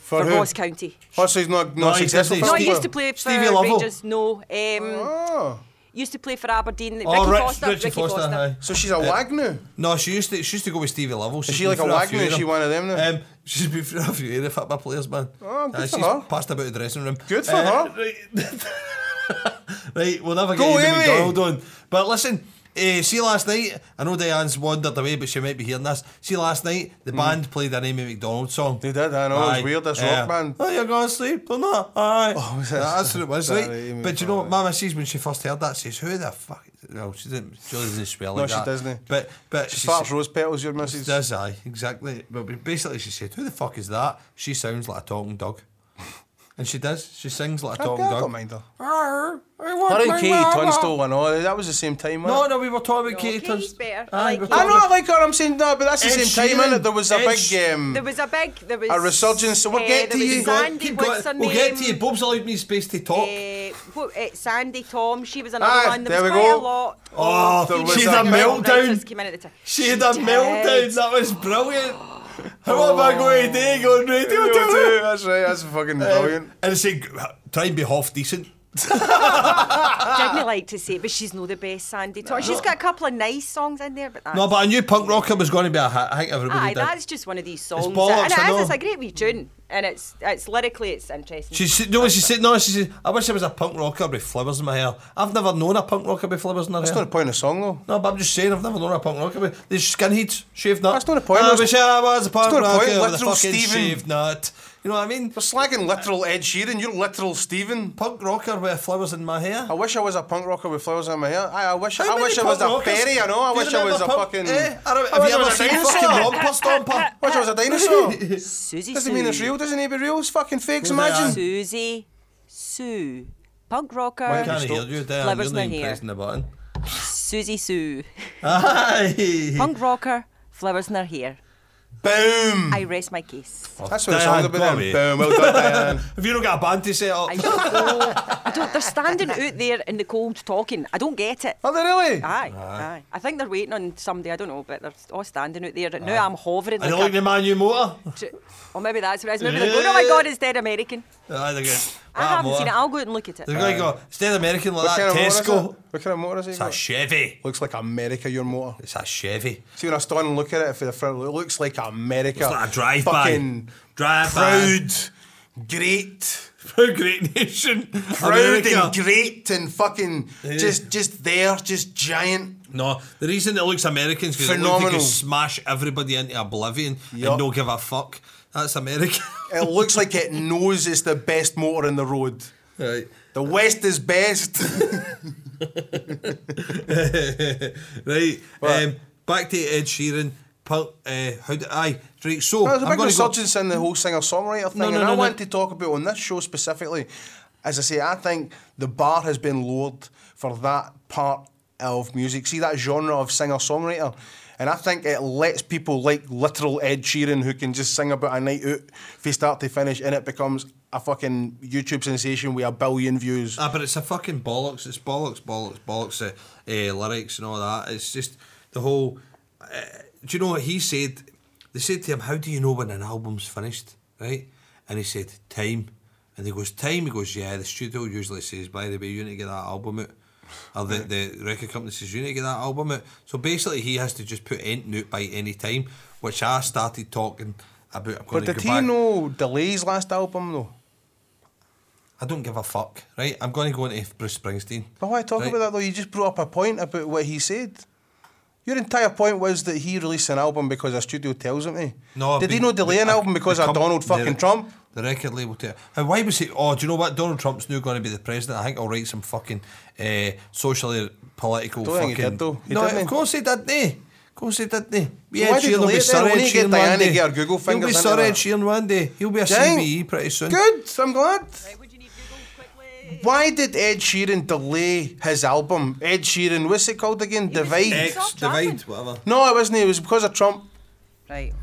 Speaker 1: for,
Speaker 3: for
Speaker 1: who?
Speaker 3: Ross County.
Speaker 1: Horsley's not, not
Speaker 2: No, he
Speaker 1: successful.
Speaker 2: doesn't.
Speaker 1: for
Speaker 3: No,
Speaker 2: Stevie-
Speaker 3: he
Speaker 1: football.
Speaker 3: used to play for
Speaker 2: Stevie Lovell. Ah.
Speaker 3: Rangers. No, um,
Speaker 1: Oh.
Speaker 3: used to play for Aberdeen. Ricky
Speaker 2: Oh, Rich,
Speaker 3: Foster.
Speaker 2: Richie
Speaker 3: Ricky
Speaker 2: Foster. aye.
Speaker 1: So she's a wag now.
Speaker 2: No, she used to she used to go with Stevie Lovell. She's
Speaker 1: she
Speaker 2: been
Speaker 1: like a
Speaker 2: through
Speaker 1: wag
Speaker 2: few
Speaker 1: now?
Speaker 2: of
Speaker 1: Is she one of them now?
Speaker 2: Um, she's been through a few of the football players, man.
Speaker 1: Oh, good
Speaker 2: Aye,
Speaker 1: for
Speaker 2: she's
Speaker 1: her.
Speaker 2: passed about the dressing room. Eh,
Speaker 1: Good for her.
Speaker 2: Right, right, we'll never
Speaker 1: Go
Speaker 2: get Amy
Speaker 1: Amy.
Speaker 2: McDonald on. But listen, eh, see last night, I know Diane's wandered away, but she might be hearing this. See last night,
Speaker 1: Hmm.
Speaker 2: the band played an Amy McDonald song.
Speaker 1: They did, I know, it was weird, this rock band.
Speaker 2: Oh, you're going to sleep or not? Aye.
Speaker 1: Oh, was it-
Speaker 2: That's what it was,
Speaker 1: Sorry,
Speaker 2: right?
Speaker 1: Amy
Speaker 2: But you know,
Speaker 1: McDonald.
Speaker 2: my missus, when she first heard that, says, who the fuck? No, she didn't, Julie doesn't swear
Speaker 1: No,
Speaker 2: like
Speaker 1: she
Speaker 2: that.
Speaker 1: doesn't.
Speaker 2: But, but
Speaker 1: She
Speaker 2: she
Speaker 1: farts
Speaker 2: said-
Speaker 1: rose petals, your missus.
Speaker 2: does I exactly? But b- basically, she said, "Who the fuck is that?" She sounds like a talking dog, and she does. She sings like
Speaker 1: I,
Speaker 2: a
Speaker 1: I
Speaker 2: talking
Speaker 1: don't
Speaker 2: dog.
Speaker 1: mind her.
Speaker 2: Arr, I want
Speaker 1: Her
Speaker 2: my
Speaker 1: and Katie
Speaker 2: mama.
Speaker 1: Tunstall and all, that was the same time,
Speaker 2: No,
Speaker 1: wasn't it?
Speaker 2: no, we were talking about
Speaker 3: No,
Speaker 2: Katie
Speaker 3: Katie's
Speaker 2: Tunstall.
Speaker 3: better. I
Speaker 2: Aye,
Speaker 3: like
Speaker 2: we're
Speaker 3: Katie.
Speaker 1: I
Speaker 2: talking
Speaker 1: know, I
Speaker 2: about-
Speaker 1: like her, I'm saying, no, but that's the
Speaker 2: Ed
Speaker 1: same time,
Speaker 2: Sheeran.
Speaker 1: innit? There was a
Speaker 2: Ed
Speaker 1: big.
Speaker 2: Sh-
Speaker 1: Um,
Speaker 3: There was a big, there was
Speaker 1: A resurgence, so we'll
Speaker 3: eh,
Speaker 1: get
Speaker 3: there
Speaker 1: to
Speaker 3: was
Speaker 1: you.
Speaker 2: Go on,
Speaker 3: Sandy,
Speaker 2: keep
Speaker 3: what's her
Speaker 2: going. We'll get
Speaker 3: name?
Speaker 2: to you. Bob's allowed me space to talk.
Speaker 3: Eh, what, eh, Sandy Tom, she was another
Speaker 1: Aye,
Speaker 3: one. There,
Speaker 1: Ah, there
Speaker 3: was
Speaker 1: we
Speaker 3: quite
Speaker 1: go.
Speaker 3: a lot.
Speaker 2: Oh,
Speaker 1: there
Speaker 3: Female
Speaker 1: was
Speaker 2: she's
Speaker 1: a
Speaker 2: a
Speaker 3: female
Speaker 2: meltdown.
Speaker 3: writers Came in at the time.
Speaker 2: She had a
Speaker 3: did.
Speaker 2: meltdown. That was brilliant. How am I going to dig on radio?
Speaker 1: Yo,
Speaker 2: to
Speaker 1: dude, that's right, that's fucking brilliant.
Speaker 2: And she try and be half decent.
Speaker 3: Didn't like to say, it, but she's no the best Sandy Tom. She's got a couple of nice songs in there, but that's
Speaker 2: No, but I knew punk rocker was going to be a hit. I think everybody
Speaker 3: aye,
Speaker 2: did.
Speaker 3: that's just one of these songs. that-
Speaker 2: bollocks,
Speaker 3: and it
Speaker 2: I
Speaker 3: is,
Speaker 2: know.
Speaker 3: it's a great wee tune, and it's it's lyrically it's interesting.
Speaker 2: She said, no, she said, no, she said, I wish I was a punk rocker with flowers in my hair. I've never known a punk rocker with flowers in her
Speaker 1: That's
Speaker 2: hair.
Speaker 1: not the point of the song, though.
Speaker 2: no, but I'm just saying, I've never known a punk rocker with. They're skinheads, shaved nut.
Speaker 1: That's not a point,
Speaker 2: I
Speaker 1: that's-
Speaker 2: wish I was a punk
Speaker 1: not a
Speaker 2: rocker
Speaker 1: point,
Speaker 2: with a
Speaker 1: literal
Speaker 2: fucking
Speaker 1: Steven.
Speaker 2: shaved nut. You know what I mean?
Speaker 1: You're slagging literal Ed Sheeran, you're literal Steven.
Speaker 2: Punk rocker with flowers in my hair.
Speaker 1: I wish I was a punk rocker with flowers in my hair. I, I wish
Speaker 2: How
Speaker 1: I
Speaker 2: many
Speaker 1: wish I
Speaker 2: punk
Speaker 1: was a
Speaker 2: rockers-
Speaker 1: fairy, I know. I
Speaker 2: Do you
Speaker 1: wish I
Speaker 2: remember
Speaker 1: was a
Speaker 2: punk-
Speaker 1: fucking.
Speaker 2: Eh, I don't-
Speaker 1: I
Speaker 2: have
Speaker 1: wish
Speaker 2: you
Speaker 1: I was
Speaker 2: ever
Speaker 1: a
Speaker 2: seen
Speaker 1: dinosaur.
Speaker 2: fucking romper stomper?
Speaker 1: wish I was a dinosaur.
Speaker 3: Susie
Speaker 1: Doesn't mean it's
Speaker 3: Sue.
Speaker 1: real, doesn't it be real? It's fucking fakes,
Speaker 2: Well, they
Speaker 1: imagine.
Speaker 3: Susie Sue, punk
Speaker 2: I
Speaker 3: rocker
Speaker 2: can't hear you, Dan.
Speaker 3: Flowers
Speaker 2: You're
Speaker 3: in
Speaker 2: not
Speaker 3: my
Speaker 2: even
Speaker 3: hair.
Speaker 2: pressing the button.
Speaker 3: Susie Sue,
Speaker 2: Aye.
Speaker 3: punk rocker, flowers in her hair.
Speaker 1: Boom!
Speaker 3: I rest my case.
Speaker 1: That's what the
Speaker 2: Diane,
Speaker 1: song's
Speaker 2: go
Speaker 1: about
Speaker 2: away.
Speaker 1: then. Boom, well done, Diane.
Speaker 2: Have you not got a band to set up?
Speaker 3: I don't know. I don't. They're standing out there in the cold talking. I don't get it.
Speaker 1: Are they really?
Speaker 3: Aye, aye. I think they're waiting on somebody. I don't know, but they're all standing out there. Now I'm hovering.
Speaker 2: I don't like
Speaker 3: like
Speaker 2: the Man U motor.
Speaker 3: a tr- or maybe that's what it is. Maybe they're going, oh my God, it's dead American.
Speaker 2: Aye, they're good.
Speaker 3: I
Speaker 2: That
Speaker 3: haven't
Speaker 2: motor.
Speaker 3: seen it. I'll go out and look at it.
Speaker 2: They're going to go, instead of American like
Speaker 1: Um, What
Speaker 2: that,
Speaker 1: kind, of motor
Speaker 2: Tesco.
Speaker 1: is it? what kind of motor is it?
Speaker 2: It's a Chevy.
Speaker 1: Looks like America, your motor.
Speaker 2: It's a Chevy.
Speaker 1: See when I stand and look at it for the front, it looks like America.
Speaker 2: It's like a drive-by.
Speaker 1: Fucking
Speaker 2: Drive-by.
Speaker 1: proud, great,
Speaker 2: Proud great nation.
Speaker 1: proud
Speaker 2: America.
Speaker 1: and great, and fucking
Speaker 2: Eh.
Speaker 1: just just there, just giant.
Speaker 2: No, the reason it looks American is because it looks like you
Speaker 1: Phenomenal.
Speaker 2: smash everybody into oblivion
Speaker 1: Yup.
Speaker 2: and don't give a fuck. That's America.
Speaker 1: It looks like it knows it's the best motor in the road.
Speaker 2: right.
Speaker 1: The West is best.
Speaker 2: right. Um, back to Ed Sheeran. Punk, uh, how do, aye, right, so
Speaker 1: There's a
Speaker 2: I'm
Speaker 1: big
Speaker 2: going to go...
Speaker 1: resurgence in the whole singer songwriter thing,
Speaker 2: No, no,
Speaker 1: and
Speaker 2: no,
Speaker 1: I
Speaker 2: no.
Speaker 1: want to talk about on this show specifically. As I say, I think the bar has been lowered for that part of music. See that genre of singer songwriter. And I think it lets people like literal Ed Sheeran, who can just sing about a night out from start to finish, and it becomes a fucking YouTube sensation with a billion views.
Speaker 2: Ah, but it's a fucking bollocks. It's bollocks, bollocks, bollocks. Uh, uh, lyrics and all that. It's just the whole. Uh, do you know what he said? They said to him, "How do you know when an album's finished?" Right? And he said, "Time." And he goes, "Time." He goes, "Yeah." The studio usually says, "By the way, you need to get that album out." Or the, the record company says you need to get that album out. So basically, he has to just put end note by any time, which I started talking about. I'm
Speaker 1: But
Speaker 2: going to
Speaker 1: did
Speaker 2: go
Speaker 1: he
Speaker 2: back.
Speaker 1: know Delay's last album though?
Speaker 2: I don't give a fuck, right? I'm going to go into Bruce Springsteen.
Speaker 1: But why talk
Speaker 2: Right.
Speaker 1: about that though? You just brought up a point about what he said. Your entire point was that he released an album because a studio tells him to.
Speaker 2: No,
Speaker 1: did
Speaker 2: be-
Speaker 1: he not delay an
Speaker 2: I-
Speaker 1: album because of
Speaker 2: become-
Speaker 1: Donald fucking
Speaker 2: the-
Speaker 1: Trump?
Speaker 2: The record label tell. And why was he? Oh, do you know what? Donald Trump's now going to be the president. I think I'll write some fucking uh, socially political.
Speaker 1: Don't
Speaker 2: fucking,
Speaker 1: think he did, though. He
Speaker 2: no,
Speaker 1: didn't.
Speaker 2: of course he didn't. eh? Of course he didn't. eh?
Speaker 1: So why did he delay it then? Why didn't he get Diana to get her Google
Speaker 2: He'll
Speaker 1: fingers
Speaker 2: be
Speaker 1: into
Speaker 2: Sir Ed
Speaker 1: that?
Speaker 2: Sheeran one day. He'll be a
Speaker 1: Giant.
Speaker 2: CBE pretty soon.
Speaker 1: Good, I'm glad.
Speaker 3: Right, would you need Google quickly?
Speaker 1: Why did Ed Sheeran delay his album? Ed Sheeran, what's it called again?
Speaker 3: He was-
Speaker 1: Divide.
Speaker 3: Ed-
Speaker 2: X
Speaker 3: Stop driving.
Speaker 2: divide whatever.
Speaker 1: no, it wasn't. It was because of Trump.
Speaker 3: Right.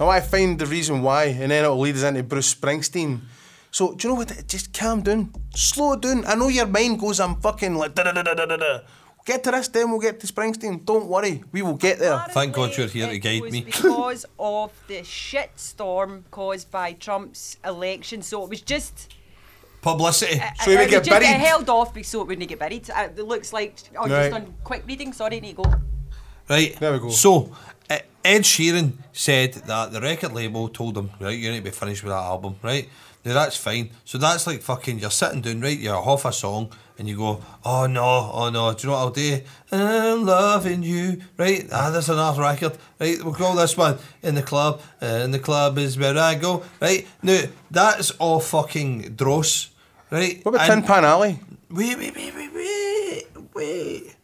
Speaker 1: I want to find the reason why, and then it'll lead us into Bruce Springsteen. So, do you know what? Just calm down, slow down. I know your mind goes, I'm fucking like da da da da da da. da." Get to this, then we'll get to Springsteen. Don't worry, we will get there.
Speaker 2: Thank God you're here to
Speaker 3: It
Speaker 2: guide
Speaker 3: was
Speaker 2: me.
Speaker 3: because of the shitstorm caused by Trump's election. So it was just.
Speaker 2: Publicity.
Speaker 1: So he would
Speaker 3: it
Speaker 1: get
Speaker 3: was just- it
Speaker 1: buried.
Speaker 3: held off be- so it wouldn't get buried. Uh, It looks like. Oh,
Speaker 1: Right.
Speaker 3: just on quick reading. Sorry, need to go.
Speaker 2: Right.
Speaker 1: There we go.
Speaker 2: So, uh, Ed Sheeran said that the record label told him, right, you need to be finished with that album, right? Now that's fine. So that's like fucking, you're sitting down, right? You're half a song, and you go, oh no, oh no. Do you know what I'll do? I'm loving you, right? Ah, that's another record, right? We'll call this one in the club, and the club is where I go, right? Now that's all fucking dross, right?
Speaker 1: What about
Speaker 2: And-
Speaker 1: Tin Pan Alley?
Speaker 2: Wait, wait, wait, wait, wait, wait.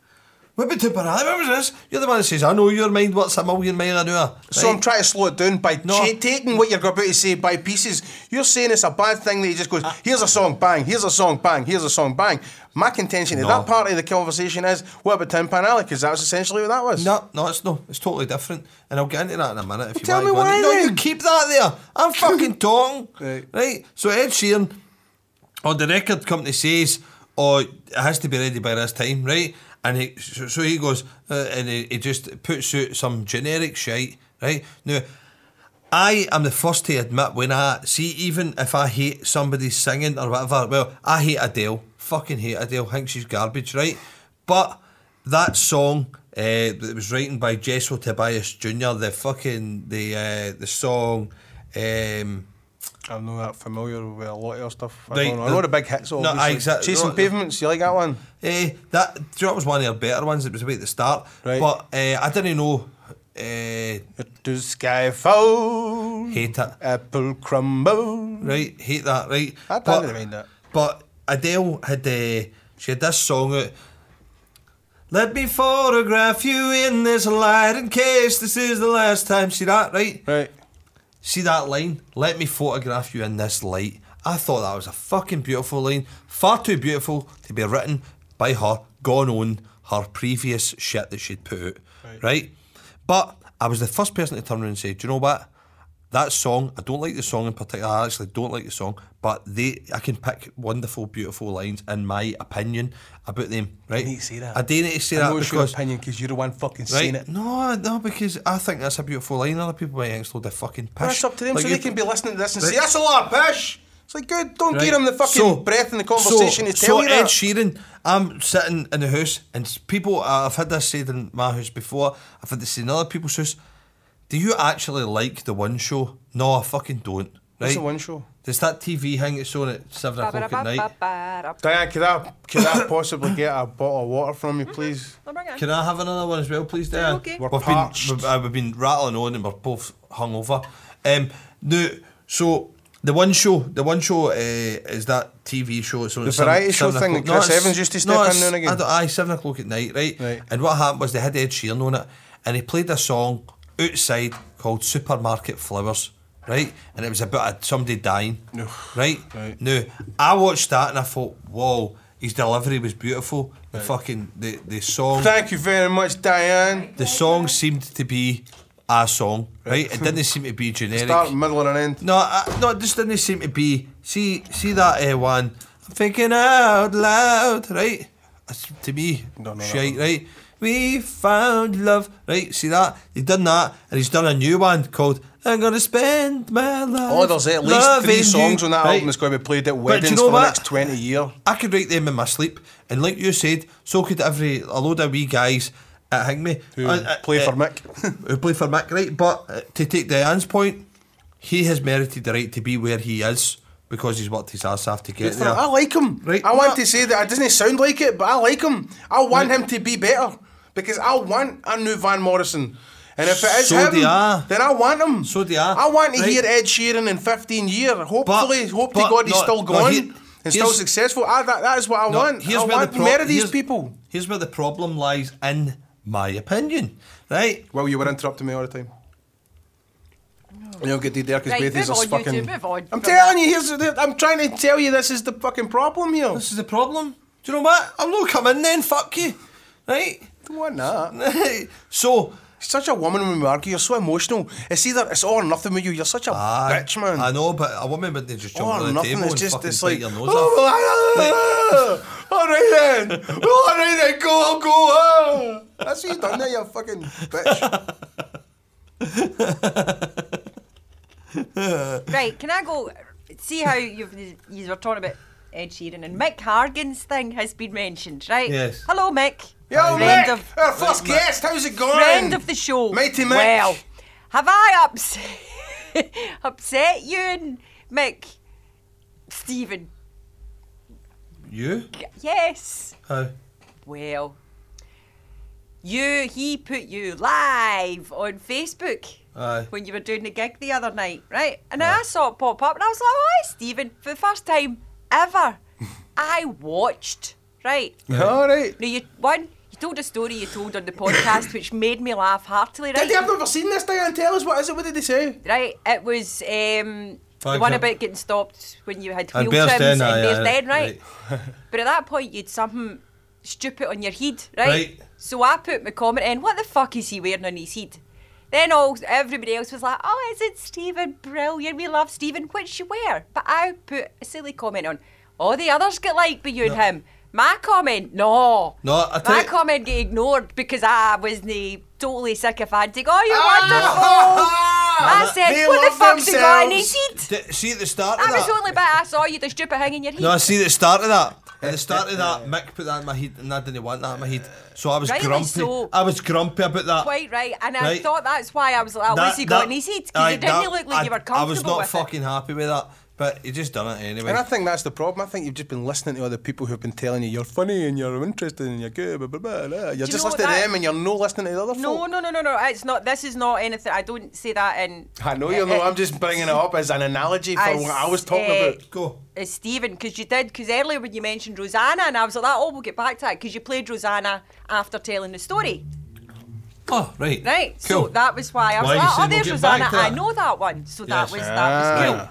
Speaker 2: What about Tipper Alley? What was this? You're the one that says, I know your mind works a million mile an hour.
Speaker 1: So I'm
Speaker 2: Right?
Speaker 1: trying to slow it down by
Speaker 2: No.
Speaker 1: cha- taking what you're about to say by pieces. You're saying it's a bad thing that he just goes, here's a song, bang, here's a song, bang, here's a song, bang. My contention
Speaker 2: No.
Speaker 1: at that part of the conversation is, what about Tin Pan Alley? Because that was essentially what that was.
Speaker 2: No, no, it's no, it's totally different, and I'll get into that in a minute. If you
Speaker 1: tell
Speaker 2: want to
Speaker 1: me
Speaker 2: go into-
Speaker 1: why
Speaker 2: No, you
Speaker 1: then.
Speaker 2: keep that there. I'm fucking talking.
Speaker 1: Right.
Speaker 2: right. So Ed Sheeran, or the record company says, "Oh, it has to be ready by this time," right? And he, so so he goes, uh, and he, he just puts out some generic shite, right? Now, I am the first to admit when I see, even if I hate somebody singing or whatever, well, I hate Adele. Fucking hate Adele. Think she's garbage, right? But that song uh, that was written by Jessel Tobias Jr., the fucking the uh, the song. Um,
Speaker 1: I'm not that familiar with a lot of your stuff. I,
Speaker 2: Right,
Speaker 1: don't know. I
Speaker 2: the-
Speaker 1: know the big hits,
Speaker 2: No,
Speaker 1: obviously.
Speaker 2: aye, exact-
Speaker 1: Chasing
Speaker 2: no, the-
Speaker 1: Pavements, you like that one?
Speaker 2: Eh, that do you know, that was one of the better ones. It was about the start,
Speaker 1: Right.
Speaker 2: but uh, I didn't know. Uh,
Speaker 1: It does sky fall,
Speaker 2: hate it,
Speaker 1: apple crumble.
Speaker 2: right? Hate that, right?
Speaker 1: I
Speaker 2: But-
Speaker 1: didn't mind that.
Speaker 2: But Adele had uh, she had this song out. Let me photograph you in this light in case this is the last time. See that, right?
Speaker 1: Right.
Speaker 2: See that line? Let me photograph you in this light. I thought that was a fucking beautiful line. Far too beautiful to be written by her, gone on her previous shit that she'd put out. Right.
Speaker 1: Right.
Speaker 2: But I was the first person to turn around and say, Do you know what? That song, I don't like the song in particular. I actually don't like the song, but they, I can pick wonderful, beautiful lines in my opinion about them. Right?
Speaker 1: need to say that.
Speaker 2: I do need to say
Speaker 1: I
Speaker 2: that
Speaker 1: know it's your
Speaker 2: because
Speaker 1: opinion because you're the one fucking
Speaker 2: Right?
Speaker 1: saying it.
Speaker 2: No, no, because I think that's a beautiful line. Other people might think it's a load of fucking pish.
Speaker 1: Well, That's up to them,
Speaker 2: Like
Speaker 1: so
Speaker 2: you-
Speaker 1: they can be listening to this and
Speaker 2: Right.
Speaker 1: say, that's a lot of pish. It's like, good, don't give them the fucking
Speaker 2: so-
Speaker 1: breath in the conversation to
Speaker 2: so,
Speaker 1: tell
Speaker 2: so
Speaker 1: you
Speaker 2: Ed
Speaker 1: that.
Speaker 2: Sheeran, I'm sitting in the house, and s- people, uh, I've had this said in my house before, I've had this said in other people's house. Do you actually like the one show? No, I fucking don't. Right?
Speaker 1: What's the One Show?
Speaker 2: There's that TV thing that's on at 7 o'clock at night.
Speaker 3: Ba-ba-da-ba-ba-da.
Speaker 1: Diane, could I, could I possibly get a bottle of water from you, please?
Speaker 3: No, bring it in.
Speaker 2: Can I have another one as well, please, Dan?
Speaker 3: okay.
Speaker 1: We're
Speaker 2: we've been,
Speaker 1: parched.
Speaker 2: we've, uh, we've been rattling on and we're both hungover. Um, now, so the one show, the one show uh, is that TV show. So
Speaker 1: The variety show thing that Chris Evans used to step in now and again?
Speaker 2: Aye, seven o'clock at night, right?
Speaker 1: Right.
Speaker 2: And what happened was they had Ed Sheeran on it, and he played a song outside called "Supermarket Flowers." Right, and it was about a- somebody dying.
Speaker 1: Ugh.
Speaker 2: Right?
Speaker 1: Right.
Speaker 2: Now, I watched that and I thought, whoa, His delivery was beautiful. The fucking the, the song
Speaker 1: Thank you very much, Diane.
Speaker 2: the song seemed to be a song, right? It didn't seem to be generic.
Speaker 1: Start, middle, and end.
Speaker 2: No, I, no, it just didn't seem to be. See, see that uh, one. I'm thinking out loud, right? That's, to me,
Speaker 1: No, no,
Speaker 2: shite,
Speaker 1: that one.
Speaker 2: right? We found love, right? See that? He done that, and he's done a new one called "I'm Gonna Spend My Life."
Speaker 1: Oh, there's at least
Speaker 2: loving
Speaker 1: three
Speaker 2: you,
Speaker 1: songs on that
Speaker 2: right?
Speaker 1: album that's going to be played at
Speaker 2: But do you
Speaker 1: weddings
Speaker 2: know
Speaker 1: for
Speaker 2: what?
Speaker 1: the next 20 years.
Speaker 2: I could write them in my sleep, and like you said, so could every a load of wee guys at Hingme
Speaker 1: Who
Speaker 2: Uh, uh,
Speaker 1: play for
Speaker 2: uh,
Speaker 1: Mick.
Speaker 2: who play for Mick, right? But uh, to take Diane's point, he has merited the right to be where he is because he's worked his ass off to get there.
Speaker 1: I like him.
Speaker 2: Right.
Speaker 1: I want
Speaker 2: No.
Speaker 1: to say that it doesn't sound like it, but I like him. I want him to be better because I want a new Van Morrison. And if it is
Speaker 2: So
Speaker 1: him,
Speaker 2: do I.
Speaker 1: then I want him.
Speaker 2: So do I.
Speaker 1: want to
Speaker 2: Right.
Speaker 1: hear Ed Sheeran in 15 years. Hopefully, hope to
Speaker 2: but
Speaker 1: God he's
Speaker 2: no-
Speaker 1: still
Speaker 2: no,
Speaker 1: gone
Speaker 2: here-
Speaker 1: and still
Speaker 2: here's-
Speaker 1: successful. I, that, that is what I
Speaker 2: No,
Speaker 1: want. I want
Speaker 2: pro-
Speaker 1: more of these
Speaker 2: here's-
Speaker 1: people.
Speaker 2: Here's where the problem lies, in my opinion, right?
Speaker 1: Well, you were interrupting me all the time. You know, get to there because
Speaker 3: Right,
Speaker 1: Bethany's is
Speaker 3: move on, you two,
Speaker 1: fucking.
Speaker 3: move on
Speaker 1: I'm
Speaker 3: from
Speaker 1: telling you, here's the, I'm trying to tell you this is the fucking problem here.
Speaker 2: This is the problem. Do you know what? I'm not coming then. Fuck you, right?
Speaker 1: Don't want that.
Speaker 2: so.
Speaker 1: such a woman when we argue. You're so emotional. It's either it's all or nothing with you. You're such a
Speaker 2: I-
Speaker 1: bitch, man.
Speaker 2: I know, but a woman would just jump
Speaker 1: all
Speaker 2: on
Speaker 1: or
Speaker 2: the
Speaker 1: nothing.
Speaker 2: table
Speaker 1: It's
Speaker 2: and
Speaker 1: just
Speaker 2: fucking
Speaker 1: it's
Speaker 2: bite
Speaker 1: like.
Speaker 2: your nose off.
Speaker 1: Oh, all right then. Well, all right then. Go, I'll go. Oh. That's what you done there. You fucking bitch.
Speaker 3: Right, can I go see how you've you were talking about Ed Sheeran and Mick Hargan's thing has been mentioned, right?
Speaker 2: Yes.
Speaker 3: Hello, Mick.
Speaker 1: Yo,
Speaker 3: friend
Speaker 1: Mick,
Speaker 3: of
Speaker 1: our first guest. How's it going?
Speaker 3: friend of the show.
Speaker 1: Mighty Mick.
Speaker 3: Well, have I upset upset you and Mick Stephen?
Speaker 2: You?
Speaker 3: Yes.
Speaker 2: How?
Speaker 3: Well, you he put you live on Facebook
Speaker 2: Aye.
Speaker 3: when you were doing the gig the other night, right? And I saw it pop up, and I was like, "Oh, hi, Stephen!" For the first time ever, I watched. Right
Speaker 1: All right.
Speaker 3: now, you one you told a story you told on the podcast, which made me laugh heartily. Right?
Speaker 1: Daddy, I've never seen this Diane. Tell us what is it? What did they say?
Speaker 3: Right, it was um, the
Speaker 2: Five
Speaker 3: one
Speaker 2: up.
Speaker 3: about getting stopped when you had
Speaker 2: And
Speaker 3: wheel
Speaker 2: Bear's
Speaker 3: trims
Speaker 2: Den,
Speaker 3: and
Speaker 2: aye,
Speaker 3: Bear's
Speaker 2: aye,
Speaker 3: Den, right? but at that point, you'd something stupid on your head, right?
Speaker 2: Right.
Speaker 3: So I put my comment in, what the fuck is he wearing on his head? Then all everybody else was like, oh, is it Stephen? Brilliant, we love Stephen, which you wear. But I put a silly comment on, all the others get like but you and him. My comment, no.
Speaker 2: No, I tell
Speaker 3: My
Speaker 2: you-
Speaker 3: comment get ignored because I was the totally sycophantic. Oh, you're wonderful. I said,
Speaker 1: Ah! They
Speaker 3: what the
Speaker 1: love
Speaker 3: fuck's the guy in his
Speaker 1: themselves.
Speaker 3: seat?
Speaker 2: D- See at the start of
Speaker 3: I was
Speaker 2: that.
Speaker 3: only bad I saw you the stupid hanging your heat.
Speaker 2: No, I see the start of that. At the start of that, Mick put that in my head, and I didn't want that in my head. So I was
Speaker 3: Rightly
Speaker 2: grumpy.
Speaker 3: so.
Speaker 2: I was grumpy about that.
Speaker 3: Quite right, and I
Speaker 2: Right.
Speaker 3: thought that's why I was like,
Speaker 2: That-
Speaker 3: "What's he got
Speaker 2: that-
Speaker 3: in his seat?" Because
Speaker 2: aye,
Speaker 3: you didn't
Speaker 2: that-
Speaker 3: look like you
Speaker 2: I-
Speaker 3: were comfortable
Speaker 2: I was not
Speaker 3: with it.
Speaker 2: fucking happy with that, but he just done it anyway.
Speaker 1: And I think that's the problem. I think you've just been listening to other people who've been telling you you're funny and you're interesting and you're good, blah, blah, blah, blah. You're
Speaker 3: you
Speaker 1: just
Speaker 3: know
Speaker 1: listening
Speaker 3: that-
Speaker 1: to them and you're not listening to the other
Speaker 3: No,
Speaker 1: folk.
Speaker 3: no, no, no, no. It's not. This is not anything. I don't say that in.
Speaker 1: I know you
Speaker 3: uh,
Speaker 1: know.
Speaker 3: uh,
Speaker 1: I'm just bringing it up as an analogy for
Speaker 3: as,
Speaker 1: what I was talking
Speaker 3: uh,
Speaker 1: about.
Speaker 2: Go.
Speaker 3: As Stephen, because you did. Because earlier when you mentioned Rosanna, and I was like, "That oh, we'll get back to that." Because you played Rosanna after telling the story,
Speaker 2: Oh, right.
Speaker 3: right?
Speaker 2: Cool.
Speaker 3: So that was why I was
Speaker 2: Why you
Speaker 3: like,
Speaker 2: said
Speaker 3: "Oh,
Speaker 2: we'll
Speaker 3: there's
Speaker 2: get back
Speaker 3: Rosanna.
Speaker 2: to
Speaker 3: I
Speaker 2: that."
Speaker 3: know that one." So
Speaker 2: Yes.
Speaker 3: that was that was cool.
Speaker 1: Ah.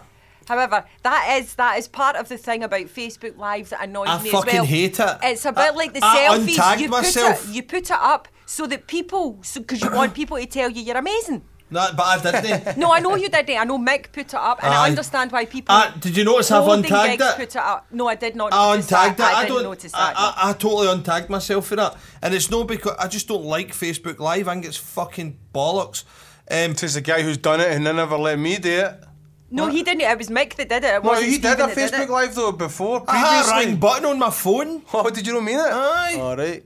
Speaker 3: However, that is that is part of the thing about Facebook Live that annoys
Speaker 2: I
Speaker 3: me
Speaker 2: fucking
Speaker 3: as well.
Speaker 2: hate it.
Speaker 3: It's a bit
Speaker 2: I-
Speaker 3: like the
Speaker 2: I
Speaker 3: selfies.
Speaker 2: untagged
Speaker 3: you
Speaker 2: myself.
Speaker 3: Put it, you put it up so that people, because you want people to tell you you're amazing.
Speaker 2: No, but I didn't.
Speaker 3: No, I know you didn't. I know Mick put it up, and I
Speaker 2: Aye.
Speaker 3: understand why people.
Speaker 2: Uh, did you notice I've
Speaker 3: holding
Speaker 2: untagged
Speaker 3: gigs
Speaker 2: it?
Speaker 3: Put it up. No, I did not.
Speaker 2: I
Speaker 3: notice that.
Speaker 2: untagged it. I,
Speaker 3: didn't
Speaker 2: don't.
Speaker 3: notice
Speaker 2: I,
Speaker 3: that. no.
Speaker 2: I, I totally untagged myself for that, and it's no because I just don't like Facebook Live. I think it's fucking bollocks. Um,
Speaker 1: It's the guy who's done it and they never let me do it.
Speaker 3: no, he didn't. It was Mick that did it. It
Speaker 1: No,
Speaker 3: wasn't
Speaker 1: he did
Speaker 3: Stephen
Speaker 1: a
Speaker 3: that
Speaker 1: Facebook
Speaker 3: it. Ah,
Speaker 1: Live though before.
Speaker 2: I had a ring
Speaker 1: Previously.
Speaker 2: button on my phone.
Speaker 1: Oh, did you not mean it?
Speaker 2: Aye.
Speaker 1: All right.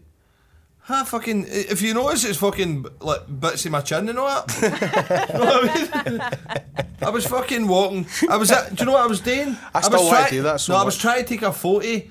Speaker 2: Ah, fucking. If you notice, it's fucking like bits of my chin and all that. you know what I mean? I was fucking walking. I was. At, do you know what I was doing?
Speaker 1: I still
Speaker 2: was
Speaker 1: like
Speaker 2: try-
Speaker 1: to do that so
Speaker 2: no, I was
Speaker 1: much.
Speaker 2: trying to take a photo.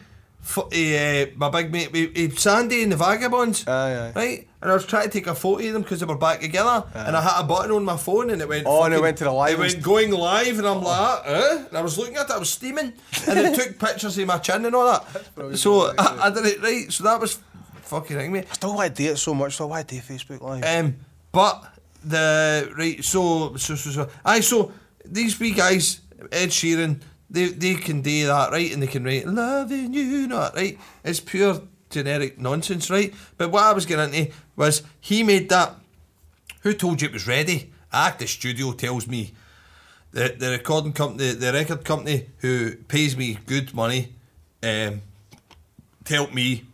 Speaker 2: For, uh, my big mate, we, we, Sandy and the Vagabonds,
Speaker 1: Aye, aye.
Speaker 2: right? And I was trying to take a photo of them because they were back together, and I had a button on my phone, and it went.
Speaker 1: Oh, and it
Speaker 2: fucking-
Speaker 1: went to the live
Speaker 2: It went
Speaker 1: inst-
Speaker 2: going live, and I'm like, eh? And I was looking at it, I was steaming, and it took pictures of my chin and all that. So I, I did it right. So that was fucking thing, mate.
Speaker 1: I still want to do it so much, so why do Facebook Live?
Speaker 3: Eh,
Speaker 2: Um, but the right, so so so so. I so these wee guys, Ed Sheeran, They they can do that right, and they can write "loving you" not right. It's pure generic nonsense, right? But what I was getting into was he made that. Who told you it was ready? Ah, the studio tells me. The, the recording company, the record company who pays me good money, um, tell me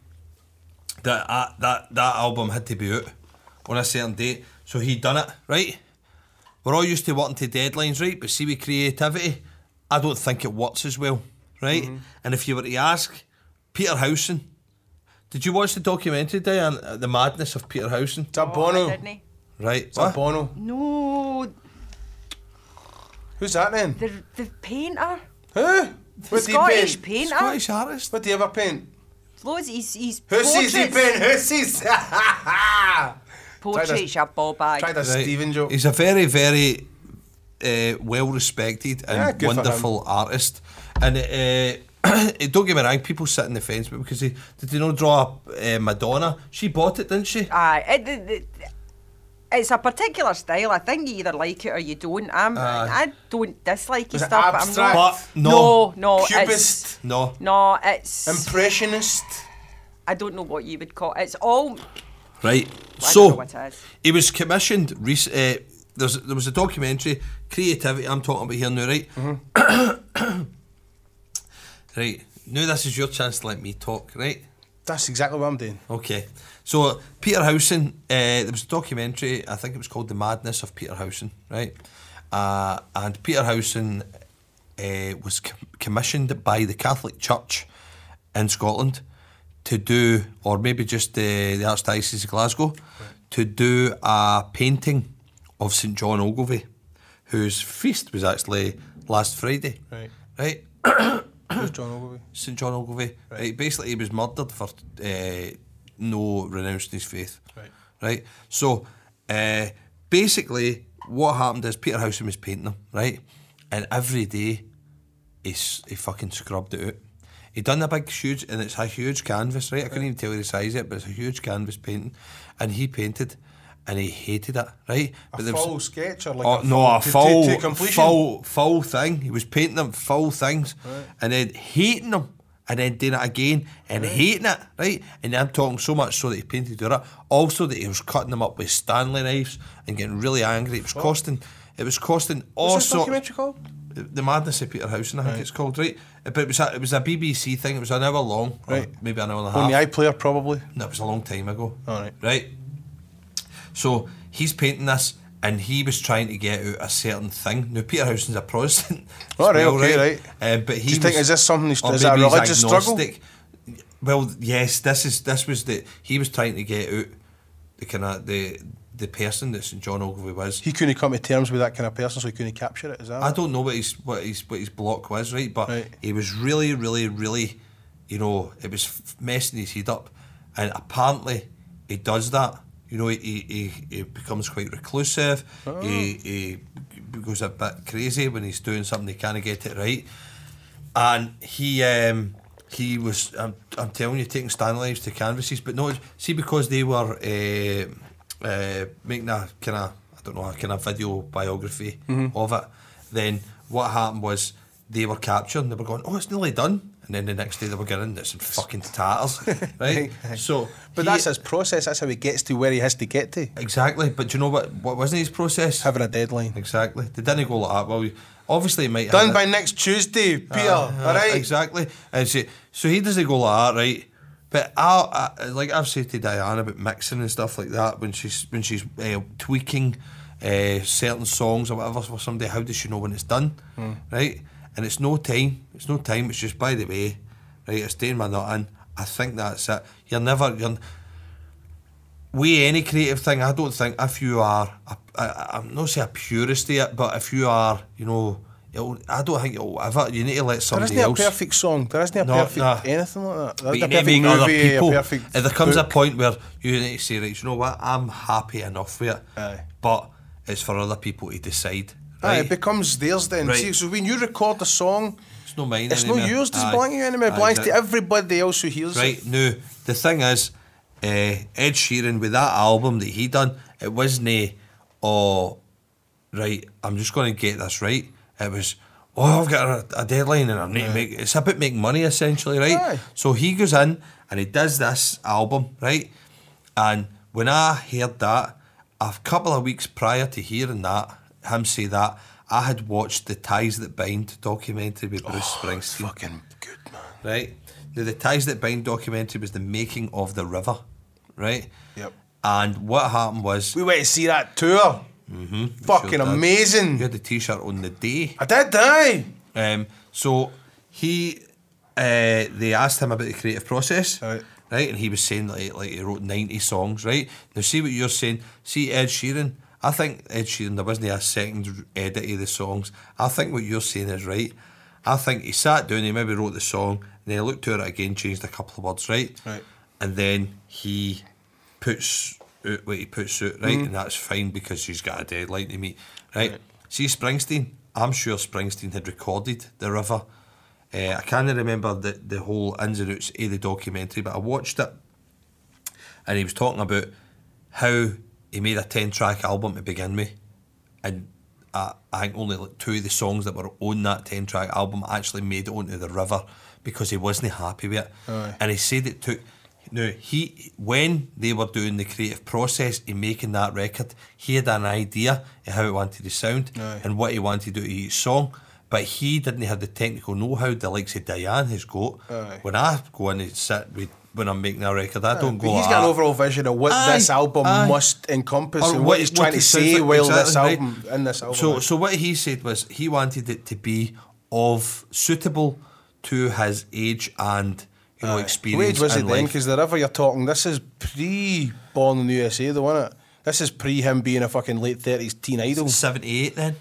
Speaker 2: that uh, that that album had to be out on a certain date. So he done it, right? We're all used to wanting to deadlines, right? But see with creativity, I don't think it works as well, right? And if you were to ask Peter Howson, did you watch the documentary today on uh, the madness of Peter Howson?
Speaker 1: It's a Bono.
Speaker 3: Oh, didn't he?
Speaker 2: Right.
Speaker 1: It's a
Speaker 2: what?
Speaker 1: Bono.
Speaker 3: No,
Speaker 1: Who's that then?
Speaker 3: the the painter,
Speaker 1: Who?
Speaker 3: the
Speaker 1: What do you
Speaker 3: Scottish
Speaker 1: paint?
Speaker 3: painter.
Speaker 2: Scottish artist.
Speaker 1: What do you ever paint?
Speaker 3: Loads. He's he's
Speaker 1: Who sees he
Speaker 3: portraits.
Speaker 1: paint? Who sees?
Speaker 3: Portraits, your ball bag.
Speaker 1: Tried a
Speaker 2: Right.
Speaker 1: Steven joke.
Speaker 2: He's a very, very uh, well respected
Speaker 1: Yeah,
Speaker 2: and
Speaker 1: good for
Speaker 2: wonderful artist. And uh, don't get me wrong, people sit on the fence, but because he did he not draw up uh, Madonna? She bought it, didn't she?
Speaker 3: Aye, it, it, it, it's a particular style. I think you either like it or you don't. I'm, I don't dislike his
Speaker 1: Was it
Speaker 3: stuff,
Speaker 1: abstract?
Speaker 3: but I'm not.
Speaker 2: But no.
Speaker 3: no, no,
Speaker 1: Cubist.
Speaker 3: it's,
Speaker 2: No.
Speaker 3: no, it's.
Speaker 1: Impressionist.
Speaker 3: I don't know what you would call. It's all.
Speaker 2: Right.
Speaker 3: I
Speaker 2: so
Speaker 3: don't know what it is.
Speaker 2: he was commissioned. Rec- uh, there's there was a documentary creativity. I'm talking about here now, right?
Speaker 1: Mm-hmm.
Speaker 2: right. Now this is your chance to let me talk, right?
Speaker 1: That's exactly what I'm doing.
Speaker 2: Okay. So Peter Howson, uh, there was a documentary. I think it was called "The Madness of Peter Howson," right? Uh, and Peter Howson uh, was com- commissioned by the Catholic Church in Scotland to do, or maybe just uh, the Archdiocese of Glasgow, to do a painting of St John Ogilvy, whose feast was actually last Friday.
Speaker 1: Right.
Speaker 2: Right.
Speaker 1: Who's John Ogilvy?
Speaker 2: St John Ogilvy. Right. Basically, he was murdered for uh, no renouncing his faith.
Speaker 1: Right.
Speaker 2: Right. So, uh, basically, what happened is Peter Howson was painting them, right? And every day, he, s- he fucking scrubbed it out. He done a big, huge, and it's a huge canvas, right? I couldn't even tell you the size of it, but it's a huge canvas painting. And he painted, and he hated it, right?
Speaker 1: A
Speaker 2: but there was-
Speaker 1: full sketch or like
Speaker 2: oh,
Speaker 1: a
Speaker 2: no, a
Speaker 1: full,
Speaker 2: full,
Speaker 1: to- to- to completion?
Speaker 2: full, full thing. He was painting them full things, and then hating them, and then doing it again, and hating it, right? And I'm talking so much so that he painted it. up. Also, that he was cutting them up with Stanley knives and getting really angry. It was costing. It was costing all
Speaker 1: What's this
Speaker 2: sorts.
Speaker 1: documentary called?
Speaker 2: The- The Madness of Peter Howson, I think it's called, right? But it was a, it was a BBC thing. It was an hour long, or
Speaker 1: Right.
Speaker 2: Maybe an hour and a half.
Speaker 1: On the iPlayer, probably.
Speaker 2: No, it was a long time ago.
Speaker 1: All right.
Speaker 2: Right. So he's painting this, and he was trying to get out a certain thing. Now Peter Howson's a Protestant. as
Speaker 1: All right, okay,
Speaker 2: Um, but he
Speaker 1: Do you think,
Speaker 2: was-
Speaker 1: is this something that's-
Speaker 2: or
Speaker 1: is that a
Speaker 2: maybe he's
Speaker 1: religious struggle?
Speaker 2: agnostic. Well, yes. This is this was the he was trying to get out the kind of the the person that St John Ogilvy was.
Speaker 1: He couldn't come to terms with that kind of person, so he couldn't capture it. Is that?
Speaker 2: I
Speaker 1: it?
Speaker 2: don't know what his what his what his block was, right? But
Speaker 1: Right.
Speaker 2: he was really, really, really, you know, it was f- messing his head up, and apparently he does that. You know, he he, he becomes quite reclusive.
Speaker 1: Oh.
Speaker 2: He, he goes a bit crazy when he's doing something he can't get it right, and he um he was I'm, I'm telling you taking stand lives to canvases, but no, see because they were uh, uh, making a kind of I don't know a kind of video biography
Speaker 1: Mm-hmm.
Speaker 2: of it. Then what happened was they were captured and they were going, oh, it's nearly done. And then the next day they were getting this in fucking tatters, right? So,
Speaker 1: But
Speaker 2: he-
Speaker 1: that's his process. That's how he gets to where he has to get to.
Speaker 2: exactly. But do you know what? What wasn't his process?
Speaker 1: Having a deadline.
Speaker 2: Exactly. They didn't go like that. Well, obviously, he might
Speaker 1: Done
Speaker 2: have
Speaker 1: by next Tuesday, Peter.
Speaker 2: Uh,
Speaker 1: all right.
Speaker 2: Exactly. And so, so he doesn't go like that, right? But I, I like I've said to Diana about mixing and stuff like that when she's when she's uh, tweaking uh, certain songs or whatever for somebody. How does she know when it's done,
Speaker 1: Hmm.
Speaker 2: right? And it's no time. It's no time. It's just by the way, right? It's doing my nut in. I think that's it. You're never you're we any creative thing, I don't think if you are, a, I, I'm not say a purist yet, but if you are, you know, it'll, I don't think it'll ever. You need to let
Speaker 1: There
Speaker 2: somebody
Speaker 1: isn't a
Speaker 2: else.
Speaker 1: perfect song. There isn't a
Speaker 2: No,
Speaker 1: perfect
Speaker 2: nah.
Speaker 1: anything like that. There isn't
Speaker 2: but you
Speaker 1: a perfect
Speaker 2: need to make
Speaker 1: movie,
Speaker 2: other people.
Speaker 1: a perfect.
Speaker 2: if there comes
Speaker 1: book.
Speaker 2: a point where you need to say, right, you know what, I'm happy enough with it,
Speaker 1: Aye.
Speaker 2: but it's for other people to decide.
Speaker 1: Aye,
Speaker 2: Right?
Speaker 1: Ah, it becomes theirs then.
Speaker 2: Right.
Speaker 1: See, so when you record a song,
Speaker 2: it's not mine.
Speaker 1: it's
Speaker 2: anymore.
Speaker 1: not yours. It's
Speaker 2: Aye.
Speaker 1: belong to you anymore. It
Speaker 2: Aye,
Speaker 1: belongs to
Speaker 2: exactly.
Speaker 1: everybody else who hears it.
Speaker 2: Right now, the thing is, uh, Ed Sheeran with that album that he done, it eh, wasn't a, oh, right. I'm just going to get this right. It was, oh, I've got a, a deadline and I need to make it's about making money essentially, right?
Speaker 1: Aye.
Speaker 2: So he goes in and he does this album, right? And when I heard that, a couple of weeks prior to hearing that, him say that, I had watched the Ties That Bind documentary with Bruce Springsteen.
Speaker 1: Fucking good, man.
Speaker 2: Right. Now, the Ties That Bind documentary was the making of the river, right?
Speaker 1: Yep.
Speaker 2: And what happened was
Speaker 1: We went to see that tour. Mm-hmm. Fucking
Speaker 2: Sure did.
Speaker 1: amazing.
Speaker 2: You had the T-shirt on the day.
Speaker 1: I did, die.
Speaker 2: Um, so he, uh, they asked him about the creative process,
Speaker 1: Right.
Speaker 2: right? And he was saying like, like he wrote ninety songs, right? Now see what you're saying. See Ed Sheeran. I think Ed Sheeran there wasn't a second edit of the songs. I think what you're saying is right. I think he sat down, he maybe wrote the song, and then he looked at it again, changed a couple of words, right?
Speaker 1: Right.
Speaker 2: And then he puts out what he puts out, right? And that's fine because he's got a deadline to meet, right? See, Springsteen, I'm sure Springsteen had recorded The River. Uh, I can't remember the, the whole ins and outs of the documentary, but I watched it and he was talking about how he made a 10 track album to begin with. And I, I think only like two of the songs that were on that 10 track album actually made it onto the river because he wasn't happy with it.
Speaker 1: Aye.
Speaker 2: And he said it took. Now, he, when they were doing the creative process in making that record, he had an idea of how it wanted to sound
Speaker 1: Aye.
Speaker 2: and what he wanted to do to each song. But he didn't have the technical know-how the likes of Diane has got.
Speaker 1: Aye.
Speaker 2: When I go in and sit with, when I'm making a record, I don't
Speaker 1: But
Speaker 2: go.
Speaker 1: he's
Speaker 2: "Ah,
Speaker 1: got an overall vision of what this
Speaker 2: Aye,
Speaker 1: album
Speaker 2: aye.
Speaker 1: must encompass
Speaker 2: Or
Speaker 1: and what, he's
Speaker 2: it-
Speaker 1: trying
Speaker 2: it
Speaker 1: to
Speaker 2: sounds
Speaker 1: say
Speaker 2: like,
Speaker 1: while this
Speaker 2: exactly,
Speaker 1: album
Speaker 2: right.
Speaker 1: in this album.
Speaker 2: So,
Speaker 1: is.
Speaker 2: so what he said was he wanted it to be of suitable to his age and you know
Speaker 1: Aye.
Speaker 2: experience
Speaker 1: Wade was
Speaker 2: in
Speaker 1: it then?
Speaker 2: life.
Speaker 1: Because the river you're talking, this is pre Born in the USA, though, isn't it? This is pre him being a fucking late thirties teen idol.
Speaker 2: Seventy-eight then.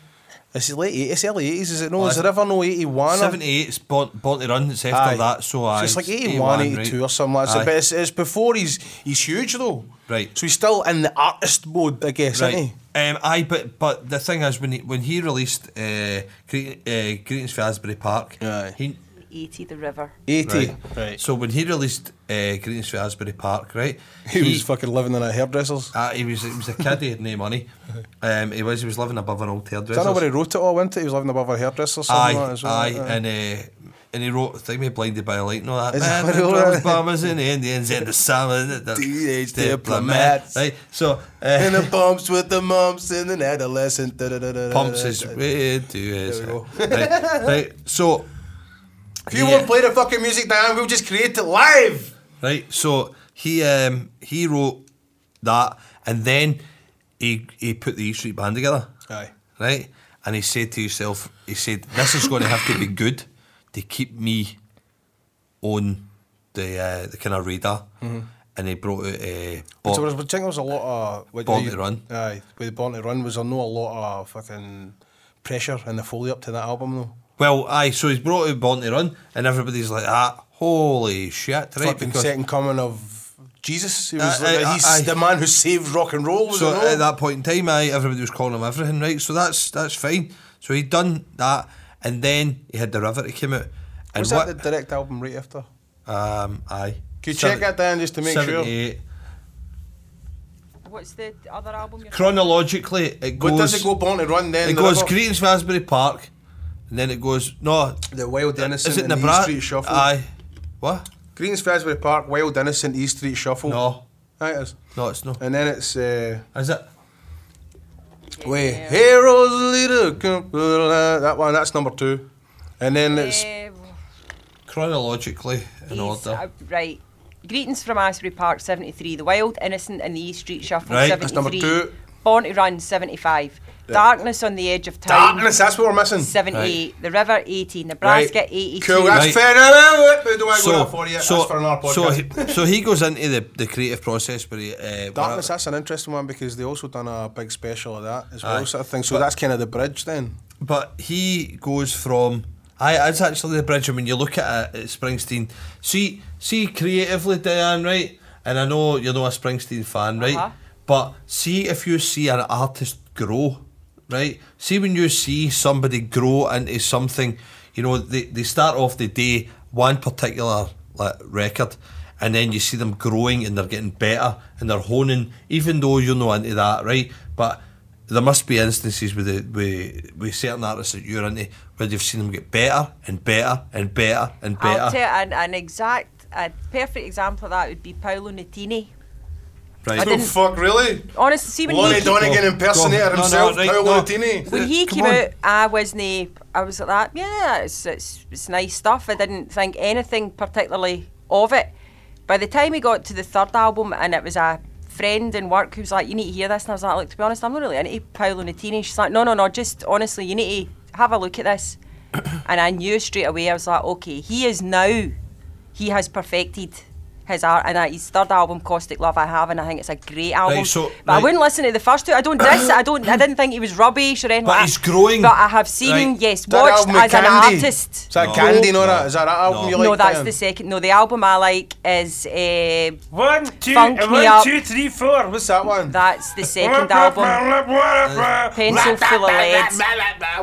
Speaker 1: It's late eighties, early eighties, is it? No,
Speaker 2: Oh,
Speaker 1: is
Speaker 2: I-
Speaker 1: the river Oh, no eighty one?
Speaker 2: Seventy-eight. It's born, born to run. It's after that. So, aye,
Speaker 1: it's like 81, 82
Speaker 2: right.
Speaker 1: or something like
Speaker 2: Aye.
Speaker 1: that. But it's, it's before he's he's huge though.
Speaker 2: Right.
Speaker 1: So he's still in the artist mode, I guess, isn't he?
Speaker 2: Um, aye, but but the thing is, when he, when he released uh, Gre- uh, Greetings for Asbury Park,
Speaker 1: Aye.
Speaker 2: he
Speaker 3: Eighty the river.
Speaker 1: 80.
Speaker 2: right. So when he released uh, Greetings for Asbury Park, right,
Speaker 1: He, was fucking living in a hairdresser's.
Speaker 2: Uh, he was he was a kid. He had no money. Um, he was he was living above an old
Speaker 1: I don't know
Speaker 2: hairdresser.
Speaker 1: where he wrote it all, wasn't it? He was living above a hairdresser or something like that
Speaker 2: Aye,
Speaker 1: as well.
Speaker 2: aye, and uh, and he wrote "Think Me Blinded by Light" and all that.
Speaker 1: Is that
Speaker 2: Man,
Speaker 1: what
Speaker 2: the
Speaker 1: he wrote?
Speaker 2: drums, bombers, and the Indians in the summer. the-
Speaker 1: Teenage
Speaker 2: the
Speaker 1: diplomats.
Speaker 2: Right, so uh,
Speaker 1: and the bumps with the mumps and an adolescent. da, da, da, da, da,
Speaker 2: pumps
Speaker 1: da,
Speaker 2: his
Speaker 1: da.
Speaker 2: way to his.
Speaker 1: There we go.
Speaker 2: Right, right, so
Speaker 1: If you won't play the fucking music, Diane, we'll just create it live.
Speaker 2: Right. So he um he wrote that and then he he put the E Street band together.
Speaker 1: Aye.
Speaker 2: Right? And he said to himself, he said, This is gonna have to be good to keep me on the uh, the kind of radar. And he brought out uh,
Speaker 1: Mm-hmm. So
Speaker 2: Bob,
Speaker 1: I think there was a lot of what
Speaker 2: Born
Speaker 1: you-
Speaker 2: to Run.
Speaker 1: Aye, with Born to Run was there no a lot of fucking pressure in the foley up to that album though.
Speaker 2: Well, aye, so he's brought out Born to Run and everybody's like that. Holy shit, right?
Speaker 1: Fucking second coming of Jesus. He was
Speaker 2: Aye,
Speaker 1: like,
Speaker 2: aye,
Speaker 1: he's
Speaker 2: aye.
Speaker 1: the man who saved rock and roll. Was
Speaker 2: uh, So
Speaker 1: it not?
Speaker 2: at that point in time, I everybody was calling him everything, right? So that's that's fine. So he'd done that, and then he had the river that came out. And
Speaker 1: was
Speaker 2: what?
Speaker 1: that the direct album right after?
Speaker 2: um, aye.
Speaker 1: Could you check that down just to make sure?
Speaker 2: 78.
Speaker 3: What's the other album? You're
Speaker 2: Chronologically, it goes.
Speaker 1: But does it go Born to Run then?
Speaker 2: It
Speaker 1: the
Speaker 2: goes
Speaker 1: river?
Speaker 2: Greetings for Asbury Park, and then it goes no.
Speaker 1: The Wild Innocent
Speaker 2: Is it
Speaker 1: and the
Speaker 2: Nebra-
Speaker 1: East Street Shuffle.
Speaker 2: Aye. What?
Speaker 1: Greens Fresbury Park, Wild Innocent, East Street Shuffle.
Speaker 2: No.
Speaker 1: Aye, it is.
Speaker 2: No, it's no.
Speaker 1: And then it's uh,
Speaker 2: Is it?
Speaker 1: Wait, Heroes Leader. come- That one, that's number two. And then it's
Speaker 3: Eh,
Speaker 2: Chronologically in
Speaker 3: he's-
Speaker 2: order.
Speaker 3: uh, right. Greetings from Asbury Park 73, The Wild Innocent and the East Street Shuffle
Speaker 2: Right, that's
Speaker 3: 73,
Speaker 1: number two.
Speaker 3: Born to Run 75, Darkness on the Edge of Time
Speaker 1: Darkness, that's what we're missing.
Speaker 3: 78, The River 80, Nebraska 82.
Speaker 1: Cool, that's
Speaker 2: Right.
Speaker 1: fair. No, no, no, do I go that for you?
Speaker 2: so,
Speaker 1: that's for another podcast.
Speaker 2: so, he, so he goes into the, the creative process where he, uh,
Speaker 1: Darkness, that's an interesting one because they also done a big special of that as well,
Speaker 2: Aye.
Speaker 1: sort of thing. So that's kind of the bridge then.
Speaker 2: but he goes from I it's actually the bridge and when you look at it at Springsteen see see creatively Diane right and I know you're not a Springsteen fan right
Speaker 3: Uh-huh.
Speaker 2: but see if you see an artist grow right see when you see somebody grow into something you know they, they start off the day one particular like record and then you see them growing and they're getting better and they're honing even though you're not into that right but there must be instances with the with, with certain artists that you're into where you've seen them get better and better and better and better.
Speaker 3: I'll tell you an, an exact, a perfect example of that would be Paolo Nutini.
Speaker 2: right.
Speaker 3: I
Speaker 1: Oh,
Speaker 3: didn't-
Speaker 1: fuck, really?
Speaker 3: Honestly, see when
Speaker 1: Lonnie
Speaker 3: he came,
Speaker 1: Donegan
Speaker 2: Go on, go
Speaker 1: impersonator
Speaker 2: on. No, no,
Speaker 1: himself,
Speaker 2: right,
Speaker 1: Paolo
Speaker 2: no.
Speaker 1: Nutini.
Speaker 3: when he
Speaker 2: Come
Speaker 3: came
Speaker 2: on.
Speaker 3: out, I wasn't. I was like that. Yeah, it's, it's it's nice stuff. I didn't think anything particularly of it. By the time he got to the third album, and it was a friend in work who's like, "You need to hear this," and I was like, "Look, to be honest, I'm not really into Paolo Nutini." She's like, "No, no, no. Just honestly, you need to have a look at this." and I knew straight away. I was like, "Okay, he is now. He has perfected." His art and uh, his third album, Caustic Love, I have, and I think it's a great album.
Speaker 2: so-
Speaker 3: but I
Speaker 2: right.
Speaker 3: wouldn't listen to the first two. I don't diss. it, I don't. I didn't think he was rubbish or anything.
Speaker 2: But
Speaker 3: Like,
Speaker 2: he's growing.
Speaker 3: But I have seen him,
Speaker 2: Right.
Speaker 3: yes,
Speaker 1: that
Speaker 3: watched
Speaker 1: album with
Speaker 3: as an
Speaker 1: Candy?
Speaker 3: artist.
Speaker 1: Is that
Speaker 2: No.
Speaker 1: Candy, no,
Speaker 2: No.
Speaker 1: that? Is that that album
Speaker 2: No.
Speaker 1: you like?
Speaker 3: no, that's
Speaker 1: Dan?
Speaker 3: the second. No, the album I like is uh,
Speaker 5: One, two,
Speaker 3: Funk
Speaker 5: and
Speaker 3: me
Speaker 5: one,
Speaker 3: up.
Speaker 5: two, three, four.
Speaker 1: What's that one?
Speaker 3: that's the second album, Pencil Full of Lead.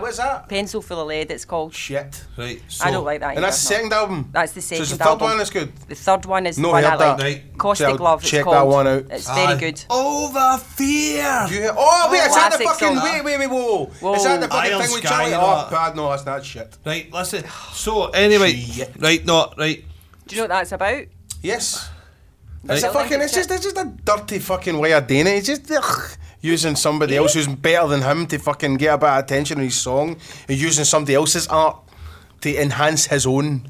Speaker 1: What's that?
Speaker 3: Pencil Full of Lead. It's called.
Speaker 1: Shit.
Speaker 2: right. So,
Speaker 3: I don't like that.
Speaker 1: And that's the
Speaker 3: either, no.
Speaker 1: second album?
Speaker 3: That's the
Speaker 1: So it's the
Speaker 3: second
Speaker 1: third
Speaker 3: album.
Speaker 1: one that's good?
Speaker 3: The third one is
Speaker 1: No,
Speaker 3: the one
Speaker 1: heard
Speaker 3: I like.
Speaker 1: that.
Speaker 2: Right.
Speaker 3: Caustic
Speaker 1: So
Speaker 3: Love. It's
Speaker 1: check that
Speaker 3: called.
Speaker 1: one out.
Speaker 3: It's
Speaker 2: Aye.
Speaker 3: very good.
Speaker 2: Over fear.
Speaker 1: Do you hear? Oh, wait, is that the
Speaker 3: classic
Speaker 1: fucking.
Speaker 3: song.
Speaker 1: Wait, wait, wait, whoa.
Speaker 3: Whoa.
Speaker 1: Is that the fucking
Speaker 2: Iron
Speaker 1: thing with
Speaker 2: Sky
Speaker 1: Charlie?
Speaker 2: and
Speaker 1: Oh,
Speaker 2: all that.
Speaker 1: bad, no, that's not shit.
Speaker 2: Right. Listen. So anyway.
Speaker 1: Oh, Shit.
Speaker 2: Right. Not right.
Speaker 3: Do you know what that's about?
Speaker 1: Yes.
Speaker 2: Right.
Speaker 1: It's a
Speaker 3: Don't like
Speaker 1: fucking.
Speaker 3: it,
Speaker 1: It's
Speaker 3: yeah.
Speaker 1: just. It's just a dirty fucking way of doing it. It's just ugh, using somebody else who's better than him to fucking get a bit of attention on his song, and using somebody else's art to enhance his own.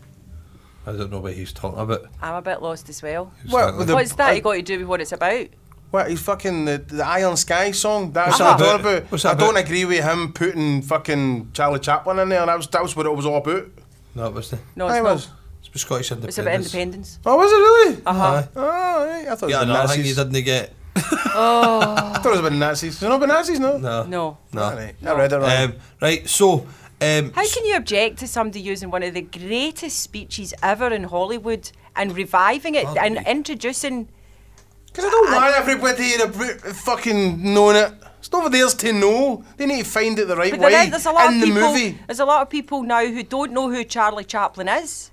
Speaker 2: I don't know what he's talking about.
Speaker 3: I'm a bit lost as well.
Speaker 1: What?
Speaker 2: like-
Speaker 1: the-
Speaker 3: What's that?
Speaker 1: uh,
Speaker 3: you got to do with what it's about?
Speaker 1: What? He's fucking the, the Iron Sky song. That's
Speaker 3: Uh-huh.
Speaker 1: what I'm
Speaker 2: What's that
Speaker 1: talking
Speaker 2: about? What's
Speaker 1: about.
Speaker 2: that
Speaker 1: I don't
Speaker 2: about?
Speaker 1: agree with him putting fucking Charlie Chaplin in there. And that was that was what it was all about.
Speaker 2: No, it wasn't.
Speaker 3: No,
Speaker 1: Aye,
Speaker 3: it's
Speaker 1: it
Speaker 3: not.
Speaker 1: was.
Speaker 2: It's about Scottish independence.
Speaker 3: It's about independence.
Speaker 1: Oh, was it really?
Speaker 3: Uh huh.
Speaker 2: Aye.
Speaker 1: Oh, right. I thought
Speaker 2: Yeah,
Speaker 1: it was
Speaker 2: no, I
Speaker 1: about
Speaker 2: think he
Speaker 1: Nazis. I
Speaker 2: didn't get.
Speaker 1: thought it was about Nazis. Is it not about Nazis? No.
Speaker 2: No.
Speaker 3: No.
Speaker 2: No.
Speaker 1: All right. I read it wrong.
Speaker 2: Um, right. So. Um,
Speaker 3: How can you object to somebody using one of the greatest speeches ever in Hollywood and reviving it and
Speaker 2: Bloody.
Speaker 3: introducing?
Speaker 1: Because I don't want everybody in a br- fucking knowing it. It's not for theirs to know. They need to find it the right
Speaker 3: But
Speaker 1: way
Speaker 3: then there's a lot
Speaker 1: in
Speaker 3: of
Speaker 1: the
Speaker 3: people.
Speaker 1: movie.
Speaker 3: There's a lot of people now who don't know who Charlie Chaplin is,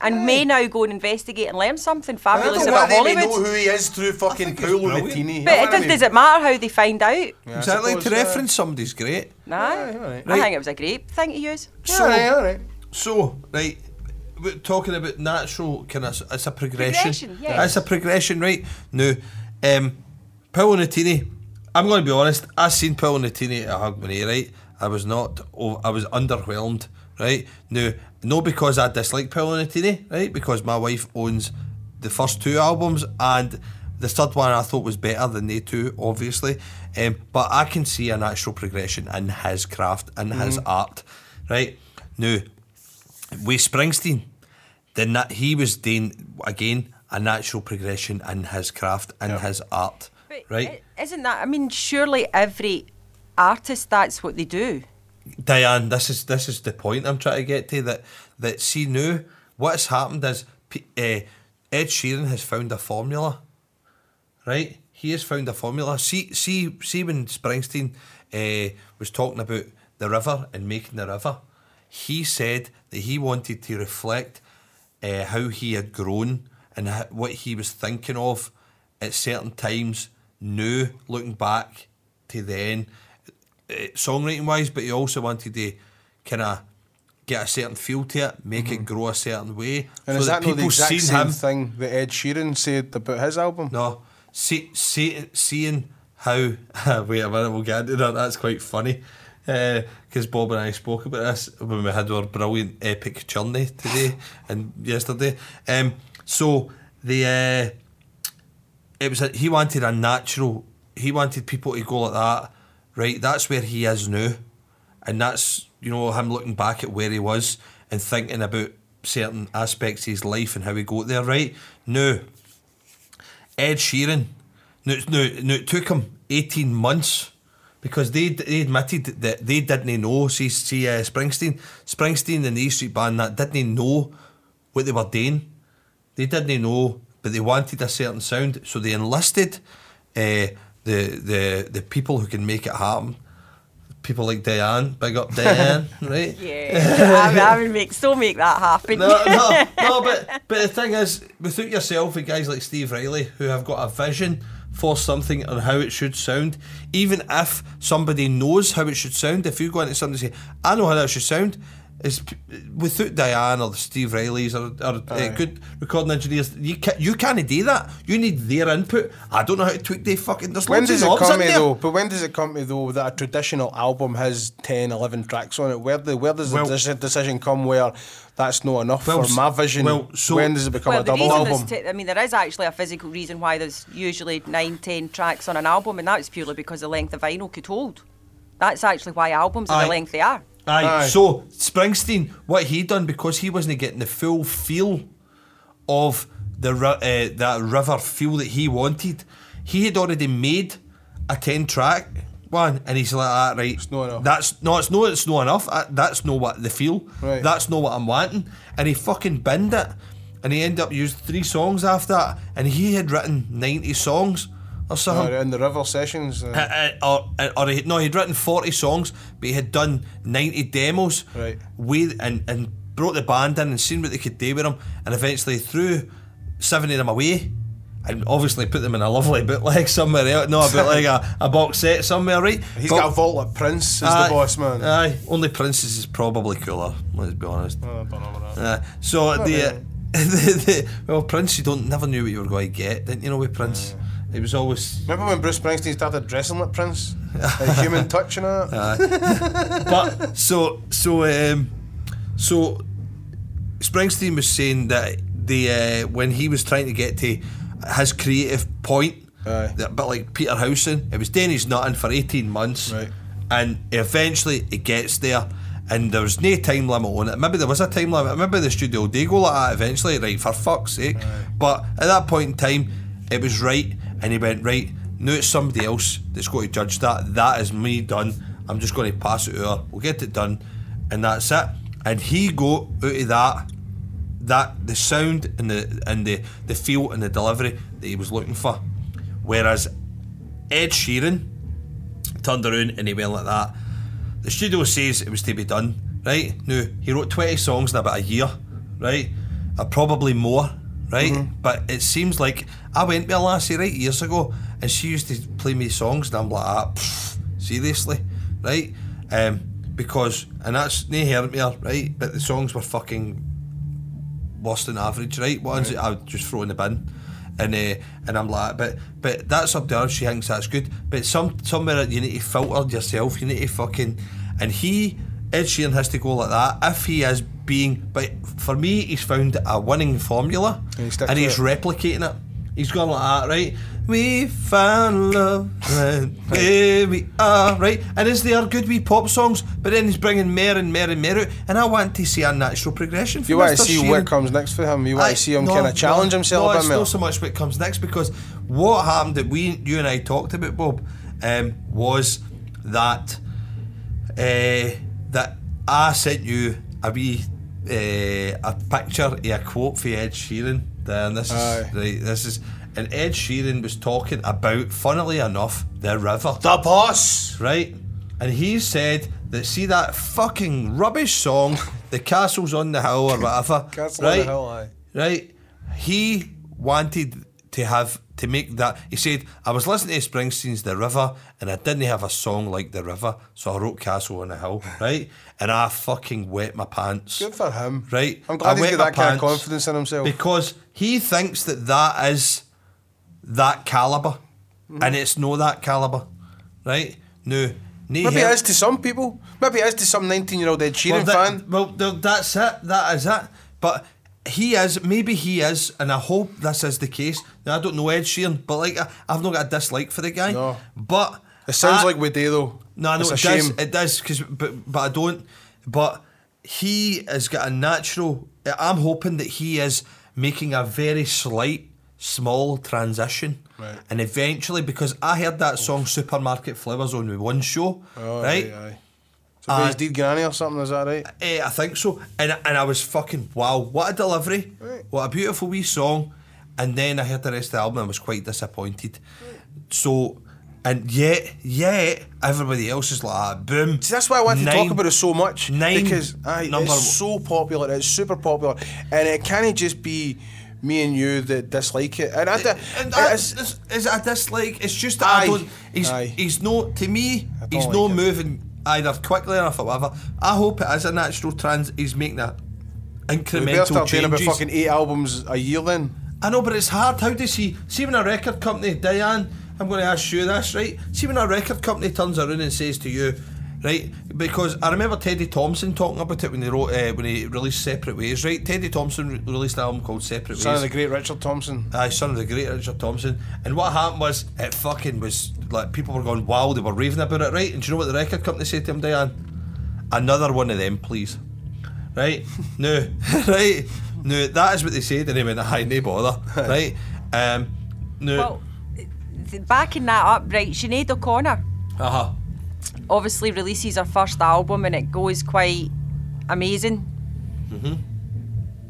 Speaker 3: and may now go and investigate and learn something
Speaker 1: I
Speaker 3: fabulous
Speaker 1: don't want
Speaker 3: about
Speaker 1: them to know
Speaker 3: Hollywood.
Speaker 1: who he is through fucking
Speaker 2: think it's
Speaker 1: Paolo
Speaker 2: brilliant.
Speaker 1: Nettini.
Speaker 3: But it does, does it matter how they find out?
Speaker 2: exactly. To
Speaker 1: uh,
Speaker 2: reference somebody's great.
Speaker 3: Nah,
Speaker 1: you're right.
Speaker 3: I think it was a great thing to use.
Speaker 1: So, all right, all right.
Speaker 2: So, right, we're talking about natural kind of, it's a progression.
Speaker 3: Progression, yes.
Speaker 2: It's a progression, right? Now, um, Paolo Nutini, I'm going to be honest, I seen Paolo Nutini at Hogmanay, right? I was not, oh, I was underwhelmed, right? Now, no because I dislike Paolo Nutini, right? Because my wife owns the first two albums and the third one I thought was better than they two, obviously. Um, but I can see a natural progression in his craft, in his art, right? Now, with Springsteen, then that he was doing again a natural progression in his craft and his art,
Speaker 3: But
Speaker 2: right?
Speaker 3: i- Isn't that? I mean, surely every artist that's what they do.
Speaker 2: Diane, this is this is the point I'm trying to get to that that see now what's happened is uh, Ed Sheeran has found a formula, right? He has found a formula. See, see, see when Springsteen uh, was talking about the river and making the river, he said that he wanted to reflect uh, how he had grown and ho- what he was thinking of at certain times. Now, looking back to then, uh, songwriting wise, but he also wanted to kind of get a certain feel to it, make it grow a certain way,
Speaker 1: Mm-hmm. And is that not the exact
Speaker 2: seen
Speaker 1: same thing that Ed Sheeran said about his album?
Speaker 2: no, see, see, seeing how. wait a minute, we'll get into that. That's quite funny. Because Bob and I spoke about this when we had our brilliant epic journey today and yesterday. Um, so the uh, it was a, he wanted a natural. He wanted people to go like that, right? That's where he is now, and that's you know him looking back at where he was and thinking about certain aspects of his life and how he got there, right? Now Ed Sheeran. Now, it's- now, now it took him 18 months because they, they admitted that they didn't know. See, see uh, Springsteen, Springsteen and the E Street Band that didn't know what they were doing. They didn't know, but they wanted a certain sound, so they enlisted uh, the the the people who can make it happen. People like Diane, big up Diane, right?
Speaker 3: Yeah, I, I would make so make that happen.
Speaker 2: No, no, no, but but the thing is, without yourself and guys like Steve Riley who have got a vision for something on how it should sound, even if somebody knows how it should sound. If you go into somebody and say, "I know how that should sound," is without Diane or Steve Riley's or, or uh,
Speaker 1: Aye.
Speaker 2: good recording engineers, you ca- you can't do that. You need their input. I don't know how to tweak their fucking. There's
Speaker 1: When
Speaker 2: loads of
Speaker 1: does it
Speaker 2: knobs in
Speaker 1: come to
Speaker 2: there.
Speaker 1: though? But when does it come to though that a traditional album has 10, 11 tracks on it? Where the where does the
Speaker 2: Well-
Speaker 1: deci- decision come where that's not enough
Speaker 2: Well,
Speaker 1: for my
Speaker 2: s-
Speaker 1: vision?
Speaker 2: well, so-
Speaker 1: when does it become
Speaker 3: Well,
Speaker 1: a
Speaker 3: the
Speaker 1: double
Speaker 3: reason
Speaker 1: album?
Speaker 3: is, I mean, there is actually a physical reason why there's usually nine, ten tracks on an album, and that's purely because the length of vinyl could hold. That's actually why albums are
Speaker 2: Aye.
Speaker 3: the length they are.
Speaker 2: Aye.
Speaker 1: Aye.
Speaker 2: So Springsteen, what he done because he wasn't getting the full feel of the ri- uh, that river feel that he wanted, he had already made a ten track one, and he's like, ah, right, it's
Speaker 1: not enough."
Speaker 2: That's no, it's no, it's not enough. Uh, That's not what the feel.
Speaker 1: Right.
Speaker 2: That's not what I'm wanting. And he fucking binned it, and he ended up using three songs after that, and he had written ninety songs or something.
Speaker 1: Or Uh, in the river sessions. uh,
Speaker 2: Uh, uh, or, or he, no, he'd written 40 songs, but he had done 90 demos
Speaker 1: Right.
Speaker 2: with and, and brought the band in and seen what they could do with them, and eventually threw 70 of them away. And obviously put them in a lovely bootleg somewhere else. No, a bootleg, a, a box set somewhere, right?
Speaker 1: He's
Speaker 2: But-
Speaker 1: got a vault like Prince as
Speaker 2: Aye,
Speaker 1: the boss man.
Speaker 2: Aye, only Prince's is probably cooler, let's be honest.
Speaker 1: I don't know about that.
Speaker 2: Uh, so the, uh,
Speaker 1: really.
Speaker 2: the, the well Prince you don't never knew what you were going to get didn't you know with Prince it was always
Speaker 1: Remember when Bruce Springsteen started dressing like Prince? Like human touch and all that?
Speaker 2: but so so um, so Springsteen was saying that the uh, when he was trying to get to his creative point,
Speaker 1: Aye.
Speaker 2: that- but like Peter Howson, it was Denny's nothing for eighteen months,
Speaker 1: Right.
Speaker 2: and eventually it gets there. And there was no time limit on it. Maybe there was a time limit. Maybe the studio did go like that eventually, right? For fuck's sake. But at that point in time, it was right, and he went right. Now it's somebody else that's got to judge that. That is me done. I'm just going to pass it over. We'll get it done, and that's it. And he got out of that that the sound and the and the, the feel and the delivery that he was looking for. Whereas Ed Sheeran turned around and he went like that. The studio says it was to be done, right? Now he wrote twenty songs in about a year, right? Or probably more, right? But it seems like I went with a lassie right years ago and she used to play me songs and I'm like ah, pff, seriously, right? Um, because and that's nae her me, right? But the songs were fucking worse than average, right? Ones that I would just throw in the bin. And uh, and I'm like, but but that's up to her. if She thinks that's good. But some somewhere you need to filter yourself. You need to fucking. And he Ed Sheeran has to go like that if he is being. But for me, he's found a winning formula,
Speaker 1: And he sticks
Speaker 2: and
Speaker 1: to
Speaker 2: he's
Speaker 1: it.
Speaker 2: replicating it. He's gone like that, right? We found love, and here we are, right? And is there good wee pop songs? But then he's bringing mair and mair and mair out, and I want to see a natural progression.
Speaker 1: You
Speaker 2: from
Speaker 1: want to
Speaker 2: Mr.
Speaker 1: see
Speaker 2: Sheeran.
Speaker 1: what comes next for him. You want
Speaker 2: Aye,
Speaker 1: to see him
Speaker 2: no,
Speaker 1: kind of challenge
Speaker 2: no,
Speaker 1: himself
Speaker 2: No,
Speaker 1: a
Speaker 2: it's
Speaker 1: bit. more.
Speaker 2: not so much what comes next because what happened that we, you and I talked about, Bob, um, was that uh, that I sent you a wee uh, a picture, of a quote for Ed Sheeran. There, and this
Speaker 1: Aye.
Speaker 2: is right, this is, and Ed Sheeran was talking about, funnily enough, the river
Speaker 1: The boss.
Speaker 2: right? And he said that see that fucking rubbish song, The Castle's on the Hill or whatever.
Speaker 1: Castle on
Speaker 2: right?
Speaker 1: the Hill, aye.
Speaker 2: Right? He wanted to have to make that he said, I was listening to Springsteen's The River and I didn't have a song like The River, so I wrote Castle on the Hill, right? And I fucking wet my pants.
Speaker 1: Good for him.
Speaker 2: Right?
Speaker 1: I'm glad he's
Speaker 2: I wet
Speaker 1: got
Speaker 2: my
Speaker 1: that kind of
Speaker 2: pants
Speaker 1: confidence in himself.
Speaker 2: because he thinks that that is that caliber,
Speaker 1: Mm-hmm.
Speaker 2: and it's no that caliber, right? No, nee
Speaker 1: Maybe
Speaker 2: here-
Speaker 1: it is to some people. Maybe it is to some 19 year old Ed Sheeran
Speaker 2: well, that-
Speaker 1: fan.
Speaker 2: Well, th- that's it. That is it. But he is, maybe he is, and I hope this is the case. Now, I don't know Ed Sheeran, but like I, I've not got a dislike for the guy.
Speaker 1: No.
Speaker 2: But
Speaker 1: It sounds
Speaker 2: I-
Speaker 1: like we do though.
Speaker 2: No, I know
Speaker 1: it's
Speaker 2: it
Speaker 1: a
Speaker 2: does.
Speaker 1: shame.
Speaker 2: It does because, but, but I don't. But he has got a natural. I'm hoping that he is making a very slight, small transition,
Speaker 1: Right.
Speaker 2: and eventually, because I heard that song "Supermarket Flowers" on with one show,
Speaker 1: Oh,
Speaker 2: right?
Speaker 1: aye, aye. So uh,
Speaker 2: Uh,
Speaker 1: he's Deed Granny or something, is that right?
Speaker 2: Eh, I think so. And and I was fucking wow, what a delivery!
Speaker 1: Right.
Speaker 2: What a beautiful wee song. And then I heard the rest of the album and was quite disappointed. So, and yet, yet everybody else is like, ah, boom.
Speaker 1: See, that's why I want to
Speaker 2: Nine.
Speaker 1: talk about it so much.
Speaker 2: Nine
Speaker 1: Because aye,
Speaker 2: number-
Speaker 1: it's so popular, it's super popular, and it can't just be me and you that dislike it. And I, d-
Speaker 2: And I,
Speaker 1: it's-
Speaker 2: this, is it a dislike? It's just that
Speaker 1: Aye.
Speaker 2: I don't. He's,
Speaker 1: Aye.
Speaker 2: he's no. To me,
Speaker 1: I don't
Speaker 2: he's
Speaker 1: like
Speaker 2: no
Speaker 1: it.
Speaker 2: moving either quickly enough or whatever. I hope it is a natural trans. He's making a
Speaker 1: we better
Speaker 2: incremental
Speaker 1: start doing about
Speaker 2: changes.
Speaker 1: fucking eight albums a year then.
Speaker 2: I know, but it's hard. How does he see when a record company, Diane? I'm going to ask you this, right? See when a record company turns around and says to you, right? Because I remember Teddy Thompson talking about it when he wrote uh, when he released Separate Ways, right? Teddy Thompson re- released an album called Separate
Speaker 1: Son
Speaker 2: Ways.
Speaker 1: of the great Richard Thompson.
Speaker 2: Aye, son of the great Richard Thompson. And what happened was, it fucking was like people were going wild, they were raving about it, right? And do you know what the record company said to him, Diane? Another one of them, please. Right? no, right? No, that is what they said, and they went, aye, no bother, right? Um, no,
Speaker 3: Well, th- backing that up, right? Sinead O'Connor
Speaker 2: uh-huh.
Speaker 3: obviously releases her first album and it goes quite amazing.
Speaker 1: Mm-hmm.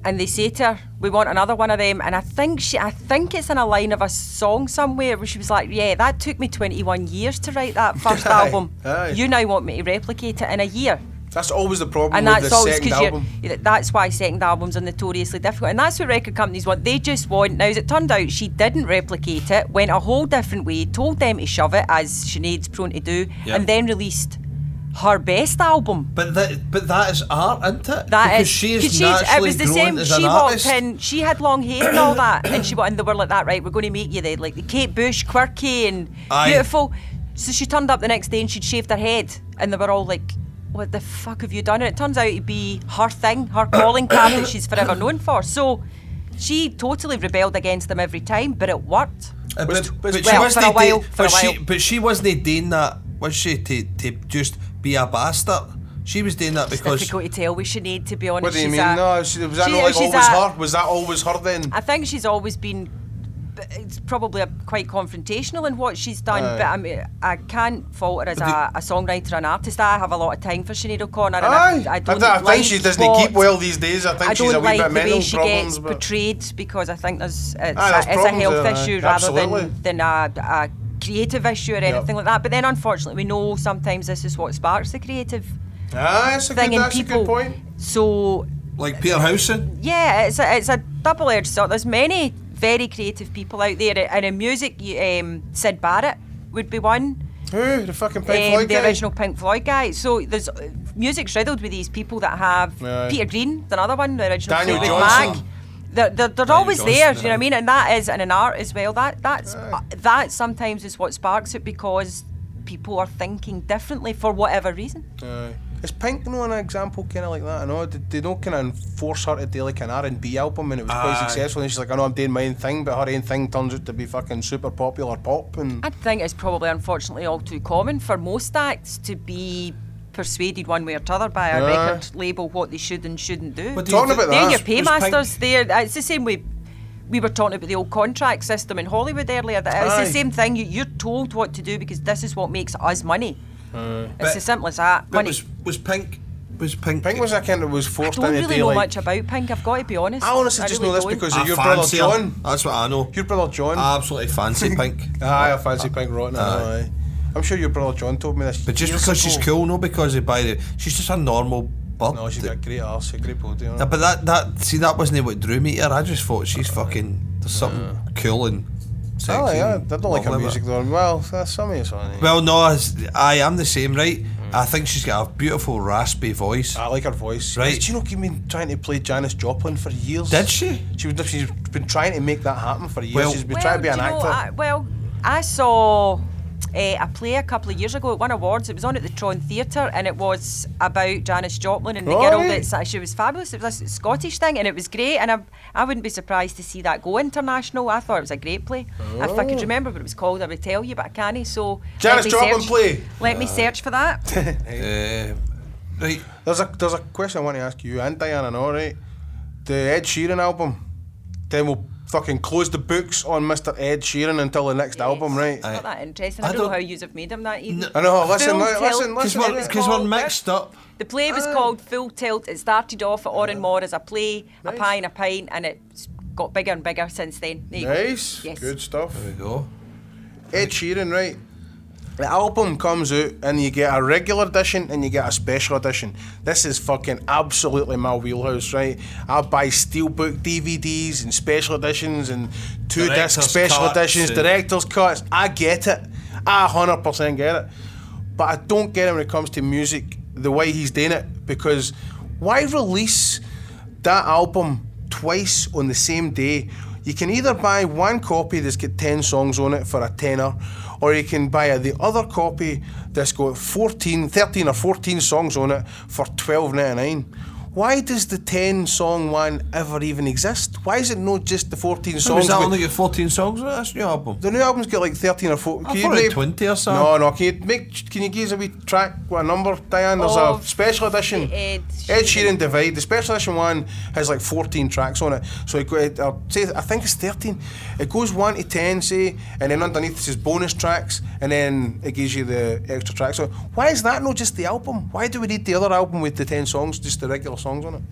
Speaker 3: And they say to her, "We want another one of them." And I think she, I think it's in a line of a song somewhere where she was like, "Yeah, that took me 21 years to write that first
Speaker 1: Aye,
Speaker 3: album.
Speaker 1: aye.
Speaker 3: You now want me to replicate it in a year."
Speaker 1: That's always the problem
Speaker 3: and
Speaker 1: with
Speaker 3: that's
Speaker 1: the
Speaker 3: always
Speaker 1: second
Speaker 3: because
Speaker 1: album.
Speaker 3: you're that's why second albums are notoriously difficult and that's what record companies want they just want now as it turned out she didn't replicate it went a whole different way told them to shove it as Sinead's prone to do
Speaker 2: Yeah.
Speaker 3: and then released her best album
Speaker 2: But that, but that is art, isn't it?
Speaker 3: That
Speaker 2: because
Speaker 3: is
Speaker 2: she is
Speaker 3: 'cause she's-
Speaker 2: naturally grown as an
Speaker 3: she
Speaker 2: artist.
Speaker 3: walked in she had long hair and all that and she went in the world like that right we're going to make you the like the Kate Bush quirky and
Speaker 2: Aye.
Speaker 3: beautiful so she turned up the next day and she'd shaved her head and they were all like what the fuck have you done and it turns out to be her thing her calling card that she's forever known for so she totally rebelled against them every time but it worked
Speaker 2: Uh,
Speaker 1: Was- was-
Speaker 2: she
Speaker 3: well,
Speaker 2: wasn't
Speaker 3: for a while,
Speaker 2: da-
Speaker 3: for
Speaker 2: but
Speaker 3: a
Speaker 2: she,
Speaker 3: while.
Speaker 2: but she wasn't doing that, was she? To, to just be a bastard. She was doing that
Speaker 3: it's
Speaker 2: because
Speaker 3: difficult to tell with Sinead to be honest
Speaker 1: What do you
Speaker 3: she's
Speaker 1: mean?
Speaker 3: a-
Speaker 1: no, she, was that
Speaker 3: she-
Speaker 1: not like always
Speaker 3: she's a-
Speaker 1: her? Was that always her then?
Speaker 3: I think she's always been. b- It's probably a, quite confrontational in what she's done,
Speaker 1: Aye.
Speaker 3: but I mean, I can't fault her as a, a songwriter and artist. I have a lot of time for Sinead O'Connor, and
Speaker 1: Aye.
Speaker 3: I, I don't
Speaker 1: I, think
Speaker 3: like
Speaker 1: she doesn't
Speaker 3: what-
Speaker 1: keep well these days. I think
Speaker 3: I
Speaker 1: she's a
Speaker 3: don't
Speaker 1: wee
Speaker 3: like
Speaker 1: bit
Speaker 3: the
Speaker 1: mental
Speaker 3: way she
Speaker 1: problems.
Speaker 3: gets
Speaker 1: but
Speaker 3: portrayed because I think there's it's,
Speaker 1: Aye, there's
Speaker 3: a, it's a
Speaker 1: problems
Speaker 3: health
Speaker 1: there, aye.
Speaker 3: issue rather
Speaker 1: Absolutely.
Speaker 3: than than a, a creative issue or anything like that. But then, unfortunately, we know sometimes this is what sparks the creative
Speaker 1: ah, that's a
Speaker 3: thing
Speaker 1: good,
Speaker 3: in
Speaker 1: that's
Speaker 3: people.
Speaker 1: a good point.
Speaker 3: So
Speaker 2: like Peter Howson.
Speaker 3: yeah, it's a, it's a double edged sword. There's many very creative people out there, and in music, you, um, Sid Barrett would be one.
Speaker 1: Who? The fucking Pink
Speaker 3: Um,
Speaker 1: Floyd
Speaker 3: the
Speaker 1: guy?
Speaker 3: original Pink Floyd guy. So there's uh, music's riddled with these people that have
Speaker 1: Aye.
Speaker 3: Peter Green, another one, the original
Speaker 1: Daniel
Speaker 3: Fleetwood
Speaker 1: Johnson.
Speaker 3: Mac. They're, they're, they're
Speaker 2: Daniel
Speaker 3: always there,
Speaker 2: Johnston,
Speaker 3: do you know what I
Speaker 2: aye.
Speaker 3: mean? And that is, and in art as well, that that's uh, that sometimes is what sparks it because people are thinking differently for whatever reason.
Speaker 1: Aye. Is Pink no an example kind of like that? I know they, they don't kind of force her to do like an R and B album, and it was quite
Speaker 2: Aye.
Speaker 1: successful. And she's like, I know I'm doing my own thing, but her own thing turns out to be fucking super popular pop. And
Speaker 3: I think it's probably unfortunately all too common for most acts to be persuaded one way or t'other by a
Speaker 1: Aye.
Speaker 3: record label what they should and shouldn't do.
Speaker 2: But do
Speaker 1: Talking
Speaker 2: thi-
Speaker 1: about
Speaker 3: they're
Speaker 1: that,
Speaker 3: your
Speaker 1: was
Speaker 3: paymasters. They're it's the same way we were talking about the old contract system in Hollywood earlier. That it's
Speaker 1: Aye.
Speaker 3: the same thing. You, you're told what to do because this is what makes us money. it's
Speaker 1: Uh,
Speaker 2: But-
Speaker 3: as simple as that.
Speaker 2: But
Speaker 3: Money.
Speaker 2: was was Pink? Was Pink?
Speaker 1: Pink was a kind of was
Speaker 3: I
Speaker 1: forced
Speaker 3: don't
Speaker 1: into
Speaker 3: really
Speaker 1: do,
Speaker 3: know
Speaker 1: like,
Speaker 3: much about Pink. I've got to be honest.
Speaker 1: I honestly just
Speaker 3: really
Speaker 1: know this
Speaker 3: don't.
Speaker 1: because
Speaker 2: I
Speaker 1: of your brother
Speaker 2: fancy her.
Speaker 1: John.
Speaker 2: That's what I know.
Speaker 1: Your brother John.
Speaker 2: I absolutely fancy Pink.
Speaker 1: Aye, I fancy Pink Rotten. I know, Aye. I'm sure your brother John told me this.
Speaker 2: But just
Speaker 1: years
Speaker 2: because she's
Speaker 1: ago.
Speaker 2: cool, no, because of by the she's just a normal bird.
Speaker 1: No, she's got a great arse, a great body. You
Speaker 2: Uh,
Speaker 1: know?
Speaker 2: but that that see that wasn't what drew me to her. I just thought she's fucking there's something cool and sexy.
Speaker 1: I like that. Oh, I
Speaker 2: and
Speaker 1: don't like
Speaker 2: lovely
Speaker 1: her
Speaker 2: about
Speaker 1: music
Speaker 2: it.
Speaker 1: though. Well, that's some of it's on it.
Speaker 2: Well, no, it's- I am the same, right? I think she's got a beautiful raspy voice.
Speaker 1: I like her voice.
Speaker 2: Right.
Speaker 1: Do you know she's been trying to play Janis Joplin for years?
Speaker 2: Did she?
Speaker 1: She was, she's been trying to make that happen for years.
Speaker 2: Well-
Speaker 1: she's been
Speaker 3: Well,
Speaker 1: trying to be
Speaker 3: do
Speaker 1: an
Speaker 3: you know,
Speaker 1: actor.
Speaker 3: I, well, I saw uh, a play a couple of years ago. It won awards. It was on at the Tron Theatre, and it was about Janis Joplin and the
Speaker 1: Oh,
Speaker 3: girl
Speaker 1: aye.
Speaker 3: that sa- she was fabulous. It was a Scottish thing, and it was great. And I, I wouldn't be surprised to see that go international. I thought it was a great play. If I could remember what it was called, I would tell you, but I can't. So
Speaker 1: Oh.
Speaker 3: let
Speaker 1: Janis
Speaker 3: me
Speaker 1: Joplin
Speaker 3: search-
Speaker 1: play.
Speaker 3: Let me search for that.
Speaker 2: Uh, right.
Speaker 1: There's a there's a question I want to ask you and Diana, all right? The Ed Sheeran album. Then we'll fucking close the books on Mr. Ed Sheeran until the next album, right?
Speaker 3: Not that interesting. I,
Speaker 2: I
Speaker 3: don't know
Speaker 2: don't-
Speaker 3: how you have made him that even.
Speaker 1: I know. Listen,
Speaker 3: Full
Speaker 1: li-
Speaker 3: tilt.
Speaker 1: listen,
Speaker 2: Because
Speaker 1: listen.
Speaker 3: It
Speaker 2: we're,
Speaker 3: was
Speaker 1: It's
Speaker 2: 'cause we're
Speaker 3: called-
Speaker 2: mixed up.
Speaker 3: The play
Speaker 1: Ah.
Speaker 3: was called Full Tilt. It started off at Oranmore as a play, a pie and a pint, and it's got bigger and bigger since then. There you go.
Speaker 1: Nice.
Speaker 3: Yes.
Speaker 1: Good stuff.
Speaker 2: There we go.
Speaker 1: Ed Sheeran, right? The album comes out and you get a regular edition and you get a special edition. This is fucking absolutely my wheelhouse, right? I buy steelbook DVDs and special editions and two disc
Speaker 2: Director's
Speaker 1: special
Speaker 2: cuts
Speaker 1: editions,
Speaker 2: and-
Speaker 1: director's cuts. I get it. I 100% get it. But I don't get it when it comes to music, the way he's doing it, because why release that album twice on the same day? You can either buy one copy that's got 10 songs on it for a tenner, or you can buy the other copy that's got 14, 13 or 14 songs on it for 12.99. Why does the 10 song one ever even exist? Why is it not just the 14 songs?
Speaker 2: Was that
Speaker 1: with-
Speaker 2: only got 14 songs on it? That's a new album.
Speaker 1: the new album's got like 13 or 14.
Speaker 2: I thought it had 20 or something.
Speaker 1: No, no. Can you, make, can you give us a wee track with a number, Diane? There's
Speaker 3: Oh,
Speaker 1: a special edition.
Speaker 3: the
Speaker 1: Ed
Speaker 3: Ed Sheeran.
Speaker 1: Sheeran Divide. The special edition one has like 14 tracks on it. So it, go- it, uh, say, I think it's 13. It goes 1 to 10, say, and then underneath it says bonus tracks, and then it gives you the extra tracks. So why is that not just the album? Why do we need the other album with the 10 songs, just the regular songs on it?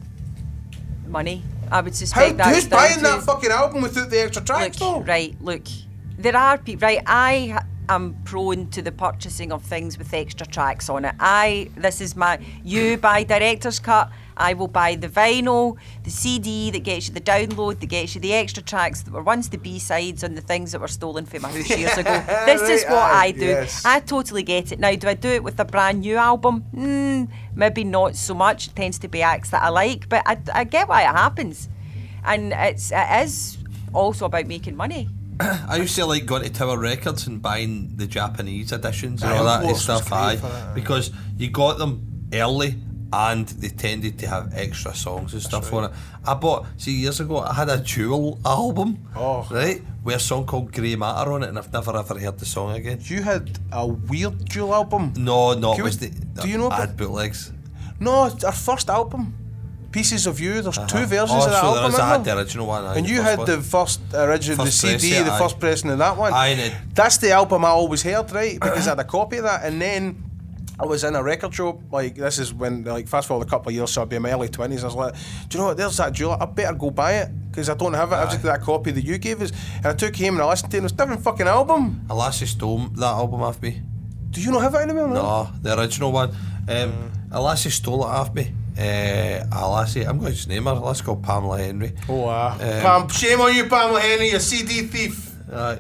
Speaker 3: Money. I would
Speaker 1: How,
Speaker 3: suspect that.
Speaker 1: who's buying that fucking album without the extra tracks, though?
Speaker 3: Look, right, look, there are people. Right, I ha- am prone to the purchasing of things with extra tracks on it. I this is my you buy director's cut. I will buy the vinyl, the CD that gets you the download, that gets you the extra tracks that were once the B sides on the things that were stolen from my house years ago. This is
Speaker 1: Right,
Speaker 3: what
Speaker 1: aye,
Speaker 3: I do.
Speaker 1: yes.
Speaker 3: I totally get it. Now, do I do it with a brand new album? Mm, maybe not so much. It tends to be acts that I like, but I, I get why it happens. And it's, it is also about making money.
Speaker 2: I used to like going to Tower Records and buying the Japanese editions and
Speaker 1: Aye, of
Speaker 2: all that and
Speaker 1: course, it's
Speaker 2: stuff.
Speaker 1: great
Speaker 2: Aye,
Speaker 1: for that, aye.
Speaker 2: because you got them early and they tended to have extra songs and stuff on it. I bought see years ago. I had a dual album,
Speaker 1: Oh.
Speaker 2: right, with a song called Grey Matter on it, and I've never ever heard the song again.
Speaker 1: You had a weird dual album.
Speaker 2: No, no,
Speaker 1: Can we-
Speaker 2: it was the.
Speaker 1: do you know
Speaker 2: I
Speaker 1: about-
Speaker 2: had bootlegs?
Speaker 1: No, it's our first album, Pieces of You. There's two
Speaker 2: Uh-huh.
Speaker 1: versions
Speaker 2: oh,
Speaker 1: of that
Speaker 2: so there
Speaker 1: album.
Speaker 2: is- I had
Speaker 1: isn't there?
Speaker 2: the original one. aye,
Speaker 1: and
Speaker 2: the
Speaker 1: you
Speaker 2: first
Speaker 1: had
Speaker 2: one.
Speaker 1: the first original,
Speaker 2: First
Speaker 1: the
Speaker 2: press,
Speaker 1: CD,
Speaker 2: yeah,
Speaker 1: the
Speaker 2: aye.
Speaker 1: first pressing of that one.
Speaker 2: Aye, and it-
Speaker 1: That's the album I always heard, right? Because I had a copy of that, and then I was in a record shop. Like this is when, like, fast forward a couple of years, so I'd be in my early twenties. I was like, do you know what? There's that jewel. I better go buy it because I don't have it. I've just got that copy that you gave us, and I took him and I listened to it. and It was a different fucking album.
Speaker 2: Alaska Storm that album off me. Oh,
Speaker 1: Do you not have it anywhere?
Speaker 2: No, the original one.
Speaker 1: Mm.
Speaker 2: Um, a lassie stole it off me. Uh, a lassie, I'm going to just name her. Let's call Pamela Henry.
Speaker 1: Oh, wow.
Speaker 2: Um,
Speaker 1: Pam, shame on you, Pamela Henry, you CD thief.
Speaker 2: Aye.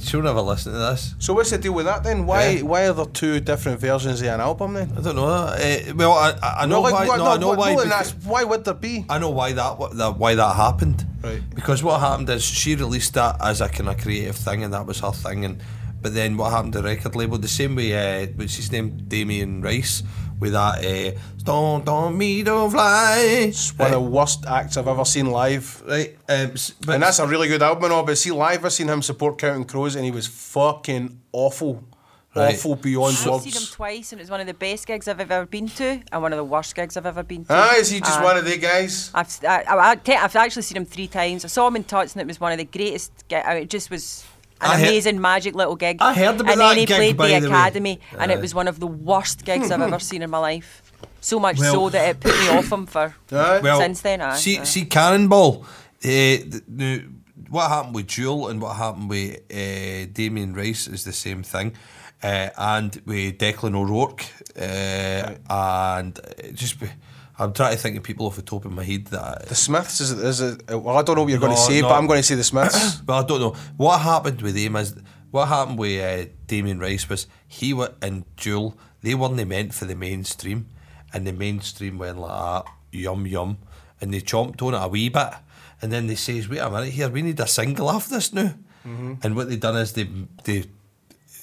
Speaker 2: she'll never listen to this.
Speaker 1: So what's the deal with that then? Why
Speaker 2: Eh?
Speaker 1: why are there two different versions of an album then?
Speaker 2: I don't know. Uh, well, I, I- I know why.
Speaker 1: what-
Speaker 2: no, I know
Speaker 1: what-
Speaker 2: why.
Speaker 1: no, and
Speaker 2: because-
Speaker 1: that's- why would there be?
Speaker 2: I know why that, wa- that why that happened.
Speaker 1: Right.
Speaker 2: Because what happened is she released that as a kind of creative thing, and that was her thing. And but then what happened to the record label? The same way, uh, what's his name, Damien Rice, with that uh, "Don't Don't Me Don't Fly."
Speaker 1: It's one of the worst acts I've ever seen live.
Speaker 2: Right, um, s- but
Speaker 1: And that's a really good album and all, but see live I seen him support Counting Crows and he was fucking awful.
Speaker 2: Right.
Speaker 1: Awful beyond
Speaker 3: I've
Speaker 1: words.
Speaker 3: seen him twice, and it was one of the best gigs I've ever been to, and one of the worst gigs I've ever been to.
Speaker 1: ah, is he just
Speaker 3: Uh,
Speaker 1: one of the guys?
Speaker 3: I've, s- I, I, I te- I've actually seen him three times. I saw him in Tots, and it was one of the greatest. gi- I mean, it just was an
Speaker 2: I hear-
Speaker 3: amazing, magic little gig.
Speaker 2: I heard about
Speaker 3: And
Speaker 2: that
Speaker 3: then he
Speaker 2: gig,
Speaker 3: played
Speaker 2: by
Speaker 3: the,
Speaker 2: the way.
Speaker 3: Academy, and it
Speaker 2: Aye.
Speaker 3: was one of the worst gigs I've ever seen in my life. So much
Speaker 2: Well-
Speaker 3: so that it put me off him for
Speaker 1: Aye.
Speaker 2: well,
Speaker 3: since then. Aye,
Speaker 2: see,
Speaker 3: aye.
Speaker 2: see, Cannonball. eh, th- the- what happened with Jewel and what happened with uh, Damien Rice is the same thing, uh, and with Declan O'Rourke, uh, and it just be, I'm trying to think of people off the top of my head that
Speaker 1: The Smiths is it, is it well I don't know what you're gonna
Speaker 2: No,
Speaker 1: say,
Speaker 2: no.
Speaker 1: but I'm gonna say the Smiths.
Speaker 2: Well, I don't know what happened with him is what happened with uh, Damien Rice was he were in Duel. They weren't meant for the mainstream, and the mainstream went like that, yum yum, and they chomped on it a wee bit, and then they says, wait a minute here, we need a single off this now, and what they done is they they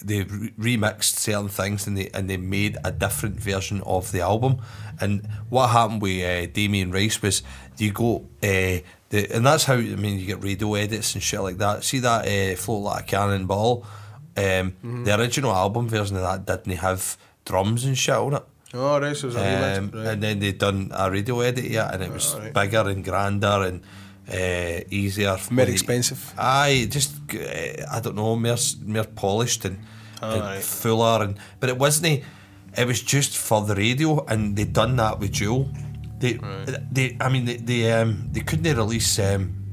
Speaker 2: they re- remixed certain things and they and they made a different version of the album. And what happened with uh, Damien Rice was you go uh, the and that's how I mean you get radio edits and shit like that. See that uh, float like a cannonball. Um, The original album version of that didn't have drums and shit on it.
Speaker 1: oh right, so it was a remix,
Speaker 2: Um,
Speaker 1: right.
Speaker 2: And then they done a radio edit yeah, and it was
Speaker 1: Alright.
Speaker 2: bigger and grander and uh, easier. for
Speaker 1: More
Speaker 2: the-
Speaker 1: expensive.
Speaker 2: Aye, just uh, I don't know, more s- more polished and, and
Speaker 1: Alright.
Speaker 2: fuller, and but it wasn't. It was just for the radio, and they done that with Jewel. They, uh, they, I mean, they, they, um, they couldn't release. Um,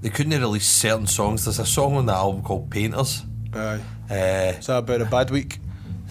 Speaker 2: they couldn't release certain songs. There's a song on the album called Painters
Speaker 1: Aye.
Speaker 2: Uh,
Speaker 1: Is that about a bad week?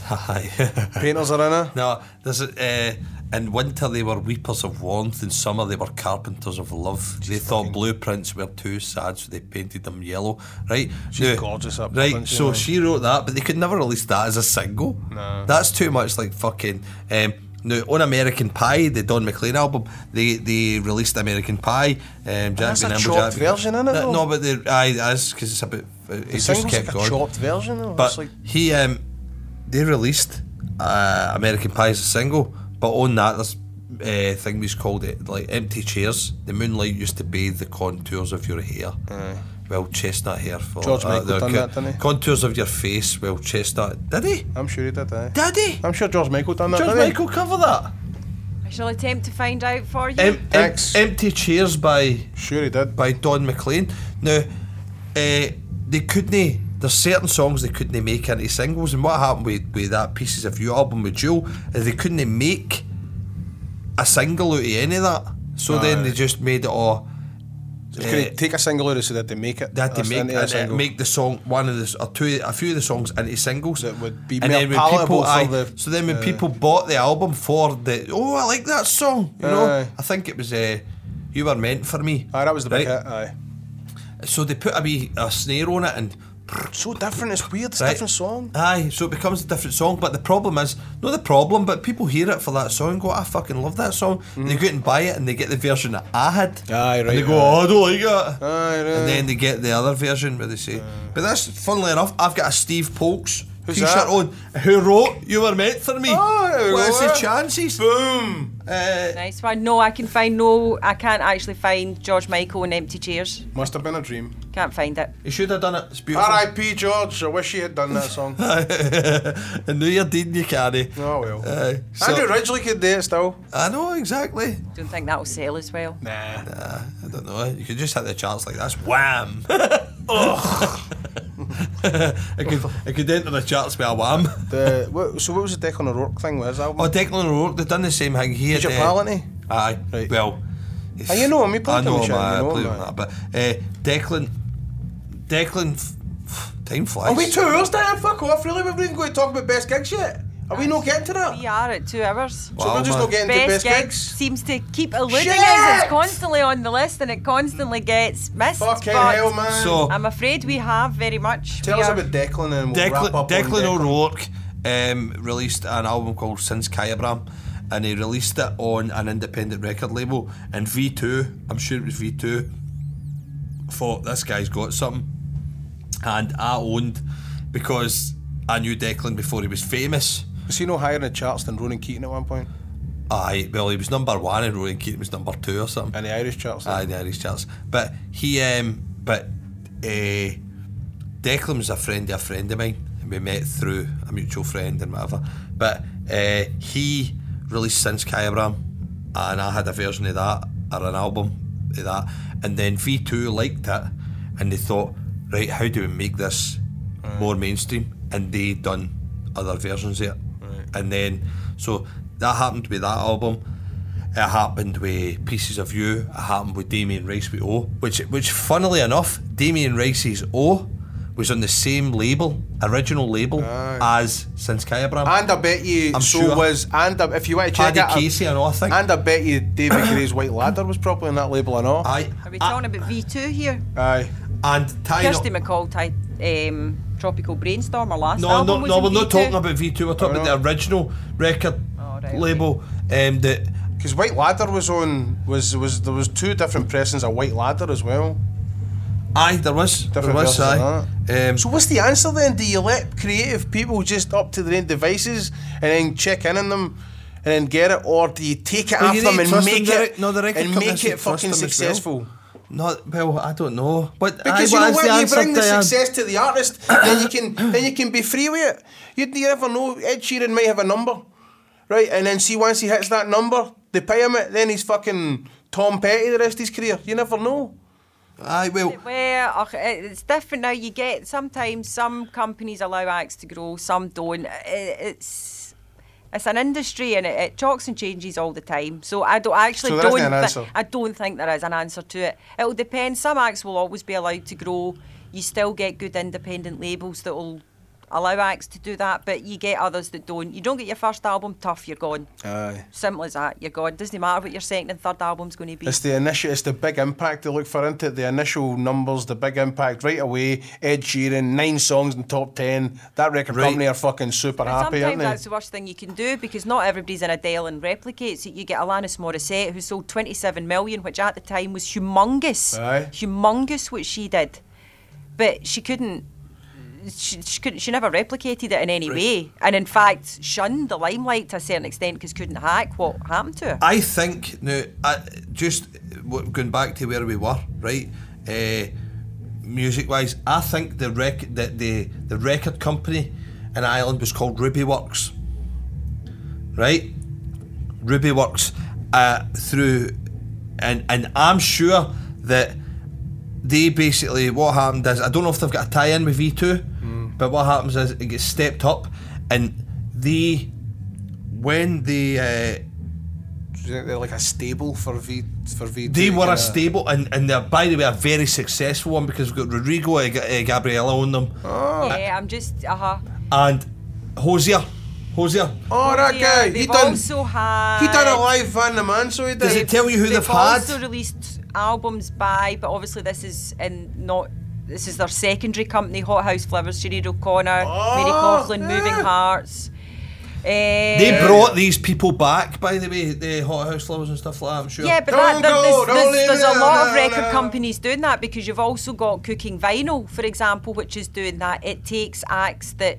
Speaker 2: aye.
Speaker 1: Painters are in a.
Speaker 2: no, there's a, uh, in winter they were weepers of warmth, in summer they were carpenters of love. they thought blueprints were too sad, so they painted them yellow. Right?
Speaker 1: She's gorgeous, that
Speaker 2: Right,
Speaker 1: blueprint,
Speaker 2: so
Speaker 1: you know.
Speaker 2: she wrote that, but they could never release that as a single.
Speaker 1: No.
Speaker 2: That's too much like fucking. Um, now, on American Pie, the Don McLean album, they, they released American Pie. Um, Jack
Speaker 1: that's
Speaker 2: Van
Speaker 1: a
Speaker 2: Amble,
Speaker 1: chopped
Speaker 2: Jack-
Speaker 1: version, isn't it,
Speaker 2: No,
Speaker 1: though?
Speaker 2: No, but they, aye, it is, because it's a bit. uh, It
Speaker 1: It
Speaker 2: just
Speaker 1: sounds like
Speaker 2: kept
Speaker 1: a
Speaker 2: going.
Speaker 1: chopped version. Though.
Speaker 2: But
Speaker 1: it's like
Speaker 2: he, um, they released uh, American Pie as a single, but on that there's uh, thing was called it like empty chairs. The moonlight used to bathe the contours of your hair. Well, chestnut hair for uh,
Speaker 1: George Michael
Speaker 2: the
Speaker 1: done that, didn't he?
Speaker 2: Contours of your face. Well, chestnut. Did he?
Speaker 1: I'm sure he did. Aye.
Speaker 2: Did he?
Speaker 1: I'm sure George Michael done that.
Speaker 2: George
Speaker 1: didn't he?
Speaker 2: Michael cover that.
Speaker 3: I shall attempt to find out for you.
Speaker 2: Em- em-
Speaker 1: Thanks.
Speaker 2: empty chairs by
Speaker 1: Sure he did.
Speaker 2: by Don McLean. Now, uh, they couldn't. There's certain songs they couldn't make into singles, and what happened with, with that pieces of you album with Jewel is they couldn't make a single out of any of that. So then they just made it all.
Speaker 1: Just couldn't uh, take a single out, so they had to make it.
Speaker 2: They had to
Speaker 1: That's
Speaker 2: make,
Speaker 1: into a
Speaker 2: and, uh,
Speaker 1: single.
Speaker 2: make the song one of the s- or two a few of the songs into singles
Speaker 1: That would be
Speaker 2: and
Speaker 1: more
Speaker 2: then when
Speaker 1: palatable
Speaker 2: people
Speaker 1: for
Speaker 2: aye,
Speaker 1: the-
Speaker 2: so then when
Speaker 1: uh,
Speaker 2: people bought the album for the oh I like that song you know
Speaker 1: Aye.
Speaker 2: I think it was uh, you were meant for me
Speaker 1: Aye, that was the big
Speaker 2: right?
Speaker 1: hit. Aye.
Speaker 2: so they put a wee a snare on it and
Speaker 1: So different. It's weird. It's a
Speaker 2: Right.
Speaker 1: different song.
Speaker 2: Aye, so it becomes a different song. But the problem is, not the problem, but people hear it for that song. and Go, I fucking love that song. And they go out and buy it, and they get the version that I had.
Speaker 1: Aye,
Speaker 2: And they
Speaker 1: right,
Speaker 2: go,
Speaker 1: aye.
Speaker 2: oh, I don't like it.
Speaker 1: Aye, right.
Speaker 2: And then they get the other version where they say, but that's funnily enough, I've got a Steve Polk's
Speaker 1: Who's
Speaker 2: T-shirt
Speaker 1: that?
Speaker 2: on. Who wrote "You Were Meant for Me"?
Speaker 1: Oh, there we
Speaker 2: What's
Speaker 1: go,
Speaker 2: the
Speaker 1: eh?
Speaker 2: chances?
Speaker 1: Boom.
Speaker 2: Uh,
Speaker 3: Nice one. No, I can find no. I can't actually find George Michael and Empty Chairs.
Speaker 1: Must have been a dream.
Speaker 3: Can't find it.
Speaker 2: he should have done it. It's beautiful.
Speaker 1: R.I.P. George. I wish he had done that song.
Speaker 2: I knew you're Dean, you can't.
Speaker 1: Oh well.
Speaker 2: Aye, Uh, so-
Speaker 1: Andrew Ridgeley could do it still.
Speaker 2: I know exactly.
Speaker 3: Don't think that'll sell as well.
Speaker 1: Nah.
Speaker 2: Uh, I don't know. You could just hit the charts like that's wham. I could I could enter the charts with a wham.
Speaker 1: The, what, so what was the Declan O'Rourke thing with his album?
Speaker 2: Oh, Declan O'Rourke, they've done the same thing here. eh?
Speaker 1: He's your pal, isn't he?
Speaker 2: Aye.
Speaker 1: Right.
Speaker 2: Well.
Speaker 1: Ah, you know him, you played
Speaker 2: I
Speaker 1: him
Speaker 2: know
Speaker 1: and
Speaker 2: him.
Speaker 1: shit,
Speaker 2: aye,
Speaker 1: you know
Speaker 2: I played
Speaker 1: him, eh?
Speaker 2: him. and that, But uh, Declan, Declan, f- f- time flies.
Speaker 1: Are Oh, we two hours down? Fuck off, really? We've not even going to talk about best gigs yet. Are we not getting to that?
Speaker 3: We are at two hours.
Speaker 1: So we're
Speaker 2: Wow,
Speaker 1: just not
Speaker 2: man.
Speaker 1: getting to best gigs?
Speaker 3: seems to keep eluding
Speaker 1: Shit!
Speaker 3: us. It's constantly on the list and it constantly gets missed.
Speaker 1: Fucking
Speaker 3: but
Speaker 1: hell, man.
Speaker 2: So
Speaker 3: I'm afraid we have very much.
Speaker 1: Tell
Speaker 3: We
Speaker 1: us
Speaker 3: are-
Speaker 1: about Declan and we'll wrap
Speaker 2: Declan,
Speaker 1: up on
Speaker 2: Declan O'Rourke um, released an album called Since Kyabram and he released it on an independent record label and V2 I'm sure it was V2 thought this guy's got something and I owned because I knew Declan before he was famous
Speaker 1: Was he no higher in the charts than Ronan Keaton at one point?
Speaker 2: aye well he was number one and Rowan Keating was number two or something
Speaker 1: And the Irish charts?
Speaker 2: Aye, the Irish Charles. But he, um, but uh, Declan was a friend of a friend of mine, and we met through a mutual friend and whatever. But uh, he released Since Kyabram, and I had a version of that, or an album of that. And then V2 liked it, and they thought, right, how do we make this more mainstream? And they done other versions of it. And then, so that happened with that album. It happened with Pieces of You. It happened with Damien Rice with O, which, which funnily enough, Damien Rice's O was on the same label, original label, as Since Kyabram.
Speaker 1: And I bet you
Speaker 2: I'm
Speaker 1: so
Speaker 2: sure.
Speaker 1: was. And I, if you want to check
Speaker 2: Paddy
Speaker 1: it, I-
Speaker 2: Casey and all, I think.
Speaker 1: And I bet you David Gray's White Ladder was probably on that label and all.
Speaker 2: Aye.
Speaker 3: Are we
Speaker 2: A-
Speaker 1: Ah.
Speaker 3: talking about V2 here?
Speaker 1: Aye.
Speaker 2: and tying
Speaker 3: Kirsty
Speaker 2: up-
Speaker 3: McCall type um, Tropical Brainstorm, our last
Speaker 2: No,
Speaker 3: album
Speaker 2: no,
Speaker 3: was
Speaker 2: no.
Speaker 3: in
Speaker 2: We're not
Speaker 3: V2.
Speaker 2: talking about V2. We're talking
Speaker 1: Oh,
Speaker 2: about
Speaker 1: no.
Speaker 2: the original record
Speaker 3: Oh, right, okay.
Speaker 2: label. Um, that
Speaker 1: Because White Ladder was on. Was was there was two different pressings of White Ladder as well.
Speaker 2: aye, there was, there
Speaker 1: Different
Speaker 2: was,
Speaker 1: versions
Speaker 2: aye.
Speaker 1: of
Speaker 2: Um,
Speaker 1: So what's the answer then? Do you let creative people just up to their own devices and then check in on them and then get it, or do you take it
Speaker 2: Well,
Speaker 1: after
Speaker 2: you
Speaker 1: them
Speaker 2: need
Speaker 1: and
Speaker 2: trust
Speaker 1: make
Speaker 2: in the
Speaker 1: it
Speaker 2: rec- no, the record
Speaker 1: and
Speaker 2: company
Speaker 1: make
Speaker 2: should
Speaker 1: it
Speaker 2: trust
Speaker 1: fucking
Speaker 2: them as well.
Speaker 1: successful?
Speaker 2: not well. I don't know, but
Speaker 1: Because
Speaker 2: aye,
Speaker 1: you know
Speaker 2: what is
Speaker 1: what, you
Speaker 2: the
Speaker 1: bring the
Speaker 2: answer, Diane?
Speaker 1: success to the artist, then you can then you can be free with it. You, you never know. Ed Sheeran might have a number, right? And then see once he hits that number, they pay him it. Then he's fucking Tom Petty the rest of his career. You never know.
Speaker 2: Aye, well,
Speaker 3: Well, ugh, it's different now. You get sometimes some companies allow acts to grow, some don't. I- It's It's an industry and it, it chalks and changes all the time. So I don't I actually
Speaker 1: So there
Speaker 3: don't.
Speaker 1: isn't an
Speaker 3: thi-
Speaker 1: answer?
Speaker 3: I don't think there is an answer to it. It will depend. Some acts will always be allowed to grow. You still get good independent labels that will allow acts to do that, but you get others that don't. You don't get your first album, tough, you're gone.
Speaker 1: Aye.
Speaker 3: Simple as that. You're gone. Doesn't matter what your second and third album's going to be.
Speaker 1: It's the initial, it's the big impact they look for into it. The initial numbers, the big impact right away. Ed Sheeran, nine songs in top ten. That record
Speaker 2: Right.
Speaker 1: company are fucking super happy, aren't
Speaker 3: Sometimes
Speaker 1: they?
Speaker 3: that's the worst thing you can do because not everybody's an Adele and replicates it. You get Alanis Morissette, who sold 27 million, which at the time was humongous.
Speaker 1: Aye.
Speaker 3: Humongous what she did. But she couldn't. She, she couldn't. She never replicated it in any way, and in fact shunned the limelight to a certain extent because couldn't hack what happened to her.
Speaker 2: I think now, I, just w- going back to where we were, right? Uh, music wise, I think the rec that the the record company in Ireland was called Ruby Works, right? Ruby Works uh, through, and and I'm sure that they basically what happened is I don't know if they've got a tie in with V two, but what happens is it gets stepped up, and the when the uh,
Speaker 1: They're uh, like a stable for V for V.
Speaker 2: They were a stable, and, and they're, by the way, a very successful one because we've got Rodrigo and uh, Gabriella on them.
Speaker 3: Oh.
Speaker 1: Ah.
Speaker 3: Yeah, I'm just uh huh.
Speaker 2: And Hosier. Hosier.
Speaker 1: Oh, that guy, he
Speaker 3: they've
Speaker 1: done.
Speaker 3: also had.
Speaker 1: He done it live, Van the Man, so he
Speaker 2: Does
Speaker 1: did.
Speaker 2: it tell you who they've,
Speaker 3: they've
Speaker 2: had?
Speaker 3: also released albums by, but obviously this is in not. This is their secondary company, Hot House Flowers, Sinead O'Connor, Mary
Speaker 1: Oh,
Speaker 3: Coughlin,
Speaker 1: yeah.
Speaker 3: Moving Hearts.
Speaker 2: They
Speaker 3: Eh,
Speaker 2: brought these people back, by the way, the Hot House Lovers and stuff like that, I'm sure.
Speaker 3: Yeah, but
Speaker 1: Don't
Speaker 3: that, there-
Speaker 1: go,
Speaker 3: there's,
Speaker 1: don't
Speaker 3: there's,
Speaker 1: leave
Speaker 3: there's
Speaker 1: it,
Speaker 3: a lot
Speaker 1: no,
Speaker 3: of record
Speaker 1: no.
Speaker 3: companies doing that because you've also got Cooking Vinyl, for example, which is doing that. It takes acts that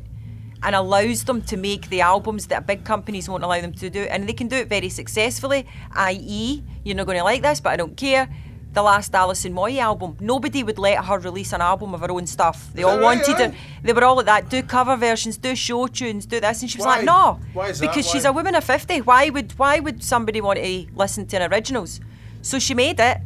Speaker 3: and allows them to make the albums that big companies won't allow them to do, and they can do it very successfully. I.e., you're not going to like this, but I don't care. The last Alison Moy album, nobody would let her release an album of her own stuff. They all
Speaker 1: that right,
Speaker 3: wanted
Speaker 1: aye?
Speaker 3: it. They were all at that. Do cover versions, do show tunes, do this, and she was
Speaker 1: Why?
Speaker 3: like, "No,
Speaker 1: Why is that?
Speaker 3: because she's
Speaker 1: Why?
Speaker 3: a women of 50 why would why would somebody want to listen to an originals so she made it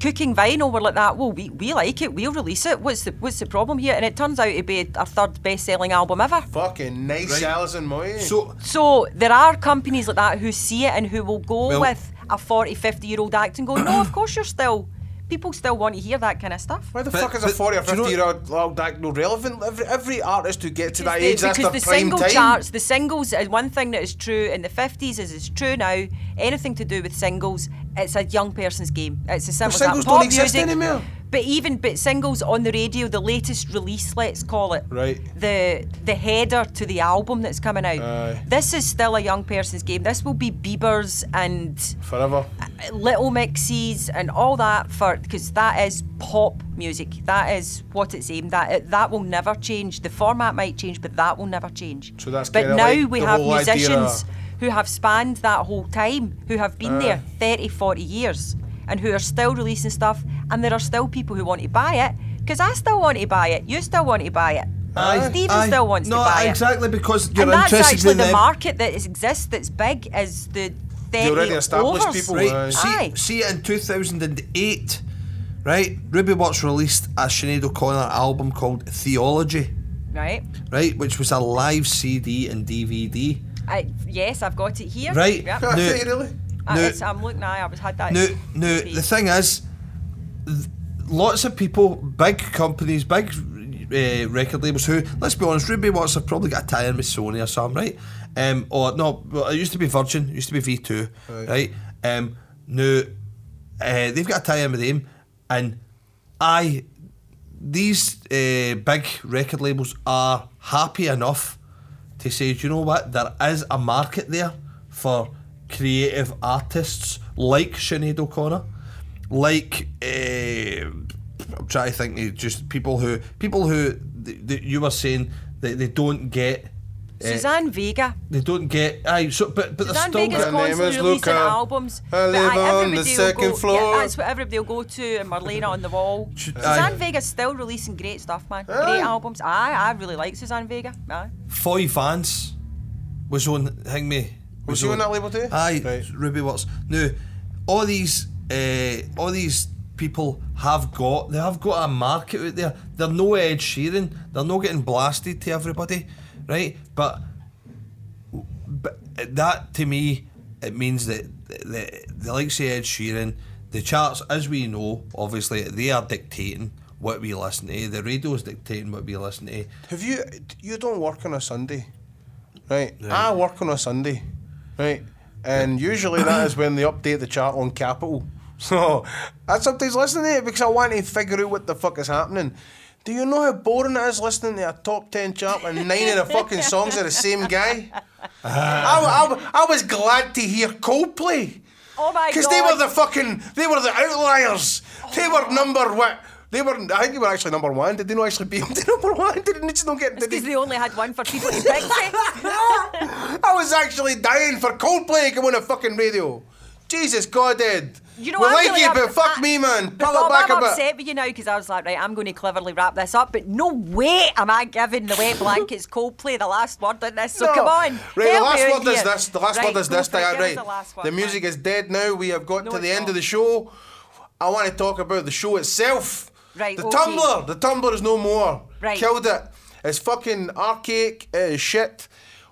Speaker 3: cooking vinyl were like that well we, we like it we'll release it what's the what's the problem here and it turns out to be our third best-selling album ever
Speaker 1: Fucking nice,
Speaker 2: Right.
Speaker 1: Alison Moy.
Speaker 3: uh,
Speaker 2: So,
Speaker 3: so there are companies like that who see it and who will go
Speaker 2: Well-
Speaker 3: with a 40 50 year old act and go no of course you're still people still want to hear that kind of stuff
Speaker 1: Why the
Speaker 2: But-
Speaker 1: fuck is a
Speaker 2: but
Speaker 1: 40 or
Speaker 2: do you
Speaker 1: 50
Speaker 2: know-
Speaker 1: year old old act no relevant? Every, every artist who gets to that
Speaker 3: Because the-
Speaker 1: age, that's their
Speaker 3: because the
Speaker 1: prime
Speaker 3: single
Speaker 1: time.
Speaker 3: charts, the singles is one thing that is true in the fifties is it's true now. Anything to do with singles, it's a young person's game. It's as simple as that.
Speaker 1: singles
Speaker 3: Pop
Speaker 1: don't exist
Speaker 3: music,
Speaker 1: anymore.
Speaker 3: But even but singles on the radio, the latest release, let's call it,
Speaker 1: Right.
Speaker 3: The the header to the album that's coming out.
Speaker 1: Aye.
Speaker 3: This is still a young person's game. This will be Bieber's and
Speaker 1: Forever.
Speaker 3: little mixes and all that for because that is pop music that is what it's aimed at it, that will never change the format might change but that will never change
Speaker 1: So that's
Speaker 3: but
Speaker 1: kinda
Speaker 3: now
Speaker 1: like
Speaker 3: we
Speaker 1: the
Speaker 3: have
Speaker 1: whole idea
Speaker 3: musicians
Speaker 1: of-
Speaker 3: who have spanned that whole time who have
Speaker 1: Uh.
Speaker 3: been there 30 40 years and who are still releasing stuff and there are still people who want to buy it because I still want to buy it you still want to buy it
Speaker 2: I,
Speaker 3: Stephen still wants
Speaker 2: no,
Speaker 3: to buy it
Speaker 2: exactly because you're
Speaker 3: and that's
Speaker 2: interested
Speaker 3: actually
Speaker 2: in
Speaker 3: the
Speaker 2: them.
Speaker 3: market that is, exists that's big is the 30
Speaker 1: already established
Speaker 3: overs.
Speaker 1: people,
Speaker 2: Right.
Speaker 1: Aye.
Speaker 2: See,
Speaker 3: Aye.
Speaker 2: see, in 2008, right, Ruby Watts released a Sinead O'Connor album called Theology,
Speaker 3: right
Speaker 2: right, which was a live CD and DVD.
Speaker 3: I, yes, I've got it here.
Speaker 2: Right.
Speaker 3: Yep.
Speaker 2: No.
Speaker 1: Really, really?
Speaker 3: Uh,
Speaker 2: No.
Speaker 3: it's- I'm looking. I, I was had that.
Speaker 2: Now, now
Speaker 3: page.
Speaker 2: the thing is, th- lots of people, big companies, big uh, record labels who, let's be honest, Ruby Watts have probably got a tie in with Sony or something, right? Um, or no, well, it used to be Virgin, it used to be V2, right?
Speaker 1: Right.
Speaker 2: Um, now, uh, they've got a tie in with them, and I, these uh, big record labels are happy enough to say, do you know what? There is a market there for creative artists like Sinead O'Connor, like eh, I'm trying to think, eh, just people who people who th- th- you were saying that they don't get. eh,
Speaker 3: Suzanne Vega.
Speaker 2: they don't get. Aye, so but but they're
Speaker 3: Suzanne
Speaker 2: still got-
Speaker 3: Vega's
Speaker 1: name
Speaker 3: constantly
Speaker 1: is Luca.
Speaker 3: releasing albums.
Speaker 1: I
Speaker 3: but
Speaker 1: live on the
Speaker 3: everybody will
Speaker 1: second
Speaker 3: go,
Speaker 1: floor.
Speaker 3: Yeah, that's what everybody will go to. And Marlena on the wall.
Speaker 2: Should-
Speaker 3: Suzanne
Speaker 2: aye.
Speaker 3: Vega's still releasing great stuff, man.
Speaker 1: Aye.
Speaker 3: Great albums. Aye, I really like Suzanne Vega. Aye.
Speaker 2: Foy Vance was on Hang Me.
Speaker 1: Was he on that label too?
Speaker 2: Aye,
Speaker 1: Right.
Speaker 2: Ruby Watts. Now, all these, uh, all these people have got they have got a market out there. They're no Ed Sheeran. They're no getting blasted to everybody, right? But but that to me, it means that the, the likes of Ed Sheeran, the charts, as we know, obviously, they are dictating what we listen to. The radio's dictating what we listen to.
Speaker 1: Have you? You don't work on a Sunday, right? I work on a Sunday, right? And usually that is when they update the chart on Capital. So I sometimes listen to it because I want to figure out what the fuck is happening. Do you know how boring it is listening to a top ten chart and nine of the fucking songs are the same guy? I, wa- I wa- I was glad to hear Coldplay.
Speaker 3: Oh my god. Oh.
Speaker 1: Because they were the fucking, they were the outliers. They were number what? They were, I think they were actually number one. Did they not actually beat them to number one? Did they just not get? Did
Speaker 3: because
Speaker 1: they,
Speaker 3: they only had one for people to pick eh? it.
Speaker 1: I was actually dying for Coldplay to come on the fucking radio. Jesus God, Ed.
Speaker 3: You know,
Speaker 1: we
Speaker 3: I'm
Speaker 1: like
Speaker 3: really
Speaker 1: you,
Speaker 3: up- Uh,
Speaker 1: but fuck
Speaker 3: I-
Speaker 1: me, man.
Speaker 3: But
Speaker 1: Pull it
Speaker 3: Bob,
Speaker 1: back
Speaker 3: I'm
Speaker 1: a bit.
Speaker 3: upset with you now because I was like, right, I'm going to cleverly wrap this up, but no way am I giving the wet blankets Coldplay the last word in this. So
Speaker 1: No.
Speaker 3: come on.
Speaker 1: Right, the
Speaker 3: help me out
Speaker 1: last word is
Speaker 3: here.
Speaker 1: this. The last
Speaker 3: Right,
Speaker 1: word is
Speaker 3: go
Speaker 1: this.
Speaker 3: for it,
Speaker 1: Diane,
Speaker 3: give us
Speaker 1: right.
Speaker 3: the last
Speaker 1: the
Speaker 3: word,
Speaker 1: music
Speaker 3: man.
Speaker 1: is dead now. We have got
Speaker 3: No,
Speaker 1: to the
Speaker 3: it's
Speaker 1: end
Speaker 3: not.
Speaker 1: of the show. I want to talk about the show itself.
Speaker 3: Right,
Speaker 1: The
Speaker 3: okay.
Speaker 1: Tumblr. The Tumblr is no more.
Speaker 3: Right.
Speaker 1: Killed it. It's fucking archaic. It is shit.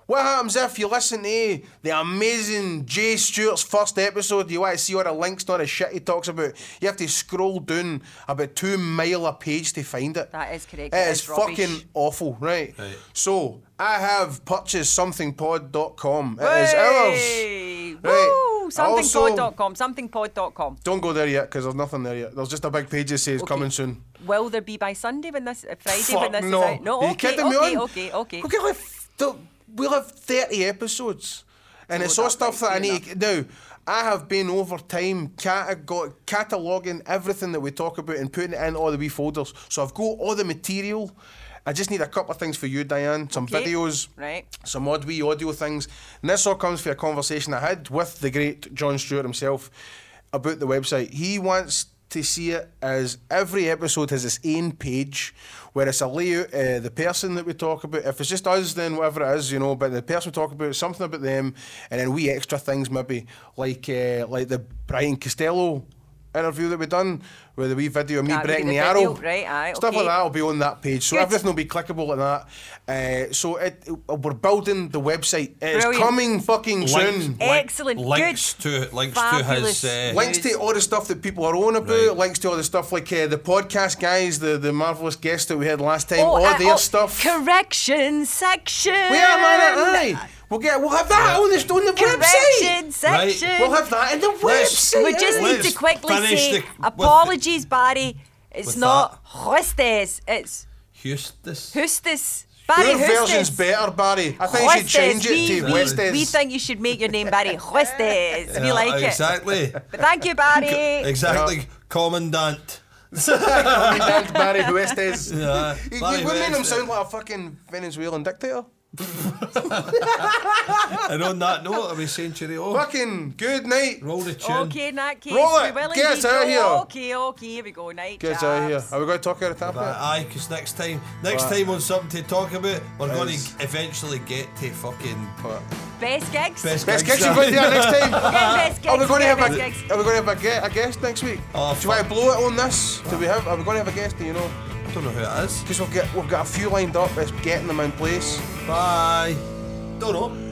Speaker 1: What happens if you listen to the amazing Jay Stewart's first episode? You want to see all the links, to all the shit he talks about. You have to scroll down about two mile a page to find it.
Speaker 3: That is correct.
Speaker 1: It
Speaker 3: It
Speaker 1: is
Speaker 3: is rubbish.
Speaker 1: fucking awful, right?
Speaker 2: Right.
Speaker 1: So I have purchased somethingpod.com. It is ours.
Speaker 3: Hey. Woo!
Speaker 1: Right. Also-
Speaker 3: Somethingpod.com. Somethingpod.com.
Speaker 1: Don't go there yet because there's nothing there yet. There's just a big page that says
Speaker 3: Okay.
Speaker 1: coming soon.
Speaker 3: Will there be by Sunday when this uh, Friday
Speaker 1: Fuck
Speaker 3: when this
Speaker 1: no.
Speaker 3: is out? No,
Speaker 1: Are
Speaker 3: okay,
Speaker 1: you kidding
Speaker 3: okay,
Speaker 1: me on?
Speaker 3: okay, okay.
Speaker 1: We'll have, we'll have 30 episodes. And
Speaker 3: Oh,
Speaker 1: it's all
Speaker 3: that's
Speaker 1: stuff that I
Speaker 3: right, fair
Speaker 1: need. to Now, I have been over time catego- cataloguing everything that we talk about and putting it in all the wee folders. So I've got all the material. I just need a couple of things for you, Diane. Some
Speaker 3: Okay.
Speaker 1: videos.
Speaker 3: Right.
Speaker 1: some odd wee audio things. And this all comes from a conversation I had with the great John Stewart himself about the website. He wants to see it as every episode has its own page, where it's a layout, uh, the person that we talk about. If it's just us, then whatever it is, you know. But the person we talk about, something about them, and then we extra things maybe like uh, like the Brian Costello interview that we done with the wee video of me
Speaker 3: Ah, we did
Speaker 1: breaking
Speaker 3: the
Speaker 1: the
Speaker 3: video,
Speaker 1: arrow
Speaker 3: right, aye,
Speaker 1: stuff like
Speaker 3: okay.
Speaker 1: that will be on that page so
Speaker 3: Good.
Speaker 1: everything will be clickable on that uh, so it, we're building the website it's
Speaker 3: Brilliant.
Speaker 1: coming fucking soon
Speaker 3: link- Excellent,
Speaker 2: Links to links
Speaker 3: Fabulous.
Speaker 2: to his. Uh,
Speaker 1: Links to all the stuff that people are on about,
Speaker 2: Right.
Speaker 1: links to all the stuff like uh, the podcast guys, the, the marvellous guests that we had last time, all
Speaker 3: Oh, uh,
Speaker 1: their
Speaker 3: oh,
Speaker 1: stuff.
Speaker 3: Correction section.
Speaker 1: we are, man, aye. We'll, get, we'll have that on the, on the website.
Speaker 3: Correction section.
Speaker 1: We'll have that in the
Speaker 2: Let's-
Speaker 1: website.
Speaker 3: we just need
Speaker 2: Let's
Speaker 3: to quickly
Speaker 2: finish
Speaker 3: say
Speaker 2: the- with-
Speaker 3: apologies, Barry. It's
Speaker 2: with
Speaker 3: not hostes. It's
Speaker 2: Hustis.
Speaker 3: hustis. Barry
Speaker 1: Your version's
Speaker 3: hustis.
Speaker 1: better, Barry. I think you should
Speaker 3: Hustis.
Speaker 1: change it to
Speaker 3: we,
Speaker 1: West
Speaker 3: we, we think you should make your name Barry Hustis. we
Speaker 2: Yeah,
Speaker 3: like it.
Speaker 2: Uh, exactly.
Speaker 3: But thank you, Barry.
Speaker 2: Exactly.
Speaker 1: Yeah.
Speaker 2: Commandant.
Speaker 1: Thank Barry West is.
Speaker 2: Yeah.
Speaker 1: You,
Speaker 2: Barry
Speaker 1: you would make him
Speaker 2: West.
Speaker 1: sound like a fucking Venezuelan dictator.
Speaker 2: And on that note, are we saying cheerio?
Speaker 1: Fucking good night.
Speaker 2: Roll the tune.
Speaker 3: Okay, in that case,
Speaker 1: Roll
Speaker 3: we
Speaker 1: it.
Speaker 3: will
Speaker 1: Get
Speaker 3: indeed
Speaker 1: out
Speaker 3: go.
Speaker 1: here.
Speaker 3: Okay, okay, here we go. Night
Speaker 1: Get out of here.
Speaker 3: jabs.
Speaker 1: Are we going to talk out of time?
Speaker 2: But aye, because next time, next
Speaker 1: Right.
Speaker 2: time on something to talk about, we're going
Speaker 1: Yes.
Speaker 2: to eventually get to fucking
Speaker 3: Best gigs.
Speaker 2: best,
Speaker 1: Best
Speaker 2: gigs
Speaker 1: kitchen
Speaker 2: now.
Speaker 1: video next time.
Speaker 3: Get best gigs.
Speaker 1: Are we going to
Speaker 3: get
Speaker 1: have
Speaker 3: best
Speaker 1: a
Speaker 3: gigs.
Speaker 1: Are we going to have a, gue- a guest next week?
Speaker 2: Oh,
Speaker 1: Do you want to
Speaker 2: fuck.
Speaker 1: blow it on this? Do we have? Are we going to have a guest? Do you know?
Speaker 2: I don't know who it is.
Speaker 1: Because we've got we've got a few lined up. It's getting them in place.
Speaker 2: Bye. Don't know.